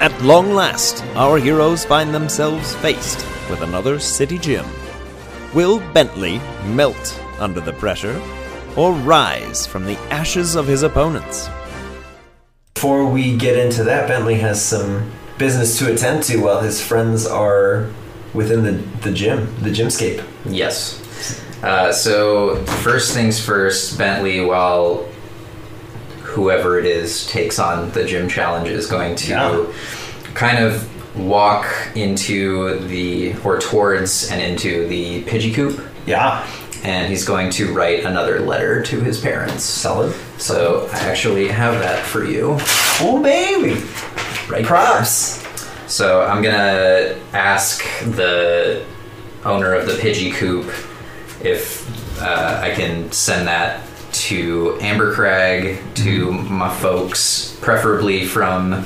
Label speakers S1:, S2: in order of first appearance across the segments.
S1: At long last, our heroes find themselves faced with another city gym. Will Bentley melt under the pressure or rise from the ashes of his opponents?
S2: Before we get into that, Bentley has some business to attend to while his friends are within the, the gym, the gymscape.
S3: Yes. Uh, so first things first, Bentley, while whoever it is takes on the gym challenge, is going to
S2: Yeah.
S3: kind of walk into the or towards and into the Pidgey coop,
S2: Yeah.
S3: and he's going to write another letter to his parents.
S2: Solid.
S3: So I actually have that for you.
S2: Oh, baby.
S3: Right.
S2: Props.
S3: So I'm gonna ask the owner of the Pidgey Coop if uh, I can send that to Ambercrag, to my folks, preferably from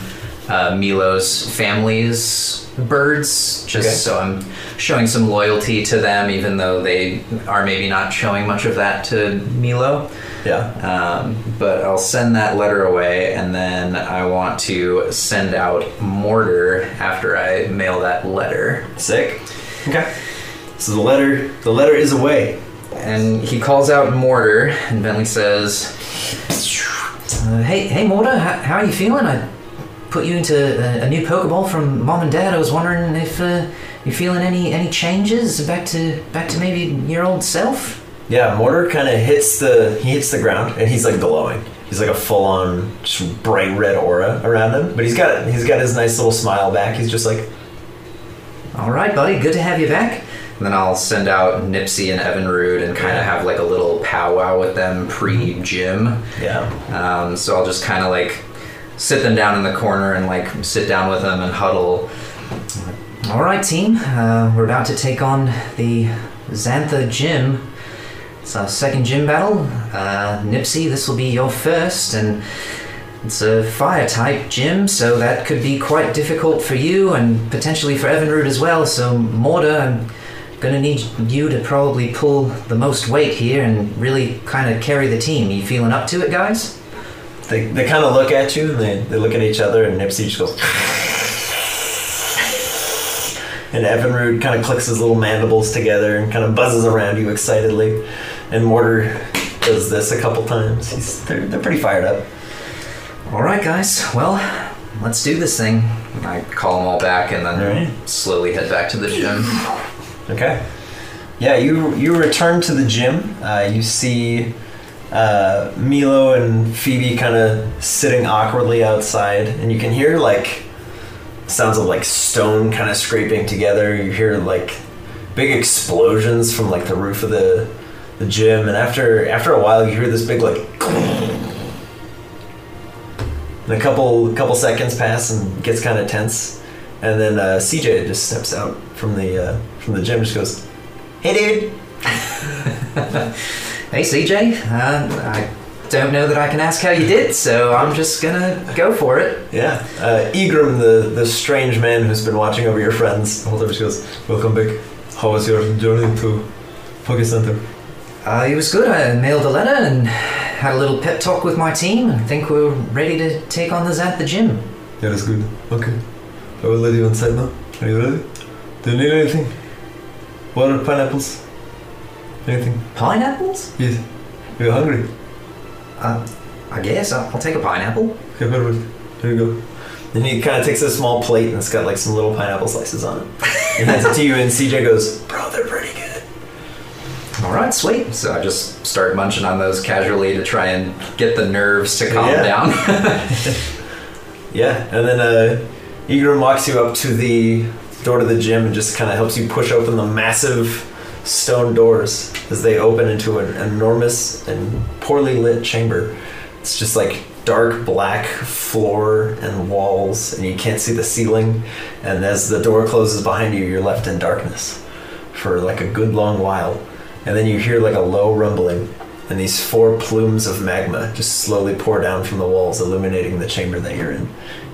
S3: uh, Milo's family's birds, just
S2: Okay.
S3: so I'm showing some loyalty to them, even though they are maybe not showing much of that to Milo.
S2: Yeah.
S3: Um, but I'll send that letter away, and then I want to send out mortar after I mail that letter.
S2: Sick. Okay. So the letter, the letter is away.
S3: And he calls out mortar, and Bentley says, uh, "Hey, hey, mortar, how, how are you feeling? I put you into a, a new Pokeball from Mom and Dad. I was wondering if uh, you're feeling any any changes back to back to maybe your old self."
S2: Yeah, Mortar kind of hits the he hits the ground and he's like glowing. He's like a full on just bright red aura around him, but he's got he's got his nice little smile back. He's just like,
S3: All right, buddy. Good to have you back. And then I'll send out Nipsey and Evan Rude and kind of have like a little powwow with them pre gym.
S2: yeah,
S3: Um, so I'll just kind of like sit them down in the corner and like sit down with them and huddle. All right, team. Uh, we're about to take on the Xantha Gym. It's our second gym battle. Uh, Nipsey, this will be your first, and it's a fire type gym, so that could be quite difficult for you and potentially for Evanroot as well. So, Mortar, I'm gonna need you to probably pull the most weight here and really kind of carry the team. You feeling up to it, guys?
S2: they, they kind of look at you and they, they look at each other and Nipsey just goes and Evinrude kind of clicks his little mandibles together and kind of buzzes around you excitedly and Mortar does this a couple times he's they're, they're pretty fired up
S3: All right, guys. Well, let's do this thing. I call them all back and then
S2: All right.
S3: slowly head back to the gym.
S2: Okay. Yeah, you you return to the gym. Uh, you see uh, Milo and Phoebe kind of sitting awkwardly outside, and you can hear like sounds of like stone kind of scraping together. You hear like big explosions from like the roof of the the gym, and after after a while, you hear this big like. And a couple couple seconds pass and gets kind of tense, and then uh, CJ just steps out from the uh, from the gym. Just goes, "Hey, dude."
S3: Hey, CJ. Uh, I don't know that I can ask how you did, so I'm just gonna go for it.
S2: Yeah. Uh, Egram, the the strange man who's been watching over your friends, holds up. She goes, "Welcome back. How was your journey to Poké Center?"
S3: Uh, it was good. I mailed a letter and had a little pep talk with my team. I think we're ready to take on the Xantha Gym.
S2: Yeah, that's good. Okay. I will let you inside now. Are you ready? Do you need anything? Water, pineapples, anything?
S3: Pineapples?
S2: Yes. You're hungry.
S3: Uh, I guess I'll, I'll take a pineapple.
S2: Okay, perfect. Here you go. And he kind of takes a small plate and it's got like some little pineapple slices on it. And hands it to you, and CJ goes, Bro, they're pretty good.
S3: All right, sweet. So I just start munching on those casually to try and get the nerves to calm
S2: Yeah.
S3: down.
S2: Yeah, and then uh, Egram walks you up to the door to the gym and just kind of helps you push open the massive stone doors as they open into an enormous and poorly lit chamber. It's just like dark black floor and walls, and you can't see the ceiling. And as the door closes behind you, you're left in darkness for like a good long while. And then you hear like a low rumbling, and these four plumes of magma just slowly pour down from the walls, illuminating the chamber that you're in.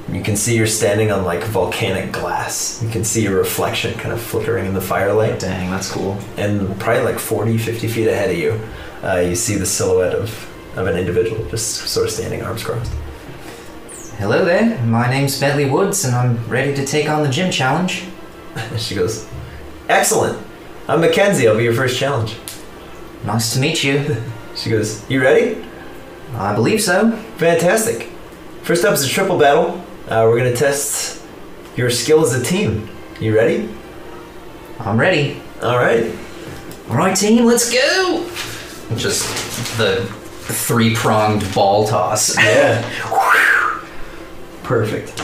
S2: And you can see you're standing on like volcanic glass. You can see your reflection kind of flickering in the firelight
S3: Dang, that's cool.
S2: and probably like 40, 50 feet ahead of you, uh, you see the silhouette of, of an individual just sort of standing arms crossed.
S3: Hello there, my name's Bentley Woods, and I'm ready to take on the gym challenge.
S2: And she goes, Excellent. I'm Mackenzie. I'll be your first challenge.
S3: Nice to meet you.
S2: She goes, You ready?
S3: I believe so.
S2: Fantastic. First up is a triple battle. Uh, we're going to test your skill as a team. You ready?
S3: I'm ready.
S2: All right.
S3: All right, team, let's go! Just the three pronged ball toss.
S2: Yeah. Perfect.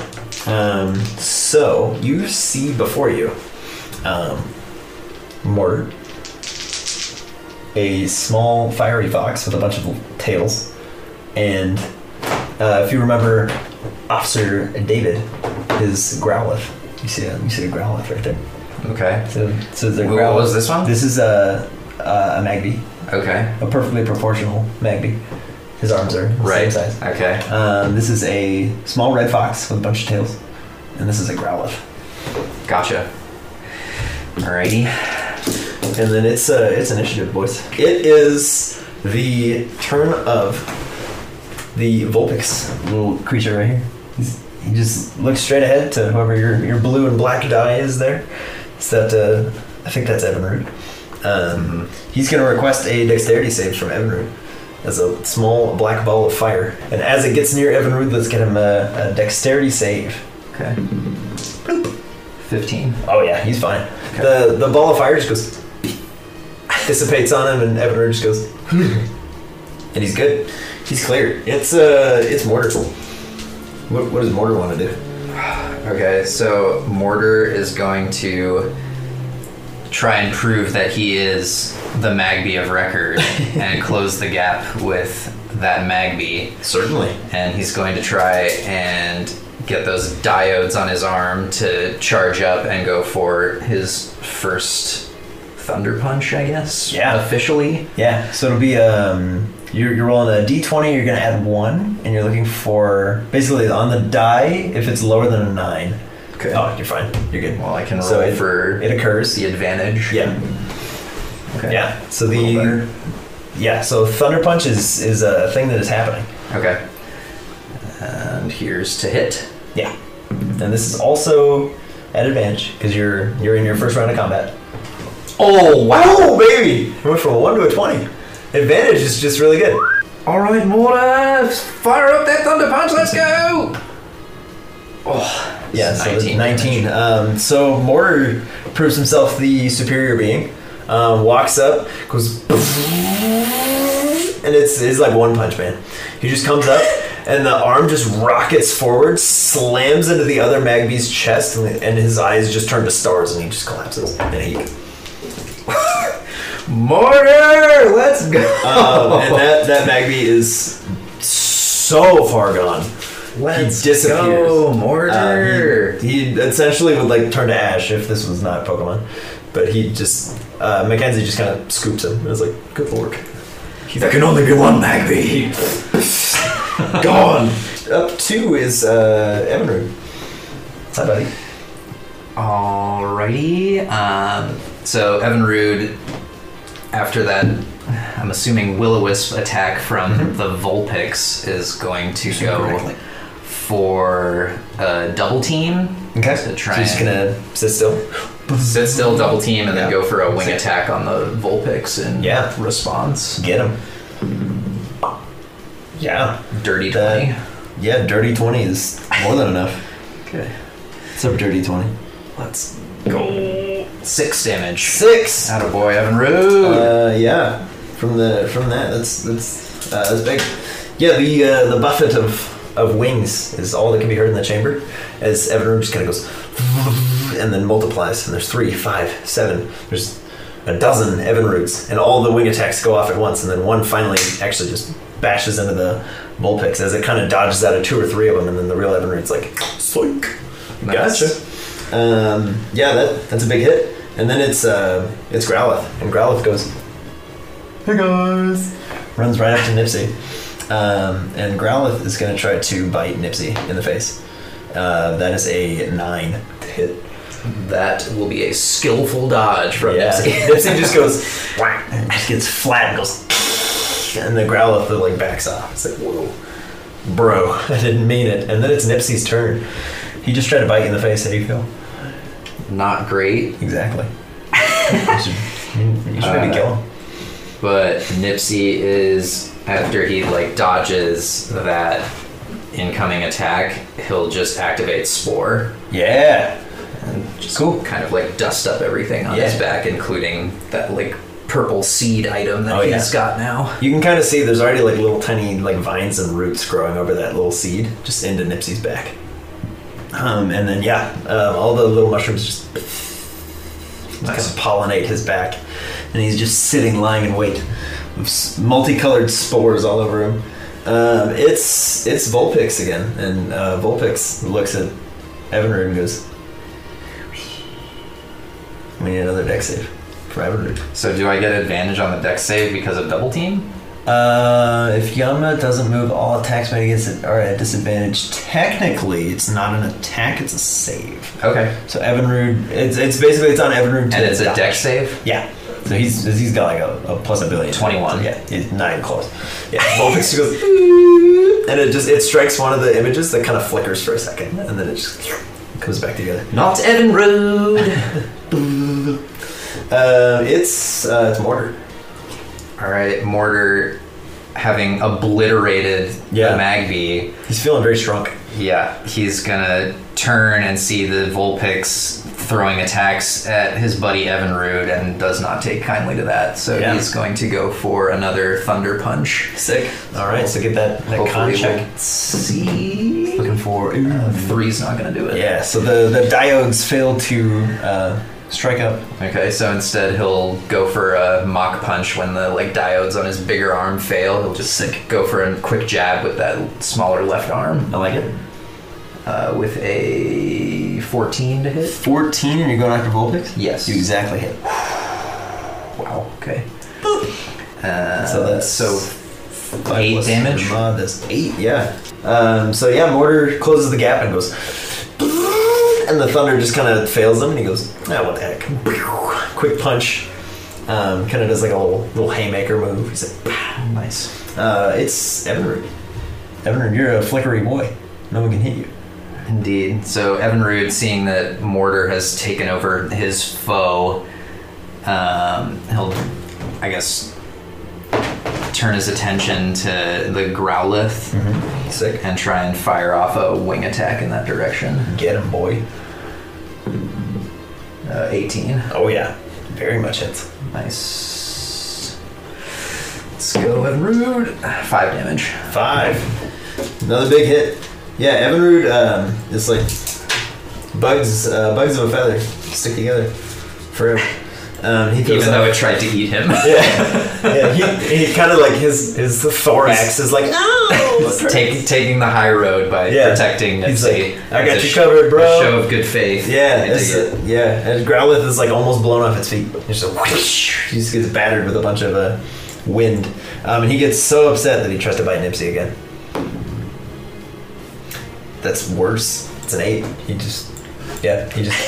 S2: Um, so you see before you, um, Mortar, a small fiery fox with a bunch of tails, and uh, if you remember, Officer David, his Growlithe. You see a you see a Growlithe right there.
S3: Okay.
S2: So, so the
S3: Wh- What was this one?
S2: This is a a, a Magby,
S3: Okay.
S2: a perfectly proportional Magby. His arms are the
S3: Right.
S2: same size.
S3: Okay.
S2: Um, this is a small red fox with a bunch of tails, and this is a growlithe.
S3: Gotcha. Alrighty.
S2: And then it's uh, it's initiative, boys. It is the turn of the Vulpix, little creature right here. He's, he just looks straight ahead to whoever your, your blue and black die is there. It's that uh, I think that's Evanroot. Um, He's going to request a dexterity save from Evanroot as a small black ball of fire. And as it gets near Evanroot, let's get him a, a dexterity save.
S3: Okay. 15.
S2: Oh yeah, he's fine.
S3: Okay.
S2: The the ball of fire just goes dissipates on him, and Evan Root just goes, "Hmm." and he's good. He's cleared. It's uh, it's Mortar. What, what does Mortar want to do?
S3: Okay, so Mortar is going to try and prove that he is the Magby of record and close the gap with that Magby.
S2: Certainly.
S3: And he's going to try and get those diodes on his arm to charge up and go for his first Thunder Punch, I guess?
S2: Yeah.
S3: Officially?
S2: Yeah. So it'll be um, you're, you're rolling a d20. You're gonna add one, and you're looking for basically on the die if it's lower than a nine.
S3: Okay.
S2: Oh, you're fine. You're good.
S3: Well, I can roll
S2: So it-
S3: for
S2: It occurs.
S3: the advantage.
S2: Yeah.
S3: Okay.
S2: Yeah. So
S3: little better.
S2: the yeah. So thunder punch is is a thing that is happening.
S3: Okay. And here's to hit.
S2: Yeah. And this is also at advantage because you're you're in your first round of combat.
S3: Oh,
S2: Wow, baby! We went from a one to a twenty. Advantage is just really good.
S3: All right, Mortar, fire up that thunder punch. Let's go. Oh,
S2: Yeah, so it's
S3: 19
S2: nineteen. Um, so Mortar proves himself the superior being. Um, walks up, goes, and it's it's like one punch man. He just comes up, and the arm just rockets forward, slams into the other Magby's chest, and, and his eyes just turn to stars, and he just collapses in a heap.
S3: Mortar, let's go.
S2: Um, and that that Magby is so far gone.
S3: let's
S2: he disappears.
S3: go,
S2: Uh,
S3: Mortar.
S2: he, he essentially would like turn to ash if this was not Pokemon, but he just uh, Mackenzie just kind of scoops him and is like, "Good work." He's like,
S3: only be one
S2: Uh,
S3: Magby.
S2: "Gone." Up two is uh, Evanru. Hi, buddy.
S3: Alrighty. Um, so Evan Rude, after that, I'm assuming Will-O-Wisp attack from
S2: Mm-hmm.
S3: the Vulpix is going to go for a double team.
S2: Okay.
S3: To
S2: So
S3: try
S2: he's just
S3: and-
S2: gonna sit still.
S3: Sit still, double team, and then
S2: Yeah.
S3: go for a wing attack on the Vulpix and
S2: Yeah.
S3: response.
S2: Get him. Yeah.
S3: Dirty
S2: That-
S3: 20.
S2: Yeah. Dirty twenty is more than enough.
S3: Okay.
S2: It's a dirty twenty.
S3: Let's go. Six damage.
S2: Six.
S3: Out of boy, Evan Rude.
S2: Uh, yeah, from the from that, that's that's uh, that's big. Yeah, the uh, the buffet of of wings is all that can be heard in the chamber as Evan just kind of goes and then multiplies, and there's three, five, seven, there's a dozen Evan roots, and all the wing attacks go off at once, and then one finally actually just bashes into the Vulpix as it kind of dodges out of two or three of them, and then the real Evan root's like, Soink.
S3: Nice.
S2: Gotcha. Um, yeah, that, that's a big hit. And then it's uh, it's Growlithe, and Growlithe goes, "Hey guys!" Runs right up to Nipsey, um, and Growlithe is going to try to bite Nipsey in the face. Uh, that is a nine to hit.
S3: That will be a skillful dodge from
S2: Yeah.
S3: Nipsey.
S2: Nipsey just goes, whack, and just gets flat and goes, and the Growlithe like backs off. It's like whoa. bro, I didn't mean it. And then it's Nipsey's turn. He just tried to bite you in the face. How do you feel?
S3: Not great,
S2: Exactly. you should, you should maybe
S3: Uh,
S2: kill him.
S3: but Nipsey is after he like dodges that incoming attack, he'll just activate spore
S2: Yeah.
S3: and just
S2: Cool.
S3: kind of like dust up everything on
S2: Yeah.
S3: his back, including that like purple seed item that
S2: Oh, yeah.
S3: he's got now.
S2: You can kind of see there's already like little tiny like vines and roots growing over that little seed just into Nipsey's back. Um, and then yeah, um, all the little mushrooms just
S3: Nice.
S2: kind of pollinate his back, and he's just sitting, lying in wait, with s- multicolored spores all over him. Um, it's it's Vulpix again, and uh, Vulpix looks at Evanrude and goes, "We need another deck save for Evanrude."
S3: So do I get advantage on the deck save because of double team?
S2: Uh, if Yama doesn't move, all attacks made against it are at disadvantage. uh, Technically, it's not an attack; it's a save.
S3: Okay.
S2: So Evanrude, it's it's basically it's on Evanrude. to
S3: And it's a
S2: dodge.
S3: deck save?
S2: Yeah. So he's he's got like a, a plus a billion.
S3: 21.
S2: Yeah, he's not even close. Yeah. Vulpix goes, and it just it strikes one of the images that kind of flickers for a second, and then it just comes back together.
S3: Not Evan Rude!
S2: Uh, it's uh, it's mortar.
S3: Alright, Mortar having obliterated
S2: Yeah.
S3: the Magby.
S2: He's feeling very shrunk.
S3: Yeah, he's gonna turn and see the Vulpix throwing attacks at his buddy Evan Rude and does not take kindly to that. So
S2: Yeah.
S3: he's going to go for another Thunder Punch.
S2: Sick. All right, so get that, that con
S3: Hopefully
S2: check.
S3: we'll see.
S2: Looking for.
S3: Uh, three's not gonna do it.
S2: Yeah, so the, the diodes failed to uh, strike up.
S3: Okay, so instead he'll go for a mock punch when the like diodes on his bigger arm fail. He'll just
S2: Sick.
S3: go for a quick jab with that smaller left arm
S2: I like it.
S3: uh, with a 14 to hit.
S2: 14 and you're going after Vulpix?
S3: Yes.
S2: You exactly hit.
S3: Wow. Okay. Uh,
S2: So that's-
S3: so
S2: Five
S3: Eight
S2: plus
S3: damage?
S2: your Mod, that's eight, yeah. Um, so yeah, Mortar closes the gap and goes. And the thunder just kind of fails him and he goes, ah, what the heck. Quick punch. Um, kind of does like a little, little haymaker move. He's like, "Pow."
S3: nice.
S2: uh, it's Evanrude. Evanrude, you're a flickery boy. No one can hit you.
S3: Indeed. So Evan Rude, seeing that Mortar has taken over his foe, um, he'll, I guess, turn his attention to the Growlithe.
S2: Mm-hmm. Sick.
S3: and try and fire off a wing attack in that direction.
S2: Get him, boy.
S3: Uh, 18.
S2: Oh yeah, very much hits.
S3: Nice. Let's go, Evan Rude. Five damage.
S2: Five. Another big hit. Yeah, Evinrude um, is like bugs, uh, bugs of a feather stick together forever. Um, he goes
S3: Even though
S2: up-
S3: it tried to eat him.
S2: yeah, yeah, he, he kind of like his his thorax is like no.
S3: Take, taking the high road by
S2: Yeah.
S3: protecting
S2: He's
S3: Nipsey.
S2: like, "I got
S3: It's a
S2: you covered,
S3: a
S2: bro."
S3: show of good faith.
S2: yeah,
S3: I dig
S2: it's,
S3: it.
S2: yeah, and Growlithe is like almost blown off its feet. He's just a whoosh. He just gets battered with a bunch of uh, wind, um, and he gets so upset that he tries to bite Nipsey again. That's worse. It's an eight. He just, yeah, he just,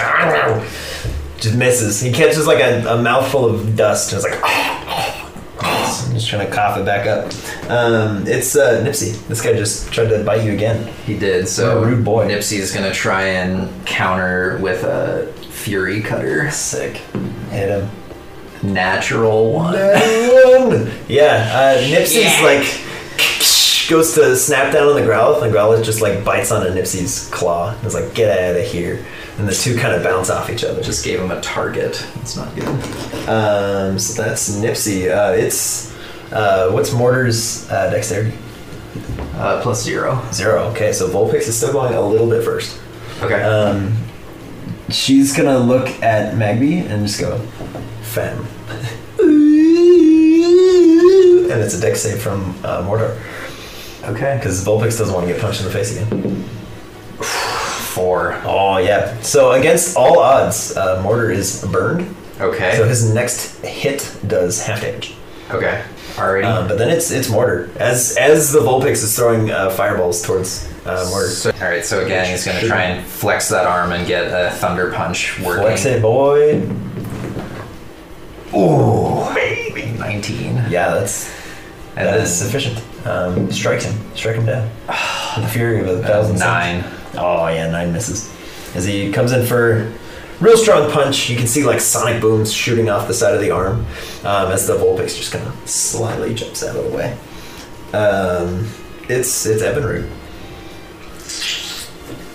S2: just misses. He catches like a, a mouthful of dust and is like, I'm just trying to cough it back up. Um, it's uh, Nipsey. This guy just tried to bite you again.
S3: He did. So
S2: What a Oh, rude boy.
S3: Nipsey's going to try and counter with a Fury Cutter.
S2: Sick. Hit him.
S3: Natural one.
S2: yeah, uh, Nipsey's
S3: Yeah.
S2: like goes to snap down on the Growlithe, and Growlithe just like bites onto Nipsey's claw and is like, "Get out of here!" And the two kind of bounce off each other.
S3: Just gave him a target. It's not good.
S2: Um, so that's Nipsey. Uh, it's uh, what's Mortar's uh, dexterity?
S3: Uh, plus zero.
S2: Zero. Okay, so Vulpix is still going a little bit first.
S3: Okay.
S2: Um, she's gonna look at Magby and just go, "Fem." And it's a deck save from uh, Mortar.
S3: Okay.
S2: Because Vulpix doesn't want to get punched in the face again.
S3: Four.
S2: Oh, yeah. So, against all odds, uh, Mortar is burned.
S3: Okay.
S2: So, his next hit does half damage.
S3: okay. Already.
S2: Um, but then it's it's Mortar. As as the Vulpix is throwing uh, fireballs towards uh, Mortar.
S3: so, all right. So again, he's going to try and flex that arm and get a thunder punch working.
S2: Flex it, boy.
S3: Ooh, nineteen.
S2: Yeah, that's
S3: And
S2: that
S3: then
S2: is sufficient. Um, strikes him. Strike him down. the fury of a thousand suns.
S3: nine.
S2: Oh yeah, nine misses. As he comes in for real strong punch, you can see like sonic booms shooting off the side of the arm um, as the Vulpix just kind of slyly jumps out of the way. Um, it's it's Ebenroot.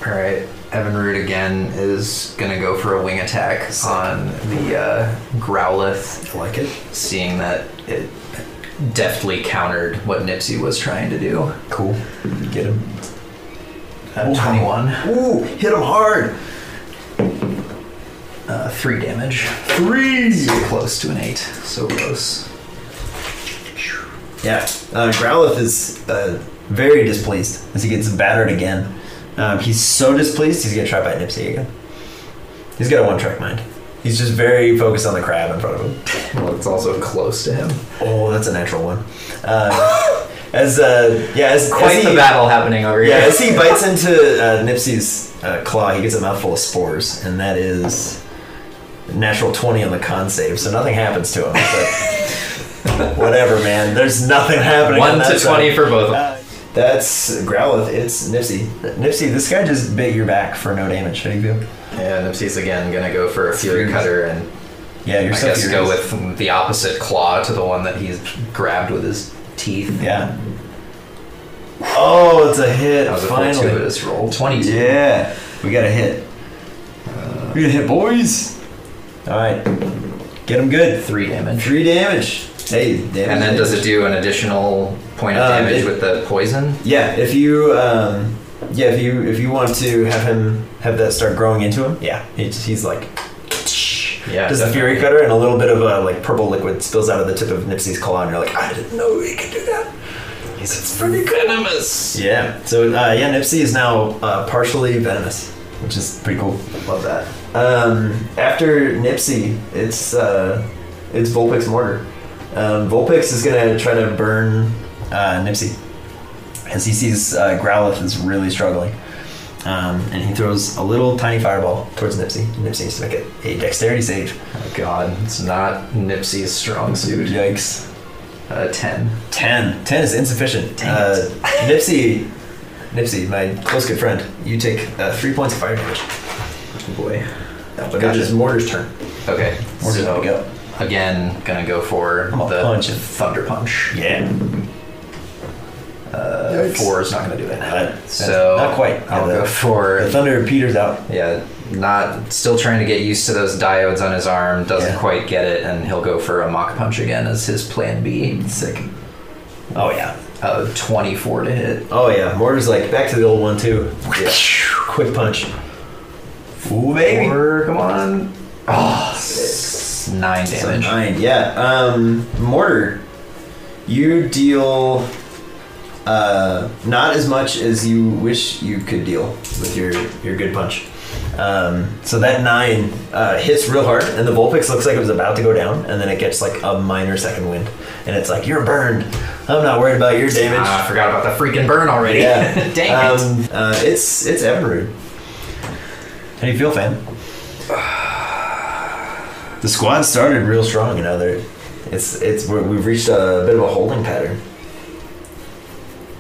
S3: All right, Evanroot again is gonna go for a wing attack on the uh, Growlithe,
S2: I like it.
S3: seeing that it deftly countered what Nipsey was trying to do.
S2: Cool. Get him.
S3: Uh,
S2: Ooh.
S3: Twenty-one,
S2: Ooh, hit him hard.
S3: uh, three damage.
S2: Three.
S3: So close to an eight. So close.
S2: Yeah, uh, Growlithe is uh, very displeased as he gets battered again. Um, he's so displeased, he's gonna try by Nipsey again. He's got a one-track mind. He's just very focused on the crab in front of him.
S3: Well, it's also close to him.
S2: Oh, that's a natural one. Um, as uh, yeah, as
S3: Quite
S2: as
S3: the
S2: he,
S3: battle happening over
S2: Yeah,
S3: here.
S2: as he bites into uh, Nipsey's uh, claw, he gets a mouthful of spores, and that is a natural twenty on the con save. So nothing happens to him. but whatever, man. There's nothing happening. on
S3: One
S2: that
S3: to
S2: side.
S3: twenty for both.
S2: Uh, That's Growlithe. It's Nipsey. Nipsey, this guy just bit your back for no damage. How do you feel?
S3: Yeah, Nipsey's again gonna go for a Fury Cutter and
S2: Yeah, you're
S3: I
S2: so
S3: guess
S2: furious.
S3: go with the opposite claw to the one that he's grabbed with his teeth.
S2: Yeah. Oh, it's a hit.
S3: That was a
S2: Finally.
S3: fortuitous roll. 22.
S2: Yeah, we got a hit.
S3: Uh,
S2: we got a hit, boys. All right, get him good.
S3: Three damage.
S2: Three damage. Hey, damage.
S3: And then does it do an additional point of
S2: Um,
S3: damage
S2: it-
S3: with the poison?
S2: Yeah, if you um, yeah, if you if you want to have him have that start growing into him, yeah, he's, he's like
S3: Yeah.
S2: does the fury cutter and a little bit of uh, like purple liquid spills out of the tip of Nipsey's claw, and you're like, I didn't know he could do that. It's pretty good.
S3: venomous.
S2: Yeah. So uh, yeah, Nipsey is now uh, partially venomous, which is pretty cool.
S3: Love that.
S2: Um, after Nipsey, it's uh, it's Vulpix Mortar. Um, Vulpix is gonna try to burn uh, Nipsey as he sees uh, Growlithe is really struggling, um, and he throws a little tiny fireball towards Nipsey. Nipsey needs to make it a dexterity save.
S3: Oh god, it's not Nipsey's strong suit.
S2: Yikes.
S3: Uh, 10.
S2: 10. 10 is insufficient.
S3: Dang it.
S2: Uh, Nipsey, Nipsey, my close good friend, you take uh, three points of fire damage.
S3: Oh, Boy.
S2: But it
S3: Gotcha.
S2: is Mortar's turn.
S3: Okay.
S2: Mortar's
S3: so,
S2: up to go.
S3: Again, gonna go for
S2: I'm a
S3: the
S2: punch and-
S3: Thunder Punch.
S2: Yeah.
S3: Uh, four is not gonna do it.
S2: Uh,
S3: so
S2: not quite.
S3: I'll
S2: Yeah,
S3: go
S2: the-
S3: for
S2: The Thunder Peter's out.
S3: Yeah, not still trying to get used to those diodes on his arm. Doesn't
S2: Yeah.
S3: quite get it, and he'll go for a mock punch again as his plan B. Sick.
S2: Oh, yeah.
S3: Uh, Twenty-four to hit.
S2: Oh, yeah. Mortar's like, back to the old one, too.
S3: Yeah.
S2: Quick punch. Ooh, baby.
S3: Four, come on. Oh, s- nine
S2: So
S3: damage.
S2: nine. Yeah. Um, Mortar, you deal uh, not as much as you wish you could deal with your, your good punch. Um, so that nine uh, hits real hard, and the Vulpix looks like it was about to go down, and then it gets like a minor second wind, and it's like you're burned. I'm not worried about your damage.
S3: Ah, I forgot about the freaking burn already.
S2: Yeah.
S3: Dang it.
S2: um, Uh, it's it's Evinrude. How do you feel, fam? The squad started real strong. You know, they're, it's it's we're, we've reached a bit of a holding pattern.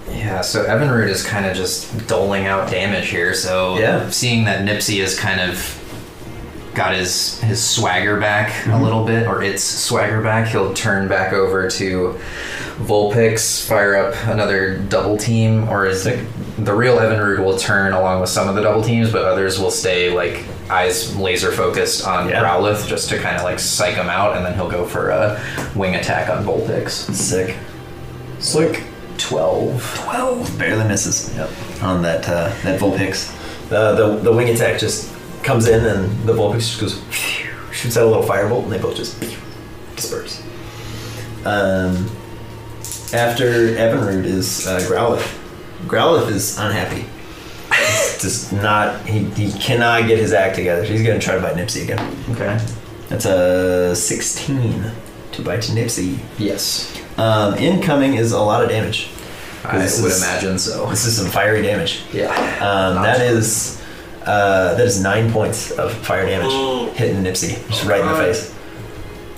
S3: Yeah, so Evanroot is kind of just doling out damage here. So
S2: Yeah.
S3: seeing that Nipsey has kind of got his his swagger back
S2: Mm-hmm.
S3: a little bit, or its swagger back, he'll turn back over to Vulpix, fire up another double team, or is it the real Evanroot will turn along with some of the double teams, but others will stay like eyes laser focused on
S2: Yeah.
S3: Growlithe just to kind of like psych him out, and then he'll go for a wing attack on Vulpix.
S2: Sick, sick.
S3: Twelve.
S2: Twelve barely misses. Yep. On that uh, that Vulpix, uh, the the wing attack just comes in, and the Vulpix just goes phew, shoots out a little firebolt, and they both just phew, disperse. Um, after Evinrude is uh, Growlithe. Growlithe is unhappy. He's just not. He, he cannot get his act together. He's gonna try to bite Nipsey again.
S3: Okay.
S2: That's a sixteen to bite Nipsey.
S3: Yes.
S2: Um, incoming is a lot of damage.
S3: I
S2: This
S3: would
S2: is-
S3: imagine so.
S2: This is some fiery damage.
S3: Yeah.
S2: Um, that is uh, that is nine points of fire damage hitting Nipsey just right in the face.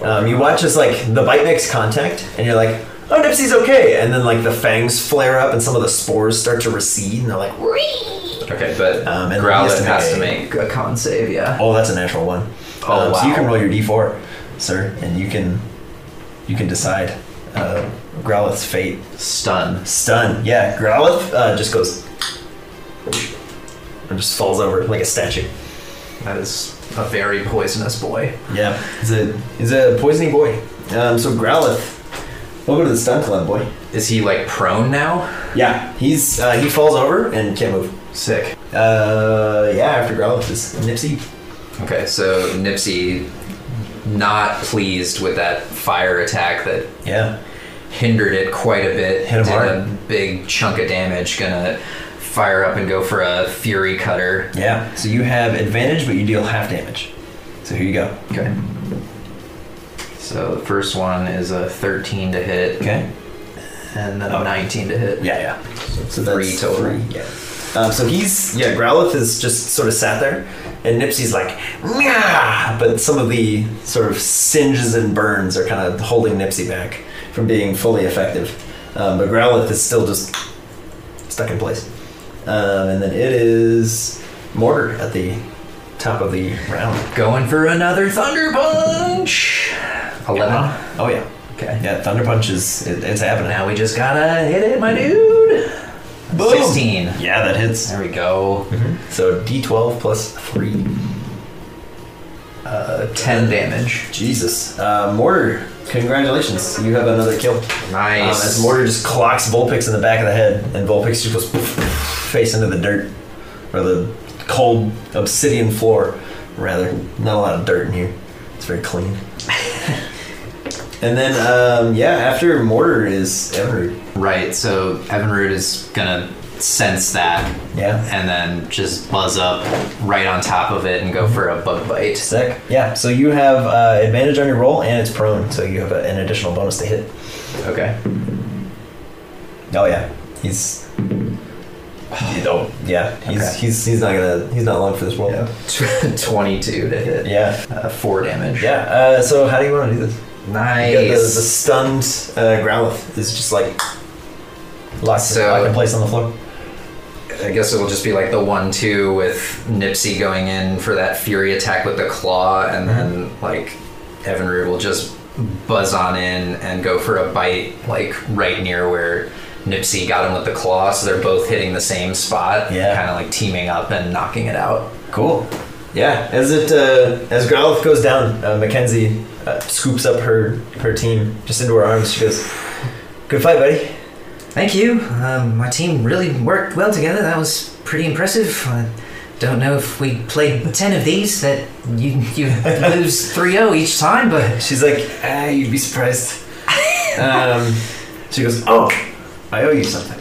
S2: Um, you watch as like the bite makes contact, and you're like, oh, Nipsey's okay. And then, like, the fangs flare up and some of the spores start to recede, and they're like,
S3: Okay, but
S2: Um, and
S3: Growlithe
S2: he
S3: has
S2: has
S3: to
S2: to
S3: make a con save, yeah.
S2: oh, that's a natural one. Um,
S3: Oh,
S2: So you
S3: wow.
S2: can roll your d4, sir, and you can you can decide uh, Growlithe's fate.
S3: Stun.
S2: Stun. Yeah, Growlithe uh, just goes and just falls over like a statue.
S3: That is a very poisonous boy.
S2: Yeah, he's a he's a poisoning boy. Um, so Growlithe, welcome to the stun club, boy.
S3: Is he like prone now?
S2: Yeah, he's uh, he falls over and can't move.
S3: Sick.
S2: Uh, yeah, after Growlithe is Nipsey.
S3: Okay, so Nipsey, not pleased with that fire attack that
S2: Yeah,
S3: hindered it quite a bit.
S2: Hit him
S3: did
S2: hard.
S3: a big chunk of damage. Gonna fire up and go for a fury cutter.
S2: yeah. So you have advantage, but you deal half damage. So here you go.
S3: Okay. So the first one is a 13 to hit,
S2: Okay.
S3: and then a
S2: Oh.
S3: 19 to hit.
S2: Yeah, yeah. So
S3: Three total.
S2: yeah. Um, so he's yeah. Growlithe is just sort of sat there, and Nipsey's like, Mah! but some of the sort of singes and burns are kind of holding Nipsey back from being fully effective. Um, but Growlithe is still just stuck in place. Um, and then it is Mortar at the top of the round.
S3: Going for another thunder punch. 11.
S2: Oh yeah,
S3: Okay.
S2: yeah. Thunder Punch is it, it's happening.
S3: Now we just gotta hit it, my dude.
S2: Boom. Mm-hmm.
S3: 16.
S2: Yeah, that hits.
S3: There we go.
S2: So D12 plus three.
S3: Uh, 10 damage.
S2: Jesus. Uh, Mortar, congratulations. You have another kill. Um,
S3: Nice.
S2: as Mortar just clocks Vulpix in the back of the head, and Vulpix just goes face into the dirt, or the cold obsidian floor, rather. Not a lot of dirt in here. It's very clean. and then, um, yeah, after Mortar is Evanrude.
S4: Right, so Evanroot is gonna sense that
S2: Yeah.
S4: and then just buzz up right on top of it and go for a bug bite.
S2: Sick. Yeah, so you have uh, advantage on your roll, and it's prone, so you have a, an additional bonus to hit.
S3: Okay.
S2: Oh yeah, he's. You know, yeah, he's,
S3: Oh. Okay.
S2: he's he's not gonna he's not long for this world.
S3: Yeah. 22 to hit.
S2: Yeah,
S3: Uh, 4 damage.
S2: yeah. Uh, so how do you want to do this?
S3: Nice.
S2: You got The, the stunned uh, Growlithe is just like locked,
S3: So-
S2: locked in place on the floor.
S3: I guess it'll just be like the one two with Nipsey going in for that fury attack with the claw, and then like Evan Root will just buzz on in and go for a bite like right near where Nipsey got him with the claw, so they're both hitting the same spot,
S2: Yeah.
S3: kind of like teaming up and knocking it out.
S2: Cool. Yeah, as it uh, as Growlithe goes down, uh, Mackenzie uh, scoops up her her team just into her arms. She goes, "Good fight, buddy."
S3: Thank you. Um, my team really worked well together. That was pretty impressive. I don't know if we played ten of these that you you lose 3-0 each time, but
S2: She's like, ah, you'd be surprised. um, she goes, oh, I owe you something.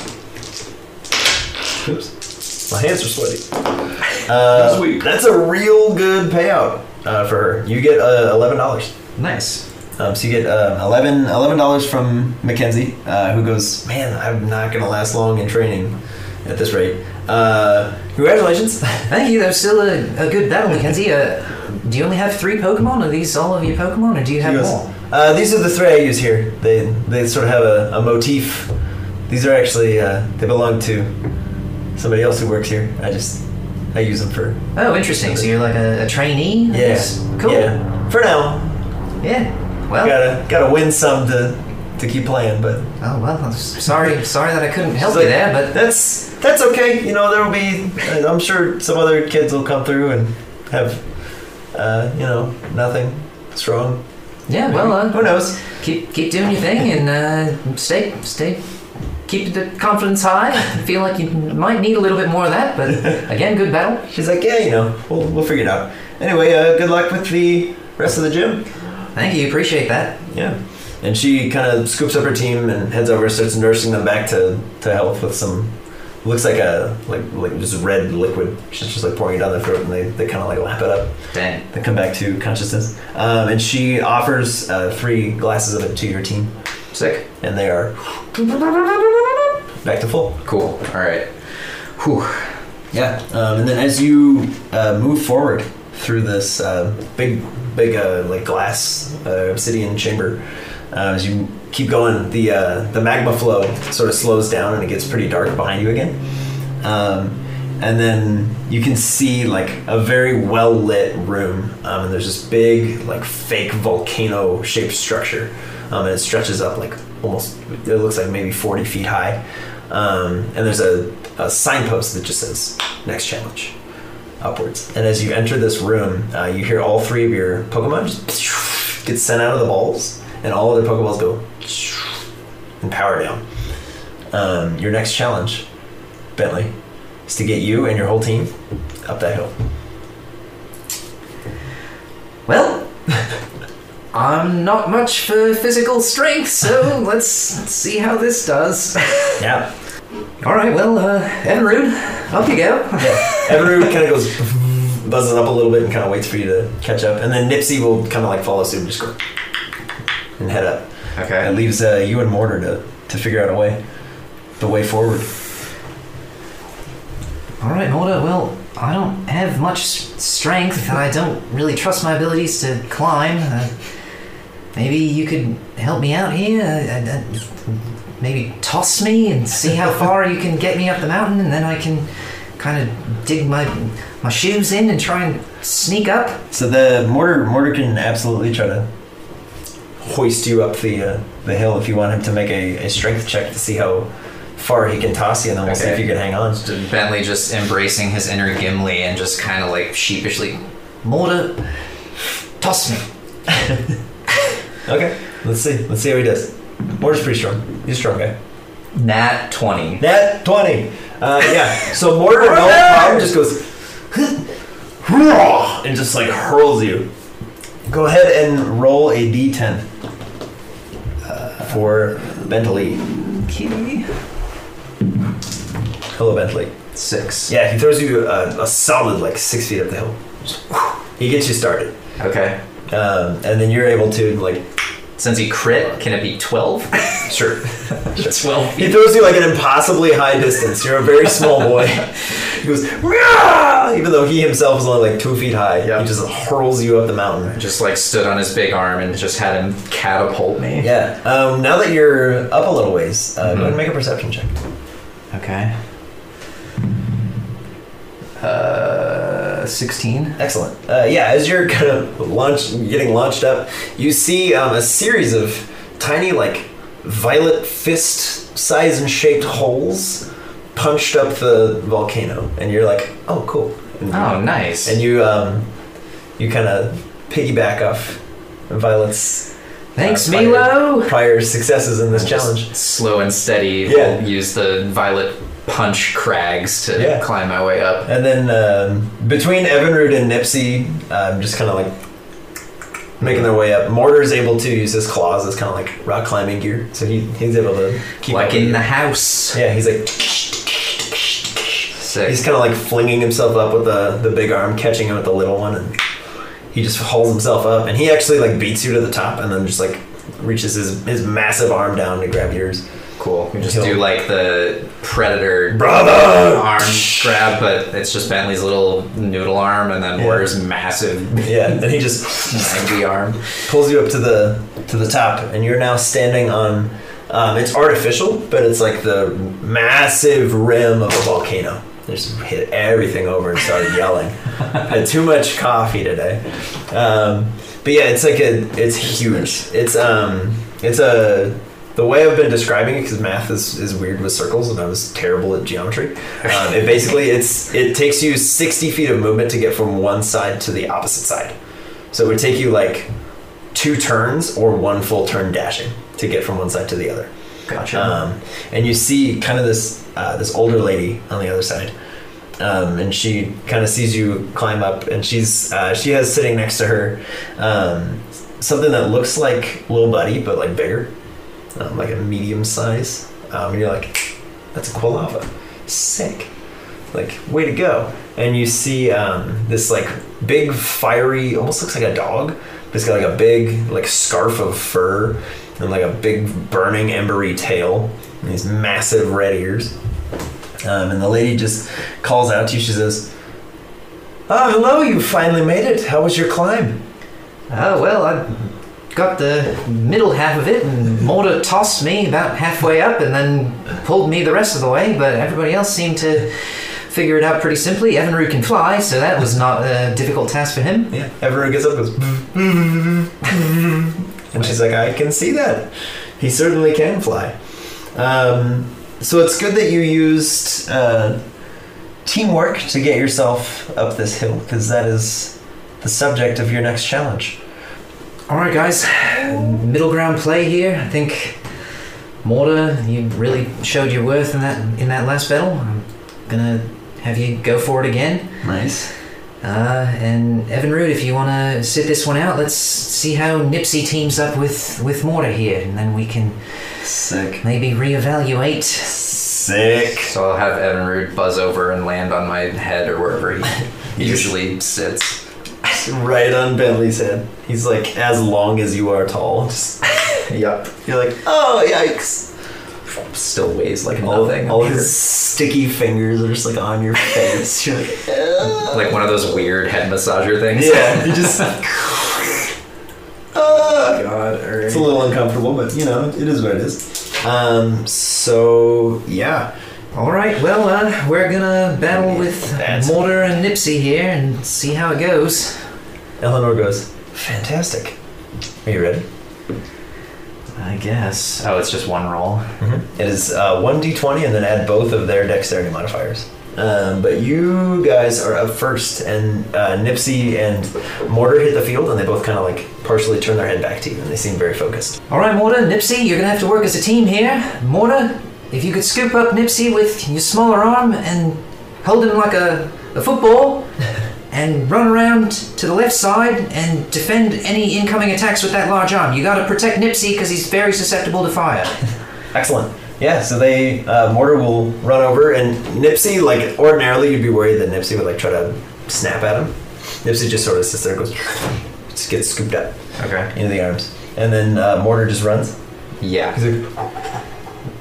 S2: Oops, my hands are sweaty. Uh,
S5: That's weak.
S2: That's a real good payout uh, for her. You get uh, eleven dollars.
S3: nice.
S2: Um, so you get uh, 11 dollars from Mackenzie, uh, who goes, man, I'm not gonna last long in training at this rate. Uh, congratulations.
S3: Thank you. That was still a, a good battle, Mackenzie. Uh, do you only have three Pokemon? Are these all of your Pokemon, or do you have
S2: He goes,
S3: more?
S2: Uh, these are the three I use here. They they sort of have a, a motif. These are actually uh, they belong to somebody else who works here. I just I use them for
S3: Oh, interesting. So you're like a, a trainee?
S2: yes,
S3: Yes. Cool. Oh. Yeah.
S2: yeah. For now,
S3: Well.
S2: gotta gotta win some to to keep playing. But
S3: Oh well. I'm s- sorry. sorry that I couldn't help you
S2: Like,
S3: there, but
S2: that's that's okay. You know there will be. I'm sure some other kids will come through and have uh, you know nothing strong.
S3: yeah. Well,
S2: Who
S3: uh,
S2: knows?
S3: keep keep doing your thing and uh, stay stay. Keep the confidence high. I feel like you might need a little bit more of that, but again, good battle.
S2: She's like, yeah, you know, we'll we'll figure it out. Anyway, uh, good luck with the rest of the gym.
S3: Thank you. Appreciate that.
S2: Yeah. And she kind of scoops up her team and heads over, starts nursing them back to, to health with some. Looks like a like like just red liquid. She's just like pouring it down their throat, and they, they kind of like lap it up.
S3: Dang.
S2: They come back to consciousness. Um, and she offers uh, three glasses of it to your team,
S3: Sick.
S2: and they are back to full.
S3: Cool. All right. Whew.
S2: Yeah, um, and then as you uh, move forward through this uh, big, big uh, like glass uh, obsidian chamber, Uh, as you keep going, the uh, the magma flow sort of slows down and it gets pretty dark behind you again. Um, and then you can see like a very well lit room, um, and there's this big like fake volcano shaped structure, um, and it stretches up like almost it looks like maybe 40 feet high. Um, and there's a, a signpost that just says next challenge upwards. And as you enter this room, uh, you hear all three of your Pokemon just get sent out of the balls, and all of their Pokeballs go and power down. Um, your next challenge, Bentley, is to get you and your whole team up that hill.
S3: Well, I'm not much for physical strength, so let's see how this does.
S2: Yeah.
S3: All right, well, uh, Enrune, up you go.
S2: Everyone kind of goes buzzes up a little bit and kind of waits for you to catch up, and then Nipsey will kind of like follow suit and just go and head up. That
S4: Okay.
S2: leaves uh, you and Mortar to, to figure out a way, the way forward.
S3: All right, Morda, well, I don't have much s- strength, and I don't really trust my abilities to climb. Uh, maybe you could help me out here? Uh, uh, maybe toss me and see how far you can get me up the mountain, and then I can kind of dig my, my shoes in and try and sneak up?
S2: So the mortar mortar can absolutely try to hoist you up the uh, the hill if you want him to make a, a strength check to see how far he can toss you, and then we'll see if
S4: Okay.
S2: you can hang on.
S4: Bentley just embracing his inner Gimli and just kind of like sheepishly.
S3: Morda, toss me.
S2: Okay, let's see. Let's see how he does. Mortar's pretty strong. He's a strong guy.
S4: Nat 20.
S2: Nat twenty. Uh, yeah. So mortar, no problem, just goes and just like hurls you. Go ahead and roll a d10 for Bentley.
S3: Okay.
S2: Hello, Bentley.
S4: Six.
S2: Yeah, he throws you a, a solid like six feet up the hill. Just, whew, he gets you started,
S4: Okay.
S2: um, and then you're able to like
S4: Since he crit, can it be 12?
S2: sure.
S4: 12
S2: He throws you like an impossibly high distance. You're a very small boy. he goes, "Meow!" even though he himself is only like two feet high.
S4: Yeah.
S2: He just hurls you up the mountain.
S4: Just like stood on his big arm and just had him catapult me.
S2: Yeah. Um, now that you're up a little ways, uh, go ahead and make a perception check.
S4: Okay. Uh, 16.
S2: Excellent. Uh, yeah, as you're kind of launch, getting launched up, you see um, a series of tiny, like, violet fist size and shaped holes punched up the volcano, and you're like, oh, cool. And,
S4: Oh, nice.
S2: and you, um, you kind of piggyback off Violet's
S3: Thanks,
S2: Uh,
S3: Milo!
S2: prior successes in this
S4: Just
S2: challenge.
S4: Slow and steady.
S2: Yeah.
S4: I'll Use the violet punch crags to
S2: Yeah.
S4: climb my way up.
S2: And then um, between Evinrude and Nipsey, um, just kind of like making their way up. Mortar's able to use his claws as kind of like rock climbing gear, so he, he's able to keep
S4: like
S2: up.
S4: in the house.
S2: yeah, he's like
S4: Sick.
S2: he's kind of like flinging himself up with the the big arm, catching him with the little one, and he just hauls himself up. And he actually like beats you to the top, and then just like reaches his his massive arm down to grab yours.
S4: cool. We just
S2: He'll-
S4: do like the predator
S2: Bravo!
S4: arm grab, but it's just Bentley's little noodle arm, and then
S2: Yeah.
S4: Warrior's massive
S2: Yeah, and then he just
S4: angry arm.
S2: pulls you up to the to the top, and you're now standing on. Um, it's artificial, but it's like the massive rim of a volcano. They Just hit everything over and started yelling. Had too much coffee today, um, but yeah, it's like a it's huge. It's um it's a the way I've been describing it because math is, is weird with circles and I was terrible at geometry. Um, it basically it's it takes you sixty feet of movement to get from one side to the opposite side. So it would take you like two turns or one full turn dashing to get from one side to the other.
S4: Gotcha.
S3: Uh,
S2: Um, and you see kind of this uh, this older lady on the other side, um, and she kind of sees you climb up, and she's uh, she has sitting next to her um, something that looks like little buddy but like bigger, um, like a medium size. Um, and you're like, that's a quilava, sick, like way to go. And you see um, this like big fiery, almost looks like a dog. But it's got like a big like scarf of fur and like a big burning embery tail and these massive red ears. Um, and the lady just calls out to you. She says, "Ah, hello! You finally made it. How was your climb?"
S3: Oh, well, I got the middle half of it, and Mortar tossed me about halfway up and then pulled me the rest of the way, but everybody else seemed to figure it out pretty simply. Evanru can fly, so that was not a difficult task for him.
S2: Yeah. Everyone gets up and goes, and she's like, I can see that. He certainly can fly. Um, so it's good that you used uh, teamwork to get yourself up this hill, because that is the subject of your next challenge.
S3: Alright, guys, middle ground play here. I think Mortar, you really showed your worth in that in that last battle. I'm gonna have you go for it again.
S2: Nice.
S3: Uh, and Evan Root, if you want to sit this one out, let's see how Nipsey teams up with with Mortar here, and then we can
S2: Sick.
S3: maybe reevaluate.
S2: Sick.
S4: So I'll have Evinrude buzz over and land on my head or wherever he usually sits.
S2: Right on Bentley's head. He's like as long as you are tall. Just,
S4: Yep.
S2: you're like, oh yikes.
S4: Still weighs like
S2: All,
S4: nothing.
S2: all his sticky fingers are just like on your face. You're like, "Ah."
S4: like one of those weird head massager things.
S2: yeah, you just. Ah.
S4: God,
S2: It's a little uncomfortable, but you know, it is what it is. Um, so yeah,
S3: All right, well, uh, we're gonna battle with
S2: That's-
S3: Mortar and Nipsey here and see how it goes.
S2: Eleanor goes, fantastic. Are you ready?
S4: I guess. Oh, it's just one roll.
S2: It is uh, one d twenty, and then add both of their dexterity modifiers. Um, but you guys are up first, and uh, Nipsey and Mortar hit the field, and they both kind of like partially turn their head back to you, and they seem very focused.
S3: All right, Mortar, Nipsey, you're gonna have to work as a team here. Mortar, if you could scoop up Nipsey with your smaller arm and hold him like a, a football. And run around to the left side and defend any incoming attacks with that large arm. You gotta protect Nipsey because he's very susceptible to fire.
S2: Excellent. Yeah, so they uh, mortar will run over, and Nipsey like ordinarily you'd be worried that Nipsey would like try to snap at him. Nipsey just sort of sits there and goes, just gets scooped up
S4: Okay.
S2: into the arms, and then uh, mortar just runs.
S4: Yeah.
S2: He's like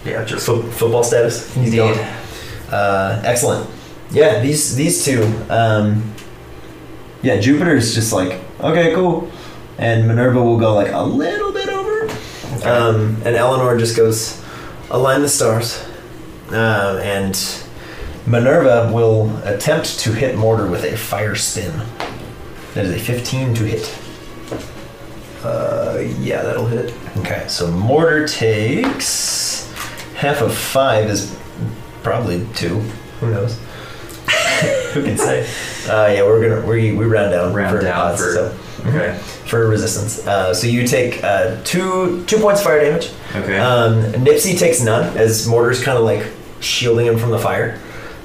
S4: Yeah, just
S2: fo- football status. He's
S3: Indeed.
S2: gone. Uh, excellent. Yeah, these these two. Um, yeah, Jupiter's just like okay, cool, and Minerva will go like a little bit over, um, and Eleanor just goes align the stars, um, and Minerva will attempt to hit Mortar with a fire spin. That is a 15 to hit. Uh, yeah, that'll hit. Okay, so Mortar takes half of five is Probably two. Who knows? Who can say? Uh, yeah, we're gonna we, we round down
S4: round
S2: for
S4: down
S2: odds,
S4: for.
S2: so,
S4: Okay.
S2: for resistance. Uh, so you take uh, two two points fire damage.
S4: Okay.
S2: Um, Nipsey takes none as Mortar's kind of like shielding him from the fire.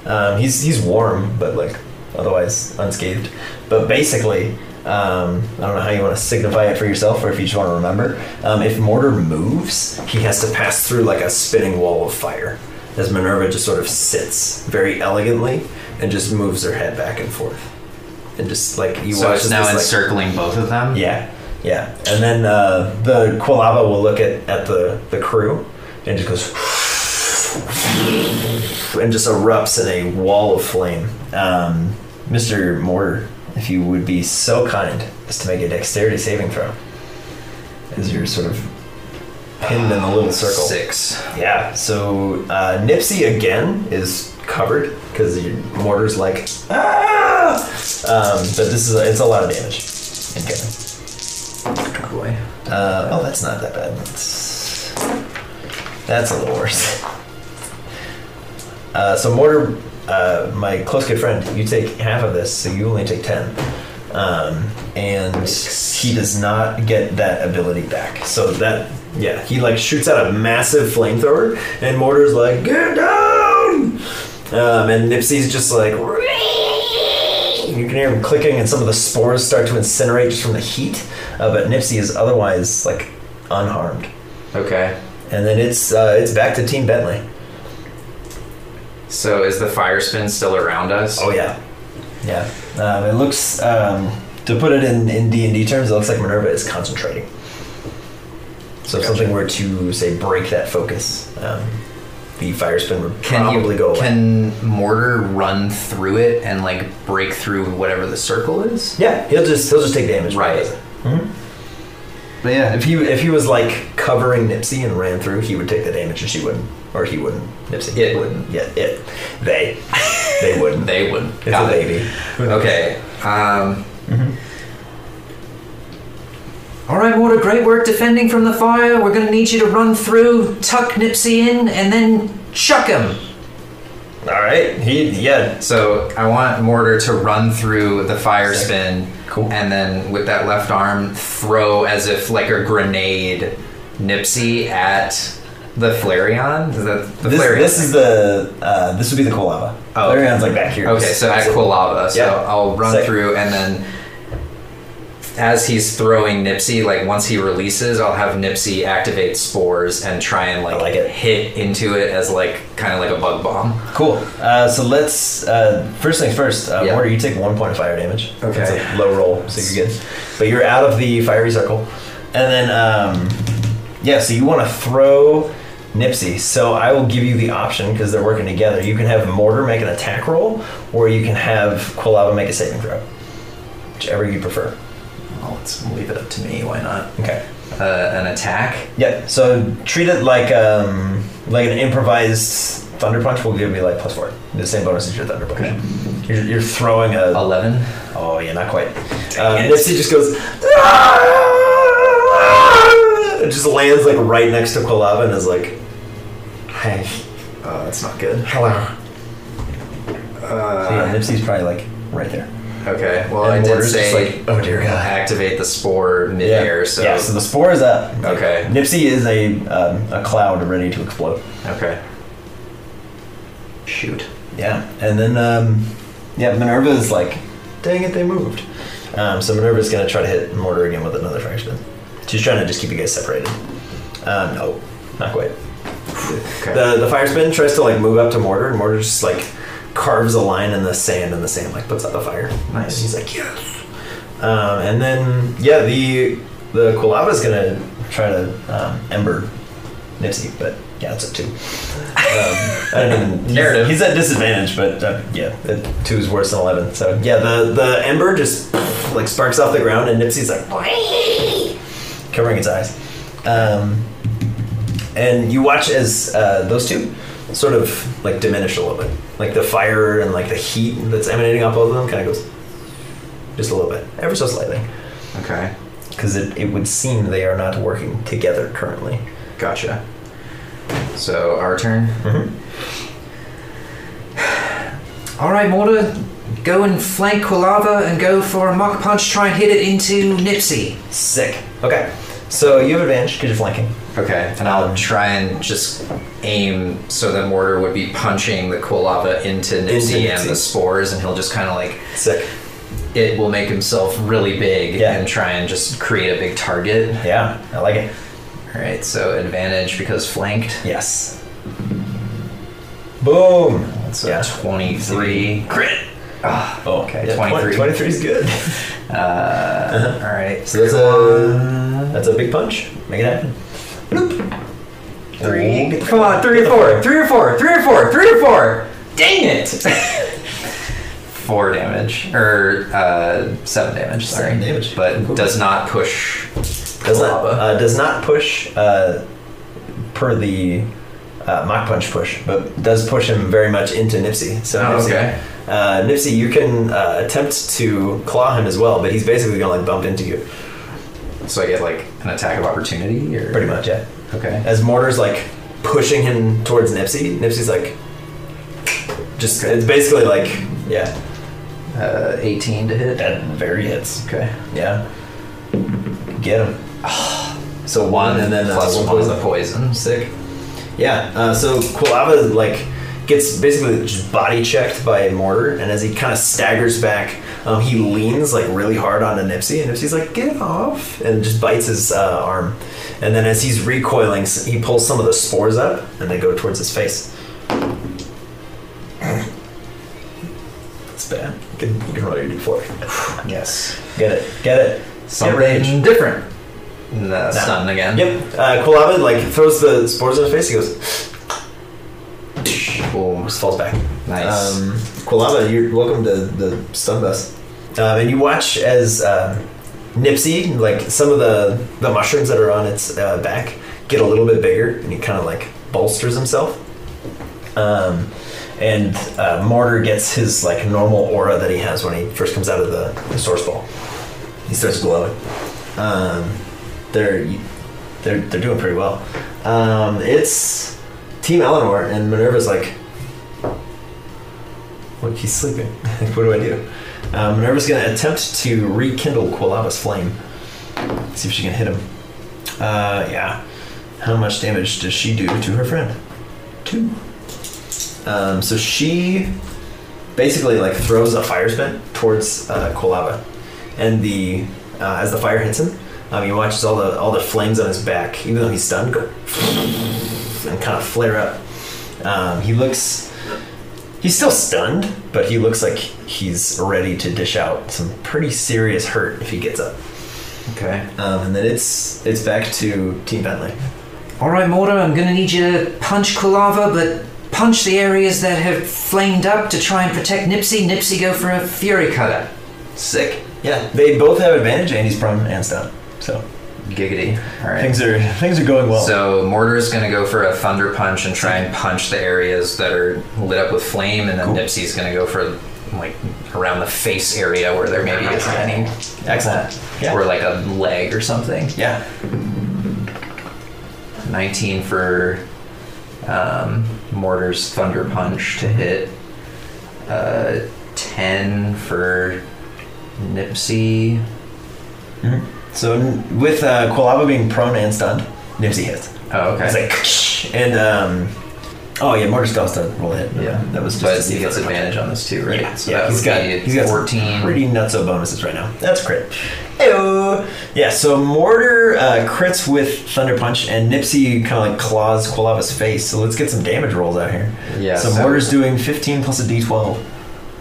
S2: Um, he's he's warm, but like otherwise unscathed. But basically, um, I don't know how you want to signify it for yourself, or if you just want to remember. Um, if Mortar moves, he has to pass through like a spinning wall of fire. As Minerva just sort of sits very elegantly and just moves her head back and forth, and just like you
S4: so
S2: watch
S4: it's
S2: as
S4: now
S2: this, like,
S4: encircling both of them.
S2: yeah, yeah. And then uh, the Quilava will look at, at the, the crew and just goes and just erupts in a wall of flame. Um, Mr. Mortar, if you would be so kind as to make a dexterity saving throw, as you're sort of pinned in a little circle.
S4: Six.
S2: Yeah, so uh, Nipsey again is covered because your mortar's like, ah! Um, but this is it's a lot of damage. Okay.
S4: Boy.
S2: Uh, oh, that's not that bad. That's, that's a little worse. Uh, so mortar, uh, my close good friend, you take half of this, so you only take ten. Um, and he does not get that ability back. So that, yeah, he like shoots out a massive flamethrower, and Mortar's like, get down! Um, and Nipsey's just like, you can hear him clicking, and some of the spores start to incinerate just from the heat. Uh, but Nipsey is otherwise like unharmed.
S4: Okay.
S2: And then it's uh, it's back to Team Bentley.
S4: So is the fire spin still around us?
S2: Oh yeah, yeah. Um, it looks um, to put it in in D and D terms, it looks like Minerva is concentrating. So if
S4: Gotcha.
S2: something were to say break that focus, um, the fire spin would
S4: Can
S2: probably
S4: you,
S2: go away.
S4: Can mortar run through it and like break through whatever the circle is?
S2: yeah, he'll just he'll just take damage.
S4: Right.
S2: Mhm. But yeah, if he if he was like covering Nipsey and ran through, he would take the damage and she wouldn't, or he wouldn't. Nipsey
S4: It.
S2: wouldn't. Yeah, it. They. They wouldn't.
S4: They would.
S2: It's a baby.
S4: Okay. Um,
S3: All right, Warder, great work defending from the fire. We're going to need you to run through, tuck Nipsey in, and then chuck him.
S2: All right. He yeah.
S4: so I want Mortar to run through the fire
S2: Sick.
S4: spin,
S2: Cool.
S4: and then with that left arm, throw as if like a grenade, Nipsey at the Flareon. Is that the
S2: This,
S4: Flareon?
S2: this is the uh, this would be the Kolava.
S4: Oh.
S2: Flareon's like back here.
S4: Okay, so at Quilava. So
S2: Yeah.
S4: I'll run
S2: Sick.
S4: through and then as he's throwing Nipsey, like once he releases, I'll have Nipsey activate spores and try and like,
S2: like it.
S4: hit into it as like kind of like a bug bomb.
S2: Cool. Uh, so let's uh, first things first. Uh,
S4: Yeah.
S2: Mortar, you take one point of fire damage.
S4: Okay.
S2: It's a low roll, so you're good. But you're out of the fiery circle, and then um, yeah. So you want to throw Nipsey. So I will give you the option because they're working together. You can have Mortar make an attack roll, or you can have Quilava make a saving throw, whichever you prefer.
S4: Well, let's leave it up to me. Why not?
S2: Okay.
S4: Uh, an attack.
S2: Yeah. So treat it like um, like an improvised thunder punch will give me like plus four, the same bonus as your thunder punch. You're, you're throwing a
S4: Eleven.
S2: Oh yeah, not quite. Um,
S4: it.
S2: Nipsey just goes, "Ah!" It just lands like right next to Quilava and is like, "Hey,
S4: Oh, that's not good.
S2: hello." So, yeah, Nipsey's probably like right there.
S4: Okay. Well,
S2: And
S4: I did
S2: Mortar's just
S4: say
S2: like, "Oh dear God."
S4: activate the spore
S2: Yeah.
S4: midair. So
S2: yeah, so the spore is up.
S4: Okay.
S2: Nipsey is a um, a cloud ready to explode.
S4: okay. Shoot.
S2: Yeah, and then um, yeah, Minerva is like, "Dang it, they moved." Um, so Minerva's gonna try to hit Mortar again with another fire spin. She's trying to just keep you guys separated. Um, no, not quite.
S4: Okay.
S2: The the fire spin tries to like move up to mortar, and mortar just like carves a line in the sand, and the sand like puts out the fire.
S4: Nice.
S2: And he's like, yes. Um, and then yeah, the the Kulava's gonna try to um, ember Nipsey, but yeah, it's a two. Um, I don't even. he's-
S4: Narrative.
S2: He's, at disadvantage, but uh, yeah, it, two is worse than eleven. So yeah, the the ember just like sparks off the ground, and Nipsey's like covering its eyes. Um, and you watch as uh, those two sort of like diminish a little bit like the fire and like the heat that's emanating off both of them kind of goes just a little bit ever so slightly
S4: okay.
S2: because it, it would seem they are not working together currently
S4: Gotcha. So our turn.
S3: All right, Mortar, go and flank Quilava and go for a muck punch. Try and hit it into Nipsey.
S2: sick okay so you have advantage because you're flanking
S4: Okay, and I'll try and just aim so that Mortar would be punching the cool lava into Nipsey
S2: Nipsey.
S4: and the spores, and he'll just kind of like
S2: sick
S4: it will make himself really big
S2: Yeah.
S4: and try and just create a big target.
S2: yeah i like it
S4: All right, so advantage because flanked.
S2: yes boom
S4: That's a
S2: Yeah.
S4: 23 crit.
S2: oh
S4: okay,
S2: yeah,
S4: 23.
S2: 23 is good
S4: All right,
S2: so that's a that's a big punch make it happen
S4: three. Come on, three or four, three or four, three or four, three or four. Dang it! four damage or uh, seven damage. Sorry,
S2: Seven damage.
S4: but
S2: Cool.
S4: does not push.
S2: does not
S4: lava.
S2: uh, does not push uh, per the uh, mock punch push, but does push him very much into Nipsey. So
S4: Oh,
S2: Nipsey,
S4: okay.
S2: uh, Nipsey, you can uh, attempt to claw him as well, but he's basically gonna like bump into you,
S4: So I get like an attack of opportunity, or
S2: pretty much. Yeah.
S4: Okay.
S2: As Mortar's like pushing him towards Nipsey, Nipsey's like just it's basically like yeah,
S4: Uh, 18 to hit.
S2: that very hits.
S4: Okay.
S2: Yeah. Get him. So one and then uh,
S4: plus
S2: one
S4: one is
S2: poison.
S4: the poison.
S2: Sick. Yeah. Uh, so Quilava like gets basically just body checked by a mortar, and as he kind of staggers back, um, he leans like really hard onto Nipsey, and Nipsey's like, "Get off!" and just bites his uh, arm. And then as he's recoiling, s- he pulls some of the spores up, and they go towards his face. That's bad. You can, you can roll your d4.
S4: Yes.
S2: Get it. Get it.
S4: Something
S2: rage.
S4: different. No, Stun again.
S2: Yep. Uh, Quilava like throws the spores in his face. He goes.
S4: Boom.
S2: just falls back.
S4: Nice.
S2: Um, Quilava, you're welcome to the stun bus. Um, and you watch as um, Nipsey, like some of the the mushrooms that are on its uh, back, get a little bit bigger, and he kind of like bolsters himself. Um, and uh, Martyr gets his like normal aura that he has when he first comes out of the, the source ball. He starts glowing. Um, they're they're they're doing pretty well. Um, it's Team Eleanor, and Minerva's like, Look, he's sleeping. Like, what do I do? Um, Minerva's going to attempt to rekindle Quilava's flame. See if she can hit him. Uh, yeah. How much damage does she do to her friend? Two. Um, so she basically like throws a fire spit towards uh, Quilava, and the uh, as the fire hits him, um, he watches all the all the flames on his back, even though he's stunned, go and kind of flare up. Um, he looks He's still stunned, but he looks like he's ready to dish out some pretty serious hurt if he gets up.
S3: Okay.
S2: Um, and then it's it's back to Team Bentley.
S3: All right, Mortar, I'm gonna need you to punch Kulava, but punch the areas that have flamed up to try and protect Nipsey. Nipsey, go for a Fury Cutter.
S2: Sick. Yeah, they both have advantage. Andy's prone and stunned, so
S4: Giggity. All right.
S2: things are things are going well.
S4: So Mortar's gonna go for a thunder punch and try and punch the areas that are lit up with flame, and then Nipsey's gonna go for like around the face area where there maybe isn't any,
S2: Excellent. Yeah.
S4: or like a leg or something.
S2: yeah.
S4: 19 for um, Mortar's thunder punch to hit. Uh, 10 for Nipsey.
S2: So n- with uh, Quilava being prone and stunned, Nipsey hits.
S4: Oh, okay.
S2: It's like and um, oh yeah, Marty's got to roll a hit.
S4: yeah,
S2: that was just to
S4: But
S2: see
S4: he
S2: if
S4: gets
S2: it-
S4: advantage on this too, right?
S2: Yeah,
S4: So
S2: yeah,
S4: that
S2: he's
S4: would
S2: got
S4: be
S2: he's got some
S4: 14.
S2: pretty nutso bonuses right now. That's crit. Ew. Yeah, so Mortar uh, crits with Thunder Punch, and Nipsey kind of like claws Quilava's face. So let's get some damage rolls out here.
S4: Yeah,
S2: So,
S4: so-
S2: Mortar's doing 15 plus a d12.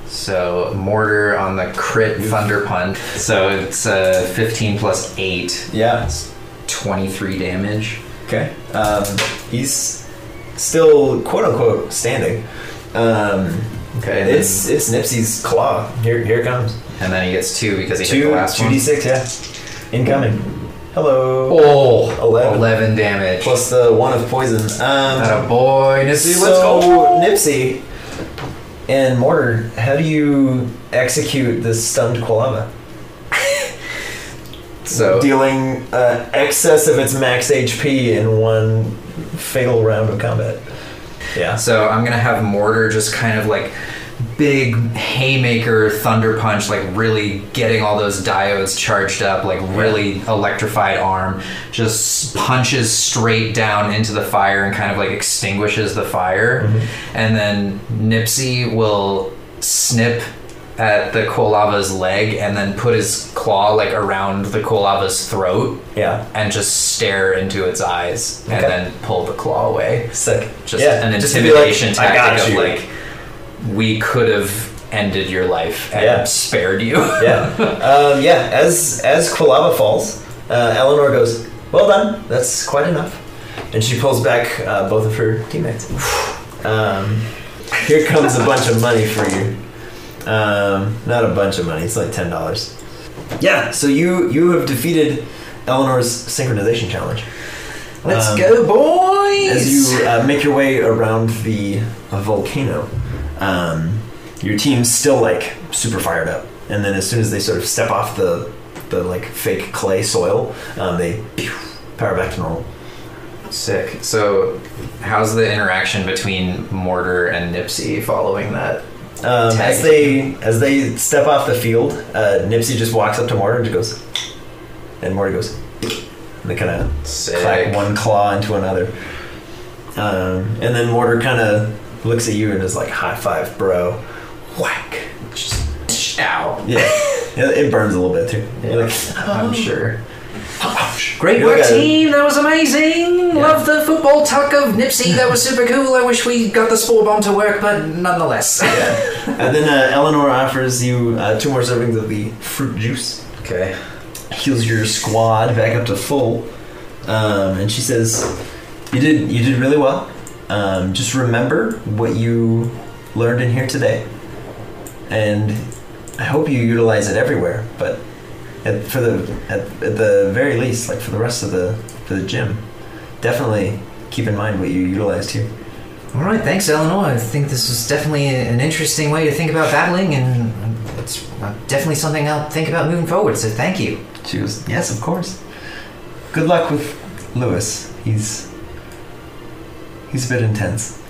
S4: So mortar on the crit thunder punch. So it's uh, 15 plus 8,
S2: Yeah.
S4: 23 damage.
S2: Okay. Um, he's still quote unquote standing. Um,
S4: Okay. And
S2: it's it's Nipsey's claw. Here here it comes.
S4: then, and then he gets two because he hit
S2: Two
S4: the last
S2: two
S4: one.
S2: d six. Yeah. Incoming. Hello.
S4: Oh,
S2: 11.
S4: 11, damage.
S2: Plus the one of poison. Um,
S4: Atta boy, Nipsey,
S2: so,
S4: let's go.
S2: Nipsey and Mortar, how do you execute this stunned Quilava?
S4: So
S2: Dealing uh, excess of its max HP in one fatal round of combat. Yeah.
S4: So I'm gonna have Mortar just kind of like big haymaker thunder punch, like really getting all those diodes charged up, like really electrified arm, just punches straight down into the fire and kind of like extinguishes the fire. And then Nipsey will snip at the Kolava's leg and then put his claw like around the Kolava's throat
S2: Yeah.
S4: and just stare into its eyes and
S2: Okay.
S4: then pull the claw away
S2: Sick.
S4: just
S2: yeah.
S4: an
S2: to be like,
S4: intimidation
S2: I got
S4: tactic of
S2: you."
S4: like we could have ended your life and
S2: Yeah.
S4: spared you.
S2: yeah. Um, yeah. As as Quilava falls, uh, Eleanor goes, "Well done. That's quite enough." And she pulls back uh, both of her teammates. Um, here comes a bunch of money for you. Um, not a bunch of money. It's like ten dollars. Yeah. So you you have defeated Eleanor's synchronization challenge.
S4: Let's
S2: Um,
S4: go, boys!
S2: As you uh, make your way around the volcano, um, your team's still like super fired up. And then as soon as they sort of step off the, the like fake clay soil, um, they pew, power back to normal.
S4: Sick. So, how's the interaction between Mortar and Nipsey following that?
S2: Um,
S4: Tag
S2: as they as they step off the field, uh, Nipsey just walks up to Mortar and just goes, and Mortar goes, and they kind of clack
S4: Sick.
S2: one claw into another. Um, and then Mortar kind of looks at you and is like, "High five, bro!" Whack.
S4: Ow.
S2: Yeah, it, it burns a little bit too. You're like,
S4: I'm sure.
S3: Great
S2: You
S3: work,
S2: got it.
S3: team. That was amazing.
S2: Yeah.
S3: Love the football tuck of Nipsey. That was super cool. I wish we got the spore bomb to work, but nonetheless.
S2: and then uh, Eleanor offers you uh, two more servings of the fruit juice,
S4: Okay.
S2: heals your squad back up to full, um, and she says, "You did, you did really well. Um, just remember what you learned in here today, and I hope you utilize it everywhere. But as at, for the at, at the very least, like for the rest of the for the gym, definitely keep in mind what you utilized here.
S3: All right, thanks, Eleanor. I think this was definitely an interesting way to think about battling, and it's uh, definitely something I'll think about moving forward. So thank you.
S2: She goes, yes, of course. Good luck with Lewis. He's he's a bit intense.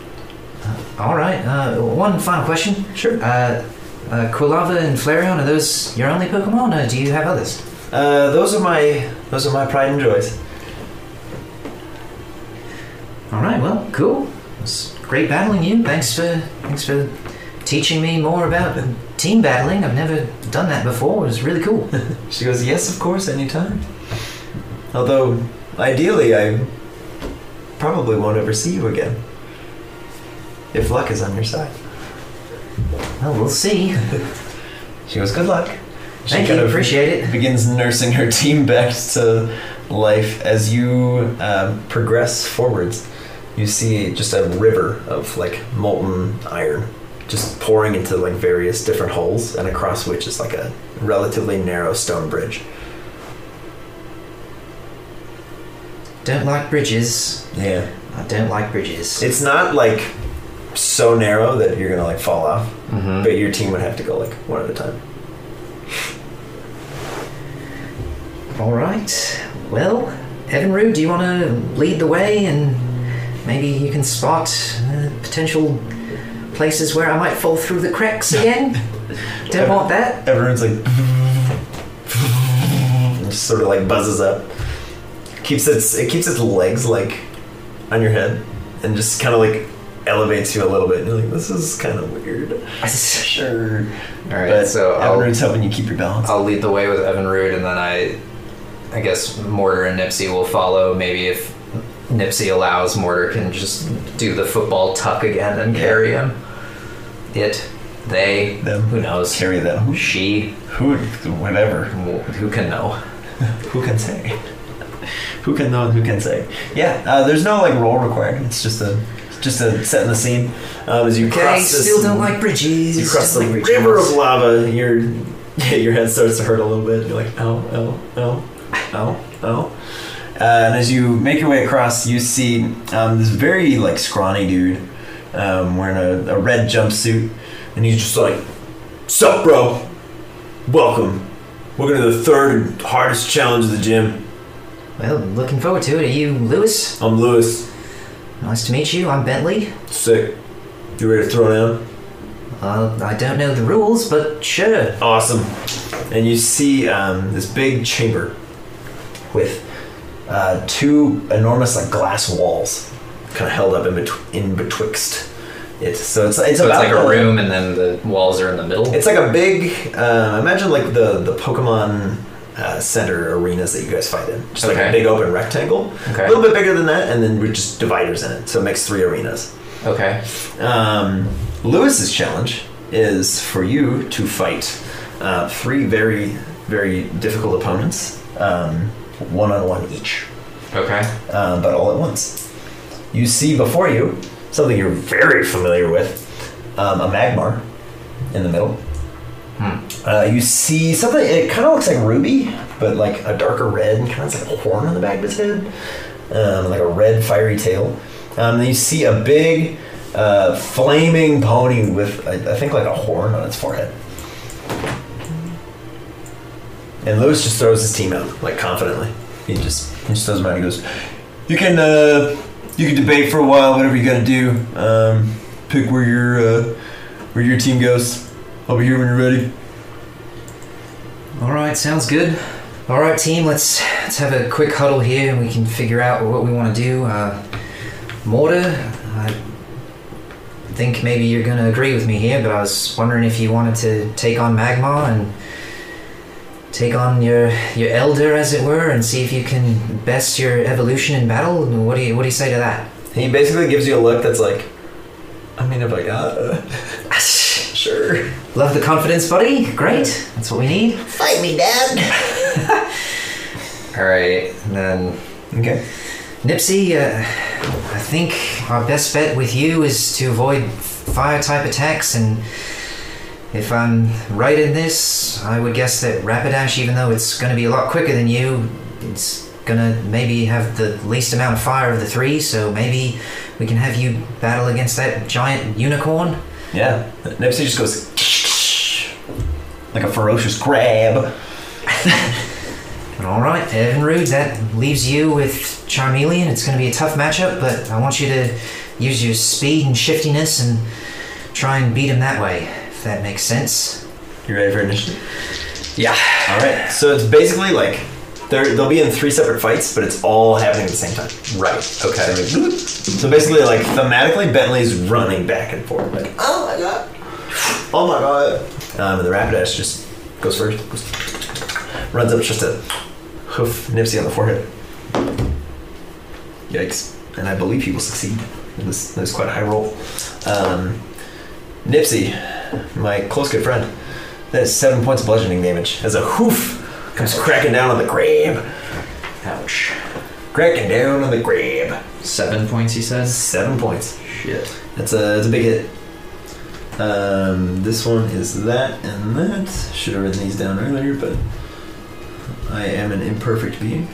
S3: All right. Uh, one final question.
S2: Sure.
S3: Uh, uh, Quilava and Flareon, are those your only Pokemon, or do you have others?
S2: Uh, those are my those are my pride and joys.
S3: All right. Well, cool. It was great battling you. Thanks for thanks for teaching me more about team battling. I've never done that before. It was really cool.
S2: She goes, yes, of course, anytime. Although, ideally, I probably won't ever see you again. If luck is on your side.
S3: Well, we'll see.
S2: She goes, good luck. She
S3: Thank you. Appreciate it.
S2: begins nursing her team back to life as you um, progress forwards. You see just a river of like molten iron just pouring into like various different holes, and across which is like a relatively narrow stone bridge.
S3: Don't like bridges.
S2: Yeah.
S3: I don't like bridges.
S2: It's not like so narrow that you're gonna like fall off,
S4: Mm-hmm.
S3: Mhm.
S2: but your team would have to go like one at a time.
S3: All right. Well, Evanru, do you want to lead the way and maybe you can spot uh, potential places where I might fall through the cracks again? Don't want that.
S2: Everyone's like, and just sort of like buzzes up. Keeps its it keeps its legs like on your head and just kind of like elevates you a little bit. And you're like, this is kind of weird. sure,
S4: All right,
S2: but
S4: so I'll,
S2: Everyone's helping you keep your balance.
S4: I'll lead the way with Evan Rude, and then I, I guess Mortar and Nipsey will follow. Maybe if Nipsey allows, Mortar can just do the football tuck again and carry him. It, they,
S2: Them.
S4: who knows?
S2: Carry them.
S4: She,
S2: Who, whatever.
S4: who can know?
S2: Who can say? Who can know and who can say? Yeah, uh, there's no like role required. It's just a it's just a setting the scene. Um, as you
S3: Okay,
S2: cross this,
S3: still don't like bridges.
S2: you cross the
S3: don't like
S2: river of
S3: bridges.
S2: lava, your yeah, your head starts to hurt a little bit. You're like, oh, oh, oh, oh, oh. Uh, and as you make your way across, you see um, this very like scrawny dude um, wearing a, a red jumpsuit, and he's just like, "Sup, bro? Welcome. We're gonna do the third hardest challenge of the gym.
S3: Well, looking forward to it. Are you Lewis?
S2: I'm Lewis.
S3: Nice to meet you. I'm Bentley.
S2: Sick. You ready to throw down?
S3: Uh, I don't know the rules, but sure.
S2: Awesome. And you see um, this big chamber with uh, two enormous like glass walls, kind of held up in, betw- in betwixt it. So it's it's
S4: So it's
S2: about
S4: like a
S2: the-
S4: room, and then the walls are in the middle.
S2: It's like a big. Uh, imagine like the the Pokemon uh, Center arenas that you guys fight in. Just like a
S4: Okay.
S2: big open rectangle,
S4: Okay.
S2: a little bit bigger than that, and then with just dividers in it. So it makes three arenas.
S4: okay.
S2: Um, Lewis's challenge is for you to fight uh, three very, very difficult opponents, um, one on one each,
S4: Okay.
S2: um, but all at once. You see before you something you're very familiar with um, a Magmar in the middle.
S4: Hmm.
S2: Uh, you see something, it kind of looks like ruby, but like a darker red, and kind of has like a horn on the back of its head, um, like a red fiery tail. Um, then you see a big uh, flaming pony with, I, I think, like a horn on its forehead. And Lewis just throws his team out, like confidently. He just, he just throws them out and goes, You can uh, you can debate for a while, whatever you gotta do. Um, pick where your, uh, where your team goes. I'll be here when you're ready.
S3: All right, sounds good. All right, team, let's let's have a quick huddle here, and we can figure out what we want to do. Uh, Mortar, I think maybe you're going to agree with me here, but I was wondering if you wanted to take on Magma and take on your your elder, as it were, and see if you can best your evolution in battle. What do you what do you say to that?
S2: He basically gives you a look that's like, I mean, if I got, uh, sure.
S3: Love the confidence, buddy. Great, that's what we need.
S2: Fight me, Dad.
S4: All right, and then
S2: Okay.
S3: Nipsey, uh, I think our best bet with you is to avoid fire type attacks and If I'm right in this, I would guess that Rapidash, even though it's going to be a lot quicker than you, it's going to maybe have the least amount of fire of the three, so maybe we can have you battle against that giant unicorn.
S2: Yeah. Nipsey just goes like a ferocious grab.
S3: Alright, Evan Rude, that leaves you with Charmeleon. It's going to be a tough matchup, but I want you to use your speed and shiftiness and try and beat him that way, if that makes sense.
S2: You ready for initiative?
S4: Yeah.
S2: All right. So it's basically like they're, they'll be in three separate fights, but it's all happening at the same time.
S4: Right. Okay.
S2: So basically, like thematically, Bentley's running back and forth, like oh my god, oh my god. Um, and the Rapidash just goes first, goes, runs up just to hoof Nipsey on the forehead. Yikes! And I believe he will succeed. It was, it was quite a high roll. Um, Nipsey, my close good friend, that is seven points of bludgeoning damage as a hoof comes cracking down on the grab,
S4: Ouch.
S2: cracking down on the grab.
S4: Seven points, he says.
S2: Seven points.
S4: Shit.
S2: That's a that's a big hit. Um, this one is that and that. Should have written these down earlier, but I am an imperfect being.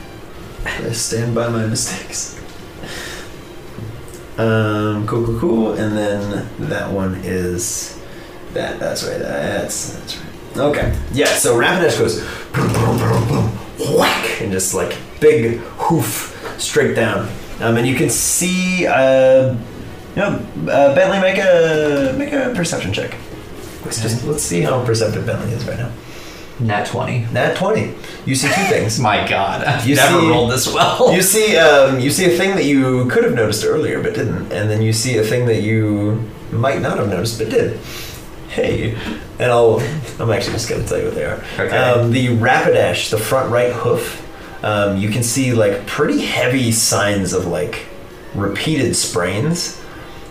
S2: I stand by my mistakes. Um, cool, cool, cool. And then that one is that. That's right. That's that's right. Okay. Yeah. So Rapidash goes boom, boom, boom, boom, whack, and just like big hoof straight down. Um, and you can see uh, you know, uh, Bentley, make a make a perception check. Let's just let's see how perceptive Bentley is right now.
S4: Nat 20.
S2: Nat twenty. You see two things.
S4: My god. I've
S2: You
S4: never
S2: see-
S4: rolled this well.
S2: You see, um, you see a thing that you could have noticed earlier but didn't, and then you see a thing that you might not have noticed but did. Hey, and I'll, I'm actually just gonna tell you what they are.
S4: Okay.
S2: Um, the Rapidash, the front right hoof. Um, you can see like pretty heavy signs of like repeated sprains.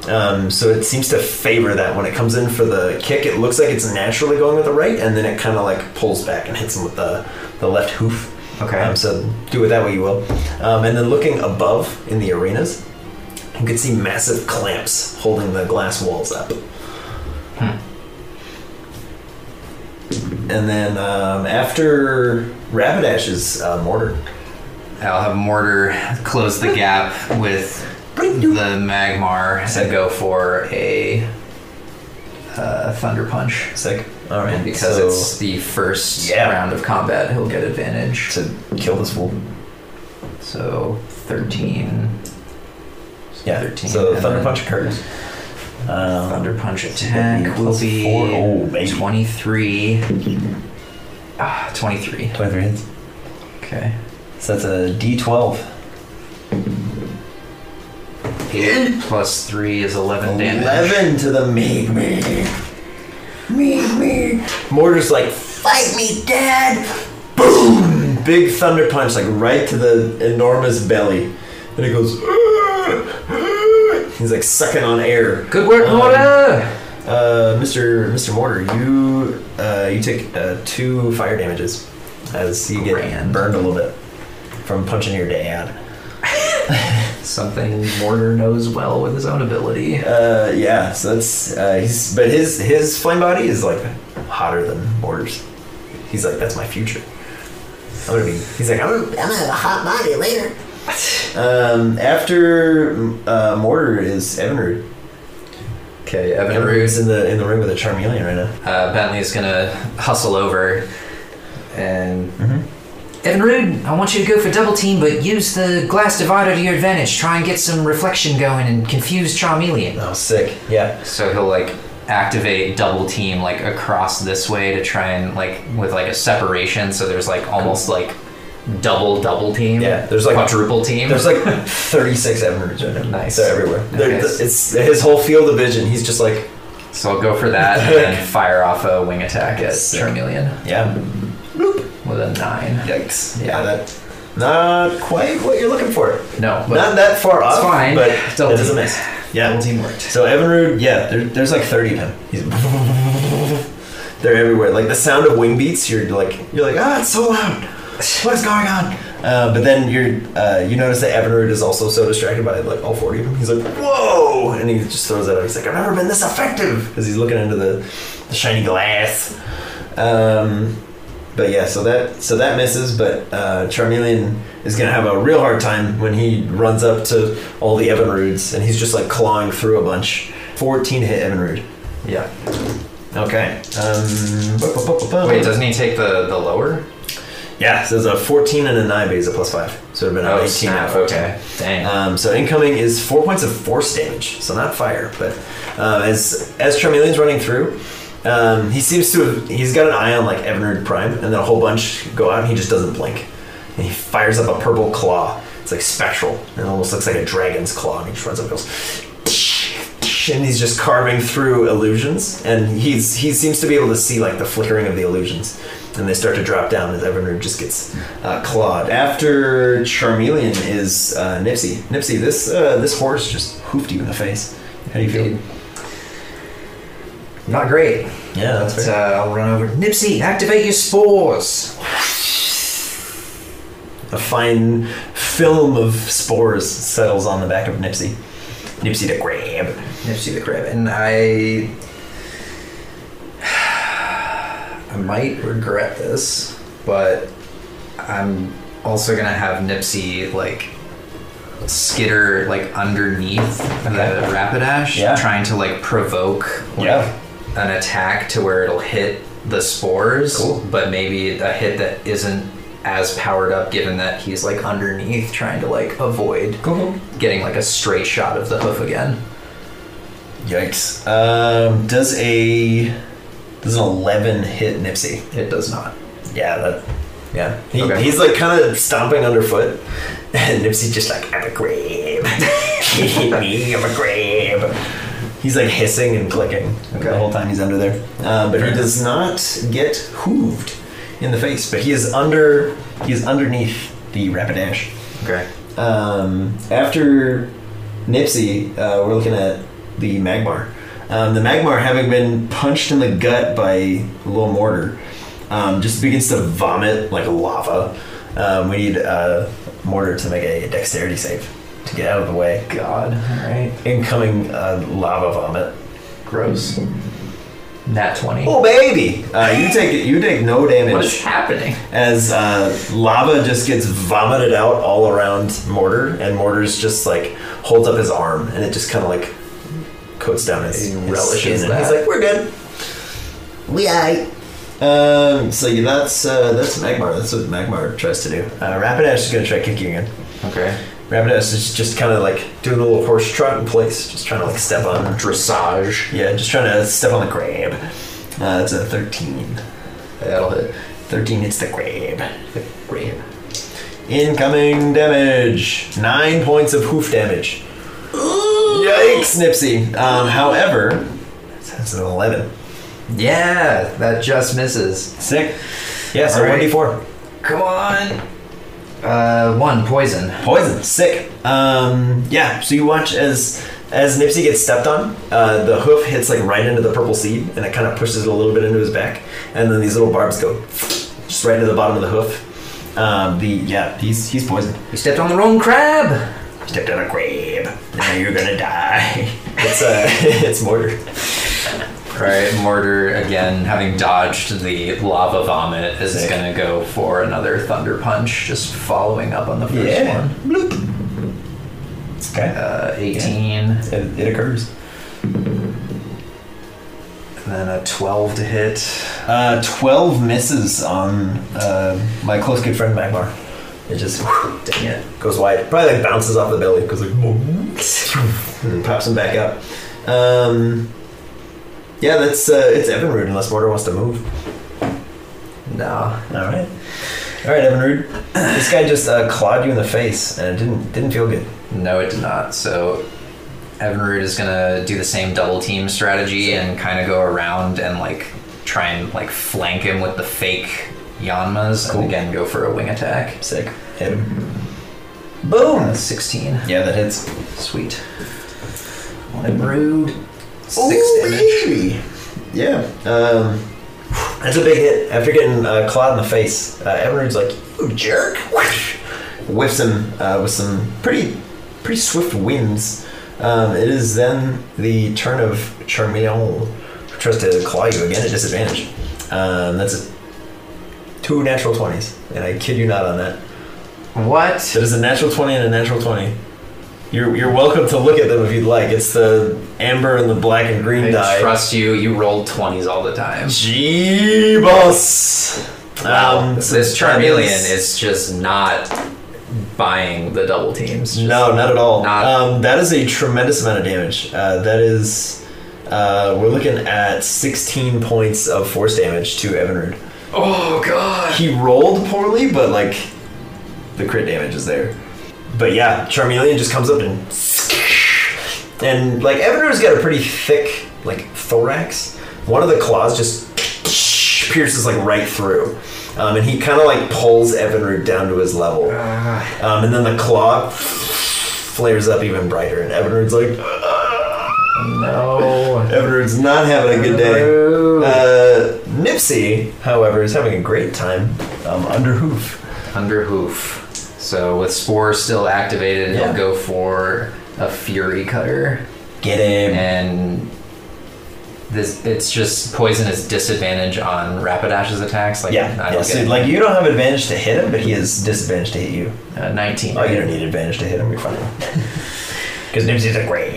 S2: Um, so it seems to favor that when it comes in for the kick, it looks like it's naturally going with the right, and then it kind of like pulls back and hits him with the, the left hoof.
S4: Okay.
S2: Um, so do it that way you will. Um, and then looking above in the arenas, you can see massive clamps holding the glass walls up. Hmm. And then um, after Rapidash's uh, mortar,
S4: I'll have Mortar close the gap with the Magmar and go for a uh, Thunder Punch.
S2: sick. All right,
S4: And because
S2: so-
S4: it's the first
S2: Yeah.
S4: round of combat, he'll get advantage.
S2: to kill this fool.
S4: So 13. So
S2: Yeah.
S4: 13.
S2: So
S4: and
S2: thunder
S4: then
S2: punch occurs. Um,
S4: Thunder Punch
S2: that'd
S4: attack
S2: be
S4: will
S2: plus
S4: be
S2: four. Oh, baby.
S4: 23. Ah, 23.
S2: Twenty-three hits.
S4: Okay.
S2: So that's a D12.
S4: 8 plus 3 is 11 damage.
S2: Eleven to the meat me. Meat me. Mortar's like, fight me, Dad. Boom! Big thunder punch, like right to the enormous belly, and it goes. He's like sucking on air.
S4: Good work,
S2: Um,
S4: Mortar!
S2: Uh, Mr. Mr. Mortar, you uh, you take uh, two fire damages as you get
S4: Grand.
S2: burned a little bit from punching your dad.
S4: Something Mortar knows well with his own ability.
S2: Uh, yeah, so that's uh, he's but his his flame body is like hotter than Mortar's. He's like, that's my future. I'm gonna be. He's like, I'm gonna, I'm gonna have a hot body later. Um, after uh, Mortar is Evanrude.
S4: Okay, Evan Roos.
S2: Evanrude's in the in the ring with a Charmeleon right now.
S4: Uh, Bentley is gonna hustle over and. Evan Rude, I want you to go for double team, but use the glass divider to your advantage. Try and get some reflection going and confuse Charmeleon.
S2: Oh, sick. Yeah.
S4: So he'll like activate double team like across this way to try and like with like a separation. So there's like almost like double double team.
S2: Yeah, there's, like-
S4: quadruple team.
S2: There's like 36 Evanrudes right now.
S4: Nice.
S2: They're everywhere. They're,
S4: Okay.
S2: it's his whole field of vision. He's just like,
S4: so I'll go for that and then fire off a wing attack at
S2: Sick.
S4: Charmeleon
S2: yeah,
S4: with a nine.
S2: yikes.
S4: Yeah.
S2: Yeah, that. Not quite what you're looking for.
S4: No, but
S2: Not that far off,
S4: fine.
S2: but
S4: Double
S2: it is a
S4: team.
S2: miss. Yeah.
S4: double team worked.
S2: So Evinrude, yeah, there, there's like 30 of him. He's they're everywhere. Like the sound of wing beats, you're like you're like ah, it's so loud. What is going on? Uh, but then you're uh, you notice that Evinrude is also so distracted by like all 40 of them. He's like whoa, and he just throws it out. He's like I've never been this effective because he's looking into the the shiny glass. Um, but yeah, so that so that misses. But uh, Charmeleon is gonna have a real hard time when he runs up to all the Evinrudes and he's just like clawing through a bunch. Fourteen hit Evinrude.
S4: Yeah.
S2: Okay. Um, bu- bu- bu- bu- bu-
S4: Wait, doesn't he take the the lower?
S2: yeah, so there's a fourteen and a nine, but he's a plus five, so it'd been an
S4: Oh,
S2: eighteen.
S4: snap.
S2: out.
S4: Okay. Dang.
S2: Um, so incoming is four points of force damage, so not fire. But uh, as as Charmeleon's running through, um, he seems to have he's got an eye on like Evanard Prime, and then a whole bunch go out, and he just doesn't blink, and he fires up a purple claw. It's like spectral, and it almost looks like a dragon's claw, and he just runs up and goes. And he's just carving through illusions, and he's he seems to be able to see like the flickering of the illusions, and they start to drop down as Evanard just gets uh, clawed. After Charmeleon is uh, Nipsey. Nipsey, this uh, this horse just hoofed you in the face. How do you feel?
S3: Not great.
S2: Yeah, that's
S3: But, uh, I'll run over. Nipsey, activate your spores.
S2: A fine film of spores settles on the back of Nipsey. Nipsey the grab.
S3: Nipsey the crab. And I. I might regret this,
S4: but I'm also gonna have Nipsey like skitter like underneath the Rapidash,
S2: Yeah.
S4: trying to like provoke like,
S2: Yeah.
S4: an attack to where it'll hit the spores,
S2: Cool.
S4: but maybe a hit that isn't as powered up given that he's like underneath trying to like avoid getting like a straight shot of the hoof again.
S2: Yikes. Um, does a does an eleven hit Nipsey?
S4: It does not.
S2: Yeah, that. Yeah. He,
S4: Okay.
S2: He's like kind of stomping underfoot, and Nipsey just like, I'm a grave. He hit me, I'm a grave. He's like hissing and clicking the whole time he's under there. Uh, but he does not get hooved in the face, but he is under, he is underneath the Rapidash.
S4: Okay.
S2: Um, after Nipsey, uh, we're looking at the Magmar. Um, the Magmar, having been punched in the gut by a little mortar, um, just begins to vomit like lava. Um, we need uh, mortar to make a dexterity save to get out of the way.
S4: God. All right.
S2: Incoming uh, lava vomit.
S4: Gross. Nat twenty.
S2: Oh baby! Uh, you take you take no damage.
S4: What is happening?
S2: as uh, lava just gets vomited out all around Mortar, and Mortar's just like holds up his arm, and it just kind of like coats down his,
S4: He
S2: his skin,
S4: relishes
S2: and
S4: that.
S2: he's like, "We're good, we aight." Um, so yeah, that's uh, that's Magmar. That's what Magmar tries to do. Uh, Rapidash is gonna try kicking again.
S4: Okay.
S2: Rapidash is just kind of like doing a little horse trot in place, just trying to like step on.
S4: Dressage.
S2: Yeah, just trying to step on the grab. Uh, that's a thirteen.
S4: That'll hit.
S2: 13 hits the grab. Incoming damage. Nine points of hoof damage. Yikes, Nipsey. Um, however, that's an 11.
S4: Yeah, that just misses.
S2: Sick. Yeah, so
S4: All right.
S2: 1d4.
S4: Come on. Uh, one poison.
S2: Poison. Sick. Um, yeah, so you watch as as Nipsey gets stepped on, uh, the hoof hits like right into the purple seed and it kind of pushes it a little bit into his back. And then these little barbs go just right into the bottom of the hoof. Um, the yeah, he's he's poisoned.
S4: You stepped on the wrong crab.
S2: stepped on a grave. Now you're gonna die. It's uh, it's mortar.
S4: All right, mortar again, having dodged the lava vomit, is
S2: Sick.
S4: gonna go for another thunder punch, just following up on the first one.
S2: Okay.
S4: Uh, 18,
S2: it, it occurs.
S4: and then a 12 to hit.
S2: Uh, Twelve misses on uh, my close good friend Magmar. It just whew, dang it goes wide. Probably like bounces off the belly. Goes like and pops him back up. Um, yeah, that's uh, it's Evanrude unless Mortar wants to move.
S4: No.
S2: All right. All right, Evanrude. this guy just uh, clawed you in the face, and it didn't didn't feel good.
S4: No, it did not. So Evanrude is gonna do the same double team strategy and kind of go around and like try and like flank him with the fake Yanmas and again go for a wing attack.
S2: Sick. Hit him. Boom.
S4: That's 16.
S2: Yeah, that hits.
S4: Sweet. Evanrude. Six damage.
S2: Ooh-wee. Yeah. Um, that's a big hit. After getting uh, clawed in the face, uh, Everard's like, "You jerk!" Whoosh. Whiffs him uh, with some pretty, pretty swift winds. Um, it is then the turn of Charmeleon, tries to claw you again at disadvantage. Um, that's a two natural 20s, and I kid you not on that.
S4: What?
S2: That is a natural 20 and a natural 20. You're, you're welcome to look at them if you'd like. It's the amber and the black and green
S4: I
S2: dye.
S4: trust you. You roll 20s all the time.
S2: Jeebus! Um, so
S4: this
S2: that
S4: Charmeleon is just not buying the double teams. Just-
S2: No, not at all.
S4: Not-
S2: um, that is a tremendous amount of damage. Uh, that is. Uh, we're looking at 16 points of force damage to Evanrude.
S4: Oh god.
S2: He rolled poorly, but like the crit damage is there. But yeah, Charmeleon just comes up and and like Evanor's got a pretty thick like thorax. One of the claws just pierces like right through, um, and he kind of like pulls Evanru down to his level, um, and then the claw flares up even brighter, and Evanru's like,
S4: No.
S2: Evanrude's not having a good day.
S4: No.
S2: Uh, Nipsey, however, is having a great time um, under hoof.
S4: Under hoof. So with Spore still activated,
S2: Yeah.
S4: he'll go for a Fury Cutter.
S2: Get him.
S4: And this it's just poison is disadvantage on Rapidash's attacks. Like
S2: yeah,
S4: I
S2: yeah.
S4: don't
S2: So,
S4: get
S2: like you don't have advantage to hit him, but he has disadvantage to hit you.
S4: uh, 19.
S2: Oh, you don't need advantage to hit him. You're fine. Because Nipsey's a grab.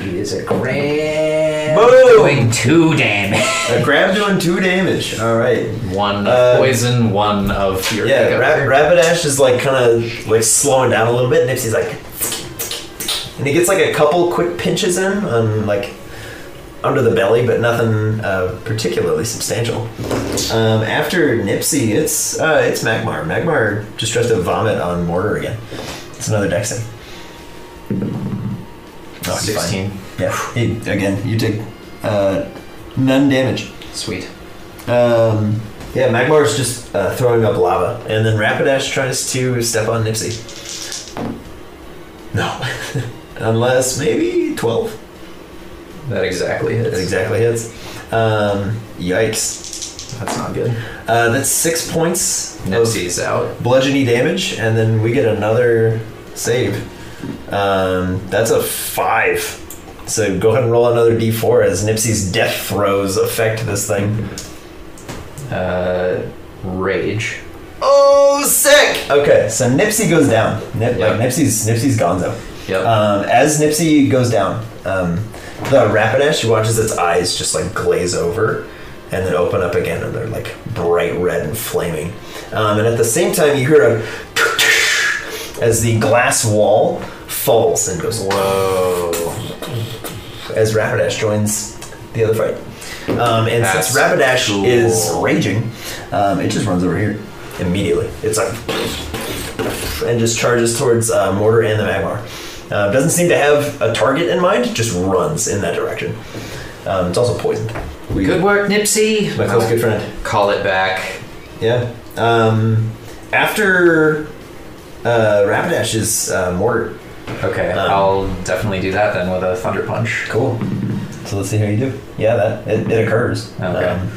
S4: He is a grand
S2: Boom!
S4: doing two damage.
S2: A grab Uh, doing two damage. All right.
S4: One
S2: Uh,
S4: of poison, one of fury.
S2: Yeah,
S4: Cutter.
S2: Rap- Rapidash is like kind of like slowing down a little bit. Nipsey's like, and he gets like a couple quick pinches in on like under the belly, but nothing uh, particularly substantial. Um, after Nipsey, it's uh, it's Magmar. Magmar just tries to vomit on Mortar again. It's another dex save. Oh, he's fine.
S4: 16.
S2: Yeah. He, again, you take uh, none damage.
S4: Sweet.
S2: Um, yeah, Magmar is just uh, throwing up lava, and then Rapidash tries to step on Nipsey. No, unless maybe twelve.
S4: That exactly hits.
S2: That exactly hits. Um, yikes!
S4: That's not good.
S2: Uh, that's six points of
S4: Nipsey's out.
S2: bludgeony damage, and then we get another save. Um, that's a five. So go ahead and roll another d4 as Nipsey's death throes affect this thing.
S4: Uh, rage.
S2: Oh, sick! Okay, so Nipsey goes down. Nip,
S4: Yeah.
S2: like Nipsey's Nipsey's gonzo.
S4: Yep.
S2: Um, as Nipsey goes down, um, the Rapidash watches its eyes just like glaze over and then open up again, and they're like bright red and flaming. Um, and at the same time, you hear a as the glass wall falls and goes
S4: Whoa.
S2: as Rapidash joins the other fight. Um, and since
S4: That's
S2: Rapidash
S4: cool.
S2: is raging, um, it just runs over here immediately. It's like and just charges towards uh, Mortar and the Magmar. Uh, doesn't seem to have a target in mind. Just runs in that direction. Um, it's also poisoned. We,
S4: Good work, Nipsey.
S2: My close good friend.
S4: Call it back.
S2: Yeah. Um, after uh, Rapidash is uh, Mortar.
S4: Okay,
S2: Um,
S4: I'll definitely do that then with a thunder punch.
S2: Cool. So let's see how you do. Yeah, that it, it occurs.
S4: Okay.
S2: Um,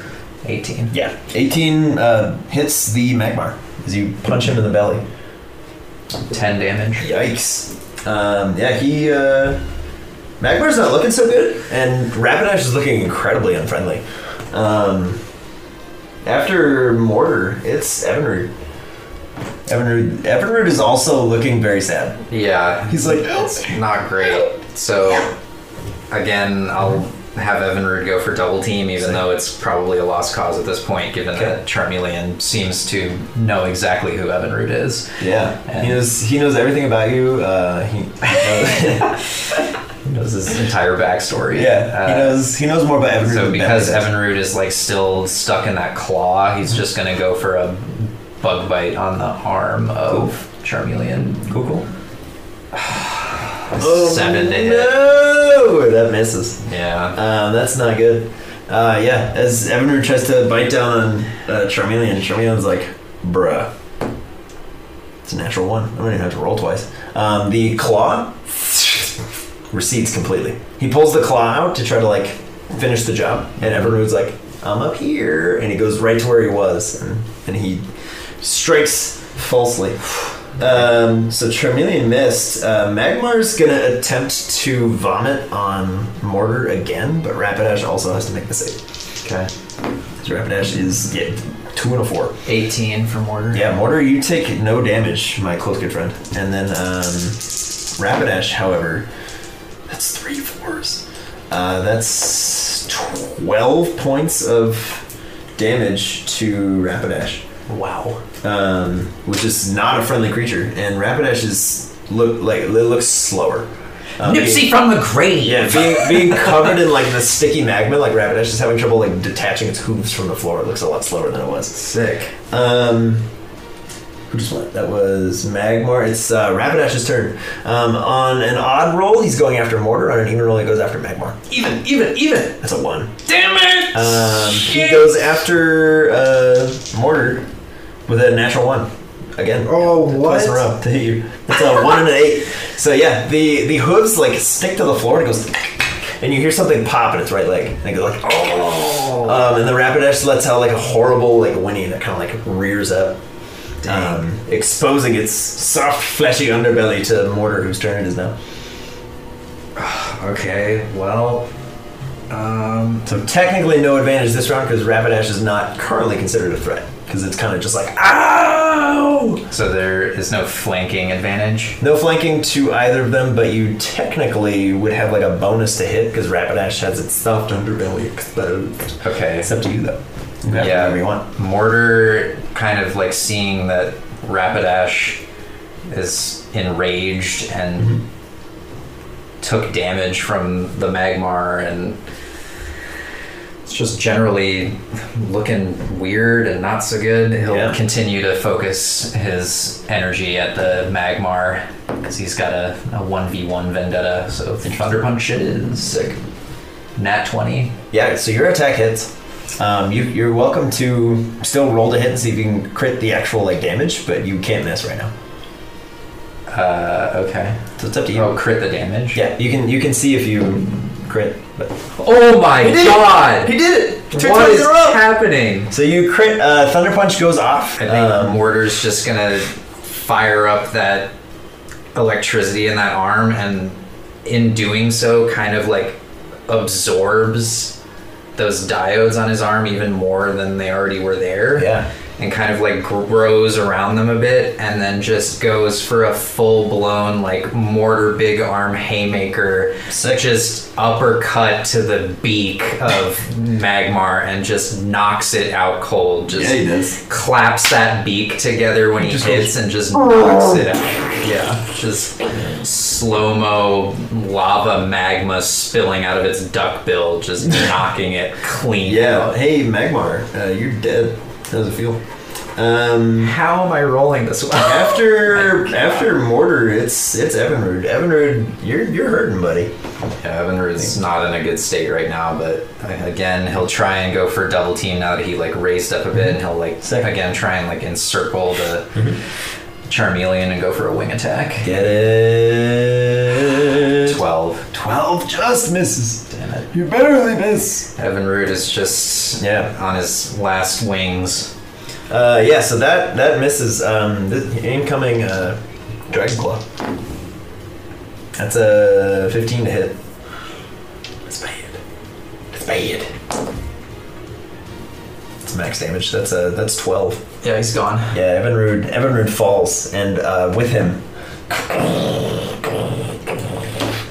S4: 18.
S2: Yeah, 18 uh, hits the Magmar as you punch him in the belly.
S4: 10 damage.
S2: Yikes. Um, yeah, he. Uh, Magmar's not looking so good, and Rapidash is looking incredibly unfriendly. Um, after Mortar, it's Evanrude. Evanrude, Evanrude is also looking very sad.
S4: Yeah.
S2: He's like,
S4: It's not great. So, again, I'll have Evinrude go for double team, even though it's probably a lost cause at this point, given
S2: Okay.
S4: that Charmeleon seems to know exactly who Evinrude is.
S2: Yeah, he knows he knows everything about you. Uh, he, he knows,
S4: He knows his entire backstory.
S2: yeah, he
S4: Uh,
S2: knows he knows more about Evanrude.
S4: So
S2: than
S4: because
S2: Evanrude does.
S4: Evinrude is like still stuck in that claw, he's just gonna go for a bug bite on the arm of Charmeleon.
S2: cool, cool.
S4: Seven to hit.
S2: Oh, No, that misses.
S4: Yeah.
S2: Um, that's not good. Uh, yeah, as Evanru tries to bite down on uh, Charmeleon, Charmeleon's like, bruh. It's a natural one. I don't even have to roll twice. Um, the claw recedes completely. He pulls the claw out to try to like finish the job, and Evanrude's like, I'm up here, and he goes right to where he was, and, and he strikes falsely. Um, so Charmeleon missed. Uh, Magmar's gonna attempt to vomit on Mortar again, but Rapidash also has to make the save. Okay. So Rapidash is yeah, two and a four.
S4: 18 for mortar.
S2: Yeah, Mortar, you take no damage, my close good friend. And then um, Rapidash, however, that's three fours. Uh, that's 12 points of damage to Rapidash
S3: Wow.
S2: um, which is not a friendly creature, and Rapidash is look like it looks slower. Um,
S3: Nipsey
S2: being-
S3: from the grave.
S2: yeah, being, being covered in like the sticky magma, like Rapidash is having trouble like detaching its hooves from the floor. It looks a lot slower than it was.
S4: Sick.
S2: Um, who just went? That was Magmar. It's uh, Rapidash's turn. Um, on an odd roll, he's going after Mortar. On an even roll, he goes after Magmar.
S3: Even, even, even.
S2: That's a one.
S3: Damn it!
S2: Um, he
S3: Shit.
S2: goes after uh, Mortar with a natural one. Again.
S5: Oh,
S2: Twice in a
S5: what?
S2: row. They- you- It's a one and an eight. So yeah, the the hooves like stick to the floor and it goes, and you hear something pop in its right leg. And it goes like, oh. Um, and the Rapidash lets out like a horrible like whinny that kind of like rears up, um, exposing its soft fleshy underbelly to Mortar, whose turn it is now.
S4: Okay, well, um,
S2: So technically no advantage this round because Rapidash is not currently considered a threat because it's kind of just like ow.
S4: so there is no flanking advantage.
S2: No flanking to either of them, but you technically would have like a bonus to hit because Rapidash has its soft underbelly exposed.
S4: Okay.
S2: It's up to you though. You can have
S4: Yeah.
S2: whatever you want.
S4: Mortar kind of like seeing that Rapidash is enraged and took damage from the Magmar and it's just generally looking weird and not so good. He'll
S2: Yeah.
S4: continue to focus his energy at the Magmar because he's got a, a 1v1 vendetta. So Thunder Punch it is.
S2: Sick.
S4: Nat 20.
S2: Yeah. So your attack hits. Um, you, you're welcome to still roll to hit and see if you can crit the actual like damage, but you can't miss right now.
S4: Uh, okay.
S2: So it's up to you.
S4: Oh, crit the damage.
S2: Yeah, you can you can see if you crit, but
S4: Oh my
S2: did it!
S4: god!
S2: he did it. Two
S4: What
S2: times
S4: is
S2: in a row!
S4: happening?
S2: So you crit, uh, Thunder Punch goes off.
S4: I think
S2: Um,
S4: Mortar's just gonna fire up that electricity in that arm, and in doing so, kind of like absorbs those diodes on his arm even more than they already were there.
S2: yeah.
S4: And kind of like grows around them a bit, and then just goes for a full blown, like mortar big arm haymaker.
S2: Sick.
S4: Just uppercut to the beak of Magmar and just knocks it out cold. Just
S2: does.
S4: claps that beak together when he hits and just knocks it out. Yeah, just slow mo lava magma spilling out of its duck bill, just knocking it clean.
S2: Yeah. Hey, Magmar, uh, you're dead. How does it feel? Um,
S4: How am I rolling this well?
S2: after after Mortar, it's it's Evanrude. Evanrude, you're you're hurting, buddy.
S4: Yeah, Evander is not in a good state right now, but again, he'll try and go for double team now that he like raised up a bit,
S2: Mhm.
S4: and he'll like
S2: Sick.
S4: again try and like encircle
S2: Mhm.
S4: the Charmeleon and go for a wing attack.
S2: Get it.
S4: Twelve.
S2: Twelve just misses.
S4: Damn it.
S2: You barely miss.
S4: Evan Root is just
S2: Yeah.
S4: on his last wings.
S2: Uh, yeah. So that that misses. Um, this incoming uh, Dragon Claw. That's a fifteen to hit. That's bad. That's bad. It's max damage. That's a that's twelve.
S4: Yeah, he's gone.
S2: Yeah, Evanrude Evanrude falls, and uh, with him,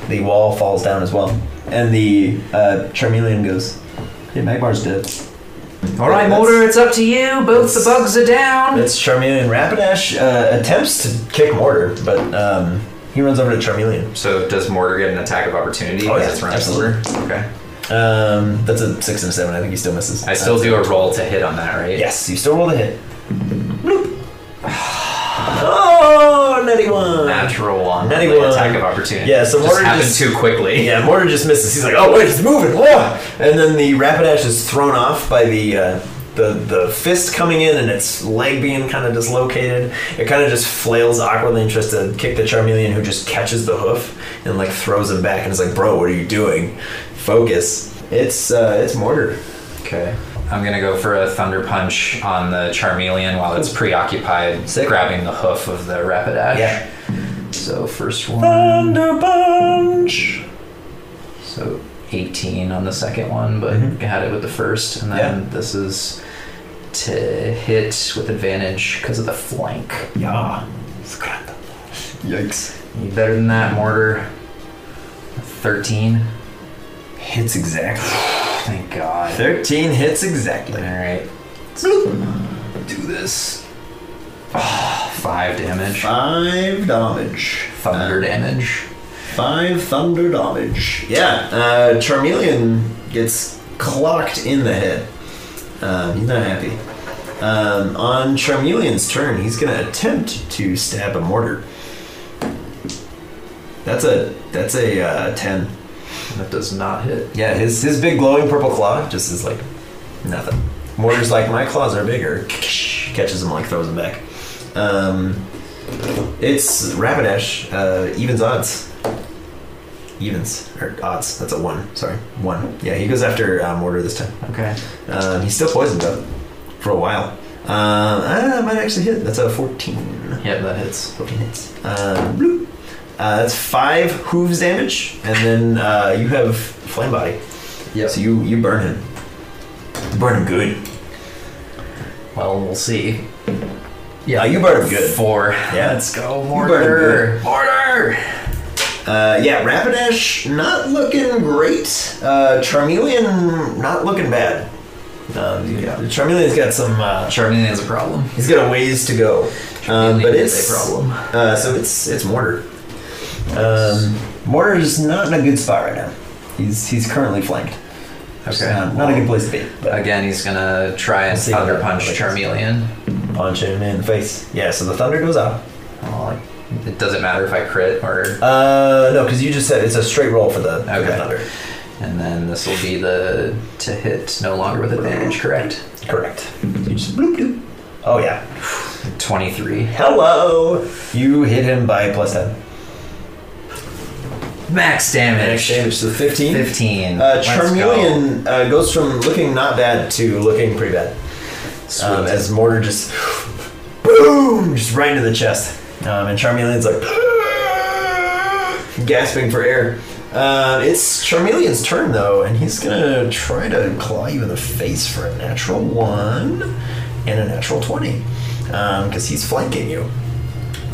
S2: the wall falls down as well, and the uh, Charmeleon goes. Hey, Magmar's dead.
S4: All right,
S2: That's-
S4: Motor, it's up to you. Both the bugs are down.
S2: It's Charmeleon. Rapidash uh, attempts to kick Mortar, but um, he runs over to Charmeleon.
S4: So does Mortar get an attack of opportunity?
S2: Oh,
S4: 'cause
S2: yeah,
S4: it's running
S2: absolutely.
S4: over? Okay.
S2: Um, that's a six and a seven. I think he still misses. Uh,
S4: I still do a roll to hit on that, right?
S2: Yes, you still roll the hit. Bloop. Oh, nutty one.
S4: Natural one.
S2: Natty
S4: Like,
S2: one.
S4: Attack of opportunity.
S2: uh, Yeah, so
S4: just
S2: Mortar
S4: happened
S2: just-
S4: too quickly.
S2: Yeah, Mortar just misses. He's like, oh wait, it's moving. whoa!" And then the Rapidash is thrown off by the uh, the the fist coming in and its leg being kind of dislocated. It kind of just flails awkwardly and tries to kick the Charmeleon, who just catches the hoof and like throws him back and is like, bro, what are you doing? Focus. It's uh, it's Mortar.
S4: Okay. I'm gonna go for a thunder punch on the Charmeleon while it's preoccupied
S3: Sick.
S4: grabbing the hoof of the Rapidash.
S3: Yeah.
S4: So first one.
S2: Thunder Punch!
S4: So 18 on the second one, but had it with the first, and then this is to hit with advantage because of the flank.
S2: Yeah. Scrap. Yikes.
S4: You better than that, mortar. 13.
S2: Hits exactly.
S4: Thank God.
S2: 13 hits
S4: All
S2: exactly.
S4: right,
S2: Do this.
S4: five damage.
S2: Five damage.
S4: Thunder damage.
S2: Five thunder damage. Yeah, uh, Charmeleon gets clocked in the head. Um, he's not happy. Um, on Charmeleon's turn, he's going to attempt to stab a mortar. That's a that's a uh, ten.
S4: That does not hit.
S2: Yeah, his his big glowing purple claw just is like nothing. Mortar's like my claws are bigger. Catches him like throws him back. Um, it's Rapidash. Uh, evens odds. Evens or odds? That's a one. Sorry, one. Yeah, he goes after uh, Mortar this time.
S4: Okay.
S2: Um, he's still poisoned though for a while. Um, ah, that might actually hit. That's a fourteen.
S4: Yep, that hits.
S2: 14 hits. Um, bloop. Uh, that's five hooves damage, and then uh, you have flame body.
S3: Yep.
S2: So you you burn him. You burn him good.
S4: Well, we'll see.
S2: Yeah, Uh, you burn him good.
S4: Four.
S2: Yeah.
S4: Let's go,
S2: better
S4: mortar. Mortar!
S2: Uh, yeah, Rapidash not looking great. Uh, Charmeleon not looking bad. Um, yeah, Charmeleon's got some. Uh,
S4: Charmeleon is a problem.
S2: he's got a ways to go. Um, but
S4: Charmeleon
S2: it's
S4: is a problem.
S2: Uh, so it's it's Mortar. Um, Mortar's not in a good spot right now. He's he's currently flanked. Uh,
S4: Okay.
S2: Not, not a good place to be. But
S4: Again, he's gonna try
S2: um,
S4: and
S2: see how
S4: thunder
S2: that
S4: punch
S2: plays.
S4: Charmeleon.
S2: Punch him in the face. Yeah, so the thunder goes out.
S4: Well, it doesn't matter if I crit or.
S2: Uh, no, because you just said it's a straight roll for the, for the
S4: Okay.
S2: thunder.
S4: And then this will be the Uh, to hit no longer with advantage, correct?
S2: Correct. You just bloop doop. Oh, yeah.
S4: 23.
S2: Hello! You hit him by plus 10.
S4: Max damage!
S2: so 15.
S4: 15.
S2: Uh,
S4: Let's go.
S2: Charmeleon uh, goes from looking not bad to looking pretty bad.
S4: Sweet.
S2: Um, as Mortar just boom, just right into the chest. Um, and Charmeleon's like gasping for air. Uh, it's Charmeleon's turn though, and he's gonna try to claw you in the face for a natural one and a natural twenty, because he's flanking you.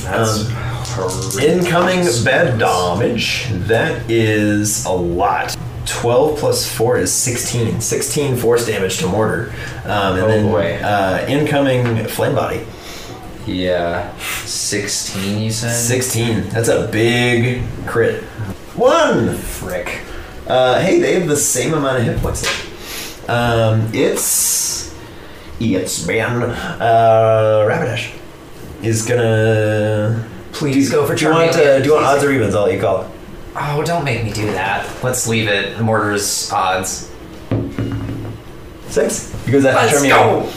S4: That's
S2: um,
S4: horrific.
S2: Incoming bad damage. That is a lot. 12 plus 4 is 16. 16 force damage to mortar. Um, and
S4: Oh,
S2: then
S4: boy.
S2: Uh, incoming flame body.
S4: Yeah. 16, you said?
S2: 16. That's a big crit. One!
S4: Frick.
S2: Uh, hey, they have the same amount of hit points. left. Um, it's. It's been. Uh, Rapidash is gonna.
S4: Please go for
S2: Do you want, uh,
S4: Charmeleon,
S2: do you want
S4: please.
S2: odds or evens? I'll let you call it.
S4: Oh, don't make me do that. Let's leave it. Mortar's odds.
S2: Six. He goes after
S4: Let's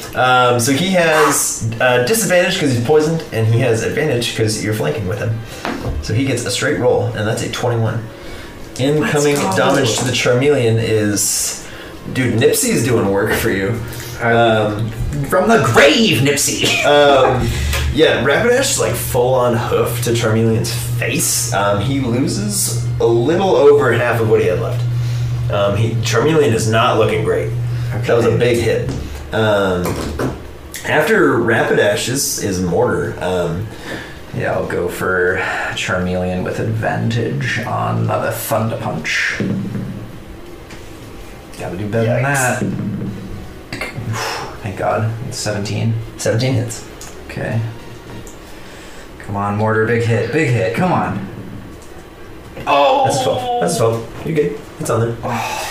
S2: Charmeleon. Um, so he has uh, disadvantage because he's poisoned, and he has advantage because you're flanking with him. So he gets a straight roll, and that's a 21. Incoming
S4: go.
S2: damage to the Charmeleon is. Dude, Nipsey's doing work for you. Um,
S4: From the grave, Nipsey!
S2: um, yeah, Rapidash like full on hoof to Charmeleon's face. Um, he loses a little over half of what he had left. Um, he Charmeleon is not looking great. That was a big hit. Um, after Rapidash is is Mortar. Um,
S4: Yeah, I'll go for Charmeleon with advantage on another Thunder Punch. Gotta do better than that. Thank God. It's 17.
S2: 17 hits.
S4: Okay. Come on, Mortar, big hit, big hit, come on. Oh!
S2: That's 12. That's 12. You're good. It's on there. wow.